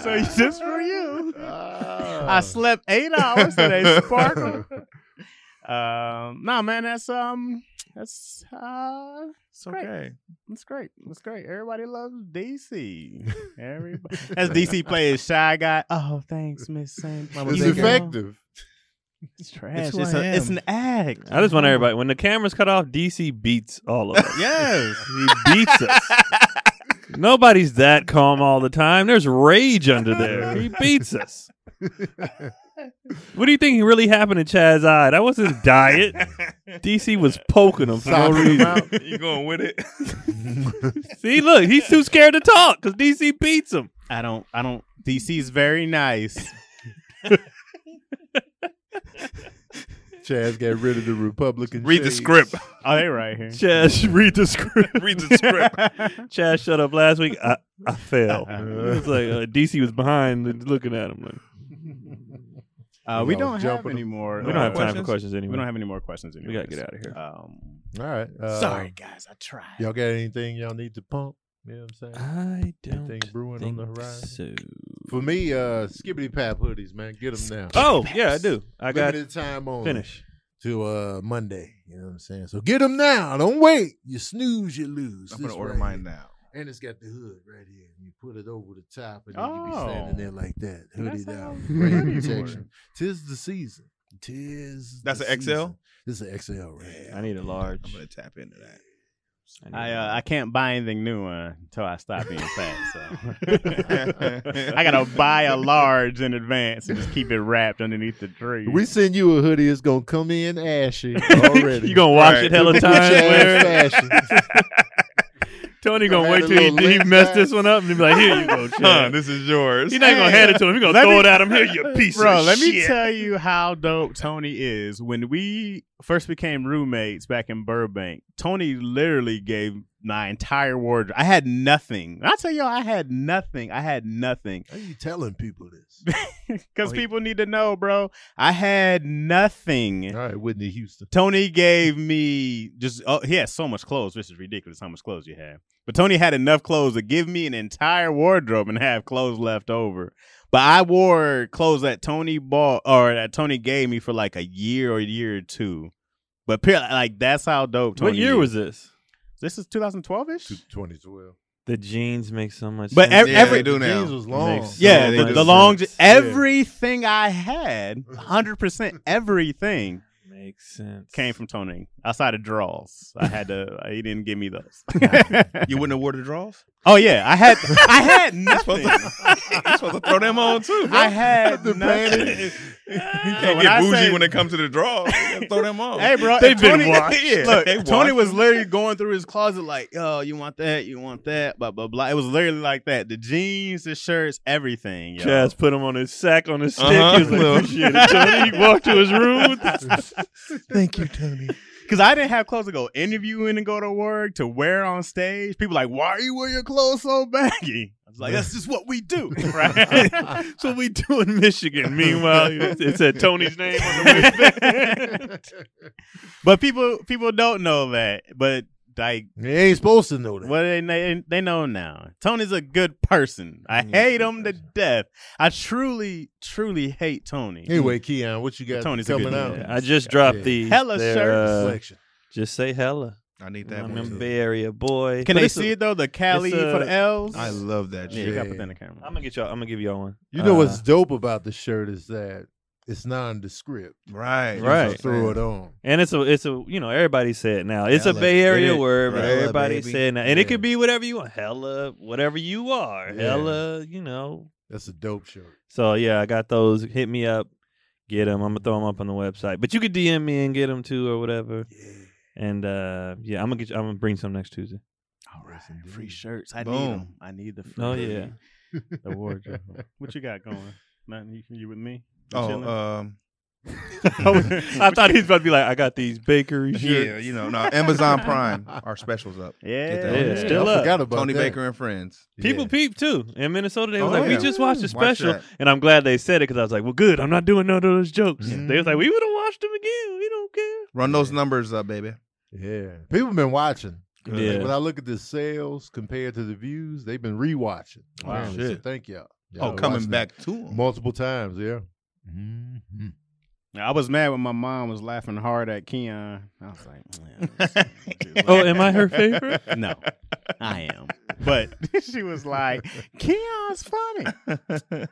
Speaker 2: so just for you. I
Speaker 3: Oh.
Speaker 1: Ah.
Speaker 2: slept eight hours
Speaker 3: (laughs)
Speaker 2: today, Sparkle. Um, no, man, that's um that's uh
Speaker 4: It's okay.
Speaker 2: That's great. That's great. Everybody loves (laughs) DC. Everybody. As DC plays Shy Guy. Oh, thanks, Miss Saint.
Speaker 1: It's
Speaker 2: You know,
Speaker 1: effective.
Speaker 2: It's trash.
Speaker 4: who
Speaker 2: It's,
Speaker 4: I
Speaker 2: a, it's
Speaker 4: am.
Speaker 2: an act.
Speaker 3: I just want everybody. When the cameras cut off, DC beats all of us.
Speaker 4: Yes.
Speaker 3: He beats us. Nobody's that calm all the time. There's rage under there. He beats us. What do you think really happened to Chad's eye? That wasn't his diet. DC was poking him for no
Speaker 1: Socking him
Speaker 3: reason.
Speaker 1: out.
Speaker 4: you going with it?
Speaker 3: See, look, he's too scared to talk because DC beats him.
Speaker 2: I don't. I don't. DC is very nice.
Speaker 1: Chaz got rid of the Republican.
Speaker 4: Read the
Speaker 1: shades.
Speaker 4: script.
Speaker 2: Oh, they right
Speaker 3: (laughs)
Speaker 2: here.
Speaker 3: Chad,
Speaker 2: (laughs)
Speaker 3: read the script.
Speaker 4: Read the script.
Speaker 3: Chad shut up last week. I, I fell. It's like uh, DC was behind and looking at him. Like,
Speaker 2: Uh, we
Speaker 1: Y'all
Speaker 2: don't have
Speaker 1: jumping
Speaker 2: any more.
Speaker 3: we don't
Speaker 2: uh,
Speaker 3: have time for
Speaker 4: questions?
Speaker 3: questions anyway.
Speaker 2: We don't have any more questions anymore.
Speaker 3: We gotta get out of here.
Speaker 2: Um,
Speaker 1: (laughs) All right. uh,
Speaker 2: sorry, guys. I tried. Uh,
Speaker 1: Y'all got anything y'all need to pump? You know what I'm saying?
Speaker 3: I don't
Speaker 1: Anything brewing
Speaker 3: think
Speaker 1: on the horizon?
Speaker 3: so.
Speaker 1: For me, uh, Skibbity Pap hoodies, man. Get them now.
Speaker 3: Oh yeah, I do. I got
Speaker 1: Limited time on.
Speaker 3: finish.
Speaker 1: to uh Monday. You know what I'm saying? So get them now. Don't wait. You snooze, you lose.
Speaker 4: I'm gonna
Speaker 1: This
Speaker 4: order
Speaker 1: right
Speaker 4: mine
Speaker 1: here.
Speaker 4: now.
Speaker 1: And it's got the hood right here. You put it over the top, and then you be
Speaker 2: Oh.
Speaker 1: standing there like that, hoodie down,
Speaker 2: sounds
Speaker 1: great
Speaker 4: pretty.
Speaker 1: protection. Tis the season. Tis.
Speaker 4: That's
Speaker 1: the
Speaker 4: an XL?
Speaker 1: season. This is an XL right
Speaker 3: I need a large.
Speaker 4: I'm gonna tap into that.
Speaker 3: need
Speaker 2: I
Speaker 3: a
Speaker 2: uh, I
Speaker 3: large.
Speaker 2: can't buy anything new uh, until I stop being fat. So (laughs) I gotta buy a large in advance and just keep it wrapped underneath the tree.
Speaker 1: We send you a hoodie. It's gonna come in
Speaker 4: (laughs)
Speaker 1: ashy
Speaker 2: (laughs)
Speaker 1: already. (laughs)
Speaker 3: you gonna wash it hella
Speaker 1: Put your
Speaker 3: times. wear it.
Speaker 1: ass ashy.
Speaker 3: Tony gonna wait
Speaker 1: Had a
Speaker 3: till he,
Speaker 1: little
Speaker 3: he
Speaker 1: lip
Speaker 3: mess
Speaker 1: back.
Speaker 3: this one up and he be like, "Here you go,
Speaker 4: Huh,
Speaker 3: Chad."
Speaker 4: this is yours.
Speaker 3: He's not gonna hand it to him. He's gonna
Speaker 2: Let
Speaker 3: throw
Speaker 2: me-
Speaker 3: it at him. Here, you piece
Speaker 2: Bro,
Speaker 3: of
Speaker 2: let
Speaker 3: shit.
Speaker 2: me tell you how dope Tony is. When we first became roommates back in Burbank, Tony literally gave my entire wardrobe. I had nothing. I tell y'all, I had nothing. I had
Speaker 3: (laughs)
Speaker 2: nothing
Speaker 1: Are you telling people
Speaker 4: (laughs)
Speaker 1: this?
Speaker 2: because
Speaker 1: Oh, he-
Speaker 2: people need to know, bro. I had nothing.
Speaker 1: All right, Whitney Houston.
Speaker 2: Tony gave me just oh he had so much clothes. This is ridiculous how much clothes you have. But Tony had enough clothes to give me an entire wardrobe and have clothes left over. But I wore clothes that Tony bought or that Tony gave me for like a year or a year or two. But pe- like that's how dope Tony
Speaker 3: What year
Speaker 2: is.
Speaker 3: was this?
Speaker 2: this is 2012 ish?
Speaker 1: 2012.
Speaker 3: The jeans make so much.
Speaker 2: But
Speaker 3: sense.
Speaker 2: ev- every-
Speaker 4: they do now.
Speaker 1: Jeans was long.
Speaker 3: Makes
Speaker 2: Yeah,
Speaker 3: Oh,
Speaker 2: the,
Speaker 3: my
Speaker 2: the long
Speaker 3: goodness.
Speaker 2: everything I had, 100% everything
Speaker 3: makes sense.
Speaker 2: came from Tony. Outside of draws. I had to he didn't give me those.
Speaker 4: (laughs) You wouldn't have wore the draws?
Speaker 2: Oh yeah, I had (laughs) I (laughs) had nothing.
Speaker 4: (laughs) You're supposed to throw them on too.
Speaker 2: I had
Speaker 1: The
Speaker 2: nothing.
Speaker 4: you
Speaker 2: So
Speaker 4: can't
Speaker 2: when I
Speaker 4: get bougie
Speaker 2: say-
Speaker 4: when it comes to the draws. You gotta throw them on.
Speaker 2: Hey, bro,
Speaker 3: They've
Speaker 2: if
Speaker 3: been
Speaker 2: Tony, (laughs)
Speaker 3: washed.
Speaker 2: Look,
Speaker 4: Yeah, they
Speaker 2: Tony
Speaker 4: washed.
Speaker 2: was literally going through his closet like, "Oh, you want that? You want that?" Blah blah blah. It was literally like that: the jeans, the shirts, everything. Yo. (laughs)
Speaker 3: Chaz put him on his sack on his stick.
Speaker 4: Uh-huh.
Speaker 3: He was like,
Speaker 4: No.
Speaker 3: "Appreciate it,
Speaker 2: (laughs)
Speaker 3: Tony." He walked to his room.
Speaker 4: Thank you, Tony.
Speaker 2: Because I didn't have clothes to go interview in and go to work to wear on stage. People like, "Why are you wearing your clothes so baggy?" I was like, "That's just what we
Speaker 4: (laughs)
Speaker 2: do." Right?
Speaker 3: so we do in Michigan. Meanwhile, it said Tony's name on the waistband.
Speaker 2: (laughs) but people people don't know that. But like
Speaker 1: They ain't supposed to know that.
Speaker 2: Well, they, they they know now. Tony's a good person. I
Speaker 4: He's a
Speaker 2: hate
Speaker 4: good
Speaker 2: him to death. I truly, truly hate Tony.
Speaker 3: Mm-hmm.
Speaker 1: Anyway, Keon, what you got
Speaker 2: Tony's a good
Speaker 1: coming out?
Speaker 2: man.
Speaker 3: I just dropped
Speaker 1: Yeah.
Speaker 3: these.
Speaker 2: Hella
Speaker 3: They're,
Speaker 2: shirts.
Speaker 3: uh,
Speaker 1: Selection.
Speaker 3: just say hella.
Speaker 4: I need that
Speaker 3: I'm
Speaker 4: one.
Speaker 3: in
Speaker 4: too.
Speaker 3: Bay Area boy.
Speaker 2: can
Speaker 3: But
Speaker 2: they
Speaker 3: it's a-
Speaker 2: see it though? The Cali
Speaker 3: it's a-
Speaker 2: for the L's.
Speaker 4: I love that
Speaker 2: yeah,
Speaker 4: shit.
Speaker 2: you gotta
Speaker 1: Yeah.
Speaker 2: put that in the camera.
Speaker 3: I'm gonna get y'all. I'm gonna give y'all one.
Speaker 1: You know
Speaker 3: Uh,
Speaker 1: what's dope about the shirt is that it's nondescript.
Speaker 4: Right.
Speaker 1: You
Speaker 3: Right.
Speaker 1: just throw it on.
Speaker 3: And it's a it's a you know everybody said now it's a
Speaker 4: Hella.
Speaker 3: Bay Area
Speaker 4: It is.
Speaker 3: word, but
Speaker 4: Hella,
Speaker 3: everybody
Speaker 4: baby.
Speaker 3: said now, and it
Speaker 4: Yeah.
Speaker 3: could be whatever you want, hella whatever you are,
Speaker 1: Yeah.
Speaker 3: hella you know.
Speaker 1: That's a dope shirt.
Speaker 3: So yeah, I got those. Hit me up, get them. I'm gonna throw them up on the website, but you could DM me and get them too or whatever. And uh yeah, I'm gonna get you, I'm gonna bring some next Tuesday.
Speaker 2: All right,
Speaker 1: Yes, indeed. (laughs)
Speaker 2: free shirts. I need
Speaker 4: Boom.
Speaker 2: them. I need the. Free
Speaker 3: Oh
Speaker 2: shirts.
Speaker 3: yeah, the
Speaker 4: (laughs)
Speaker 3: wardrobe. (laughs)
Speaker 2: What you got going? Nothing. You, you with me? You chilling?
Speaker 4: Oh, um,
Speaker 3: I, was- I thought he was about to be like, I got these bakery shirts.
Speaker 4: yeah, you know, no, Amazon Prime, our specials up.
Speaker 2: yeah,
Speaker 4: get that
Speaker 3: yeah,
Speaker 4: one.
Speaker 3: still
Speaker 1: I
Speaker 3: up.
Speaker 1: forgot about
Speaker 4: Tony
Speaker 1: that.
Speaker 4: Baker and Friends.
Speaker 3: People
Speaker 1: Yeah.
Speaker 3: peep too in Minnesota. They was
Speaker 4: Oh,
Speaker 3: like, we
Speaker 4: yeah.
Speaker 3: just watched a
Speaker 4: Watch
Speaker 3: special,
Speaker 4: that.
Speaker 3: and I'm glad they said it because I was like, well, good. I'm not doing none of those jokes.
Speaker 4: Mhm.
Speaker 3: They was like, we would have watched them again. We don't care.
Speaker 4: Run those numbers up, baby.
Speaker 1: Yeah. People been watching. Like,
Speaker 3: Yeah.
Speaker 1: when I look at the sales compared to the views, they've been rewatching.
Speaker 4: Wow.
Speaker 1: Apparently.
Speaker 4: Shit.
Speaker 1: So thank y'all. Y'all
Speaker 4: Oh,
Speaker 1: been
Speaker 4: coming
Speaker 1: watching
Speaker 4: back to 'em.
Speaker 1: it multiple times. Yeah. (laughs) Mm-hmm.
Speaker 2: I was mad when my mom was laughing hard at Keon. I was (laughs) like,
Speaker 3: Oh, am I her favorite?
Speaker 2: (laughs) No, I am. But (laughs) she was like, Keon's (laughs) funny.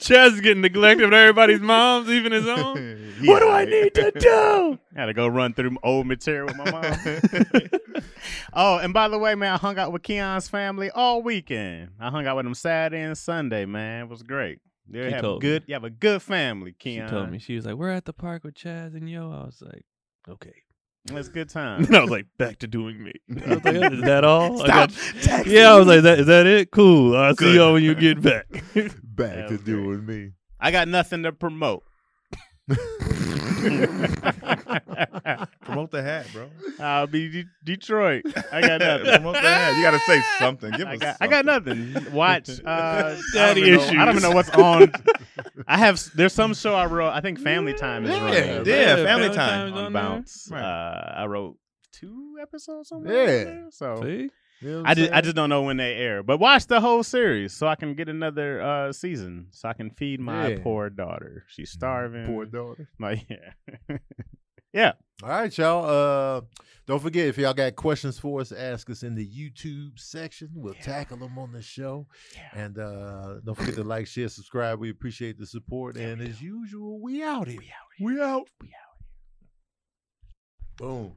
Speaker 3: Chad's getting neglected with everybody's moms, even his own. What do I need to do?
Speaker 2: I (laughs) had to go run through old material with my mom. (laughs) oh, and by the way, man, I hung out with Keon's family all weekend. I hung out with them Saturday and Sunday, man. It was great. They
Speaker 3: She
Speaker 2: have a
Speaker 3: told me.
Speaker 2: good you have a good family,
Speaker 3: She
Speaker 2: Keon.
Speaker 3: told me she was like, we're at the park with Chaz and Yo. I was like, okay.
Speaker 2: It's good
Speaker 3: (laughs) And
Speaker 2: time.
Speaker 3: I was like, back to doing
Speaker 4: (laughs)
Speaker 3: me. I was like, is that all? I
Speaker 2: Stop
Speaker 3: got- yeah, I was like, that, is that it? Cool. I'll see
Speaker 4: Good.
Speaker 3: y'all when you get
Speaker 4: (laughs)
Speaker 3: back.
Speaker 1: Back
Speaker 2: That
Speaker 1: to
Speaker 2: was great.
Speaker 1: doing me.
Speaker 2: I got nothing to
Speaker 3: (laughs)
Speaker 2: promote. (laughs)
Speaker 4: Promote the hat, bro.
Speaker 2: I'll be De- Detroit. I got nothing.
Speaker 4: Promote the hat. You got to say something. Give
Speaker 2: I
Speaker 4: us
Speaker 2: got, I
Speaker 4: something.
Speaker 2: got nothing. Watch uh,
Speaker 3: Daddy
Speaker 2: I don't even know- I don't
Speaker 3: issues.
Speaker 2: even know what's on. I have. There's some show I wrote. I think Family Time is
Speaker 1: Yeah,
Speaker 2: running.
Speaker 1: yeah,
Speaker 4: Family Time
Speaker 3: is
Speaker 2: on
Speaker 3: on there.
Speaker 2: Bounce.
Speaker 4: Right.
Speaker 2: Uh, I wrote two episodes on
Speaker 1: Yeah.
Speaker 2: there, so
Speaker 3: See?
Speaker 1: You know what
Speaker 2: I
Speaker 1: I'm
Speaker 2: just I
Speaker 1: saying?
Speaker 2: just don't know when they air. But watch the whole series so I can get another uh season so I can feed my
Speaker 1: Yeah.
Speaker 2: poor daughter. She's starving.
Speaker 1: Mm-hmm. Poor daughter.
Speaker 2: (laughs) Like, yeah.
Speaker 1: All right, y'all. Uh, don't forget if y'all got questions for us, ask us in the YouTube section. We'll tackle them on the show. And uh, don't forget to like, share, subscribe. We appreciate the support. and as usual, we out here. We out. We out. Boom.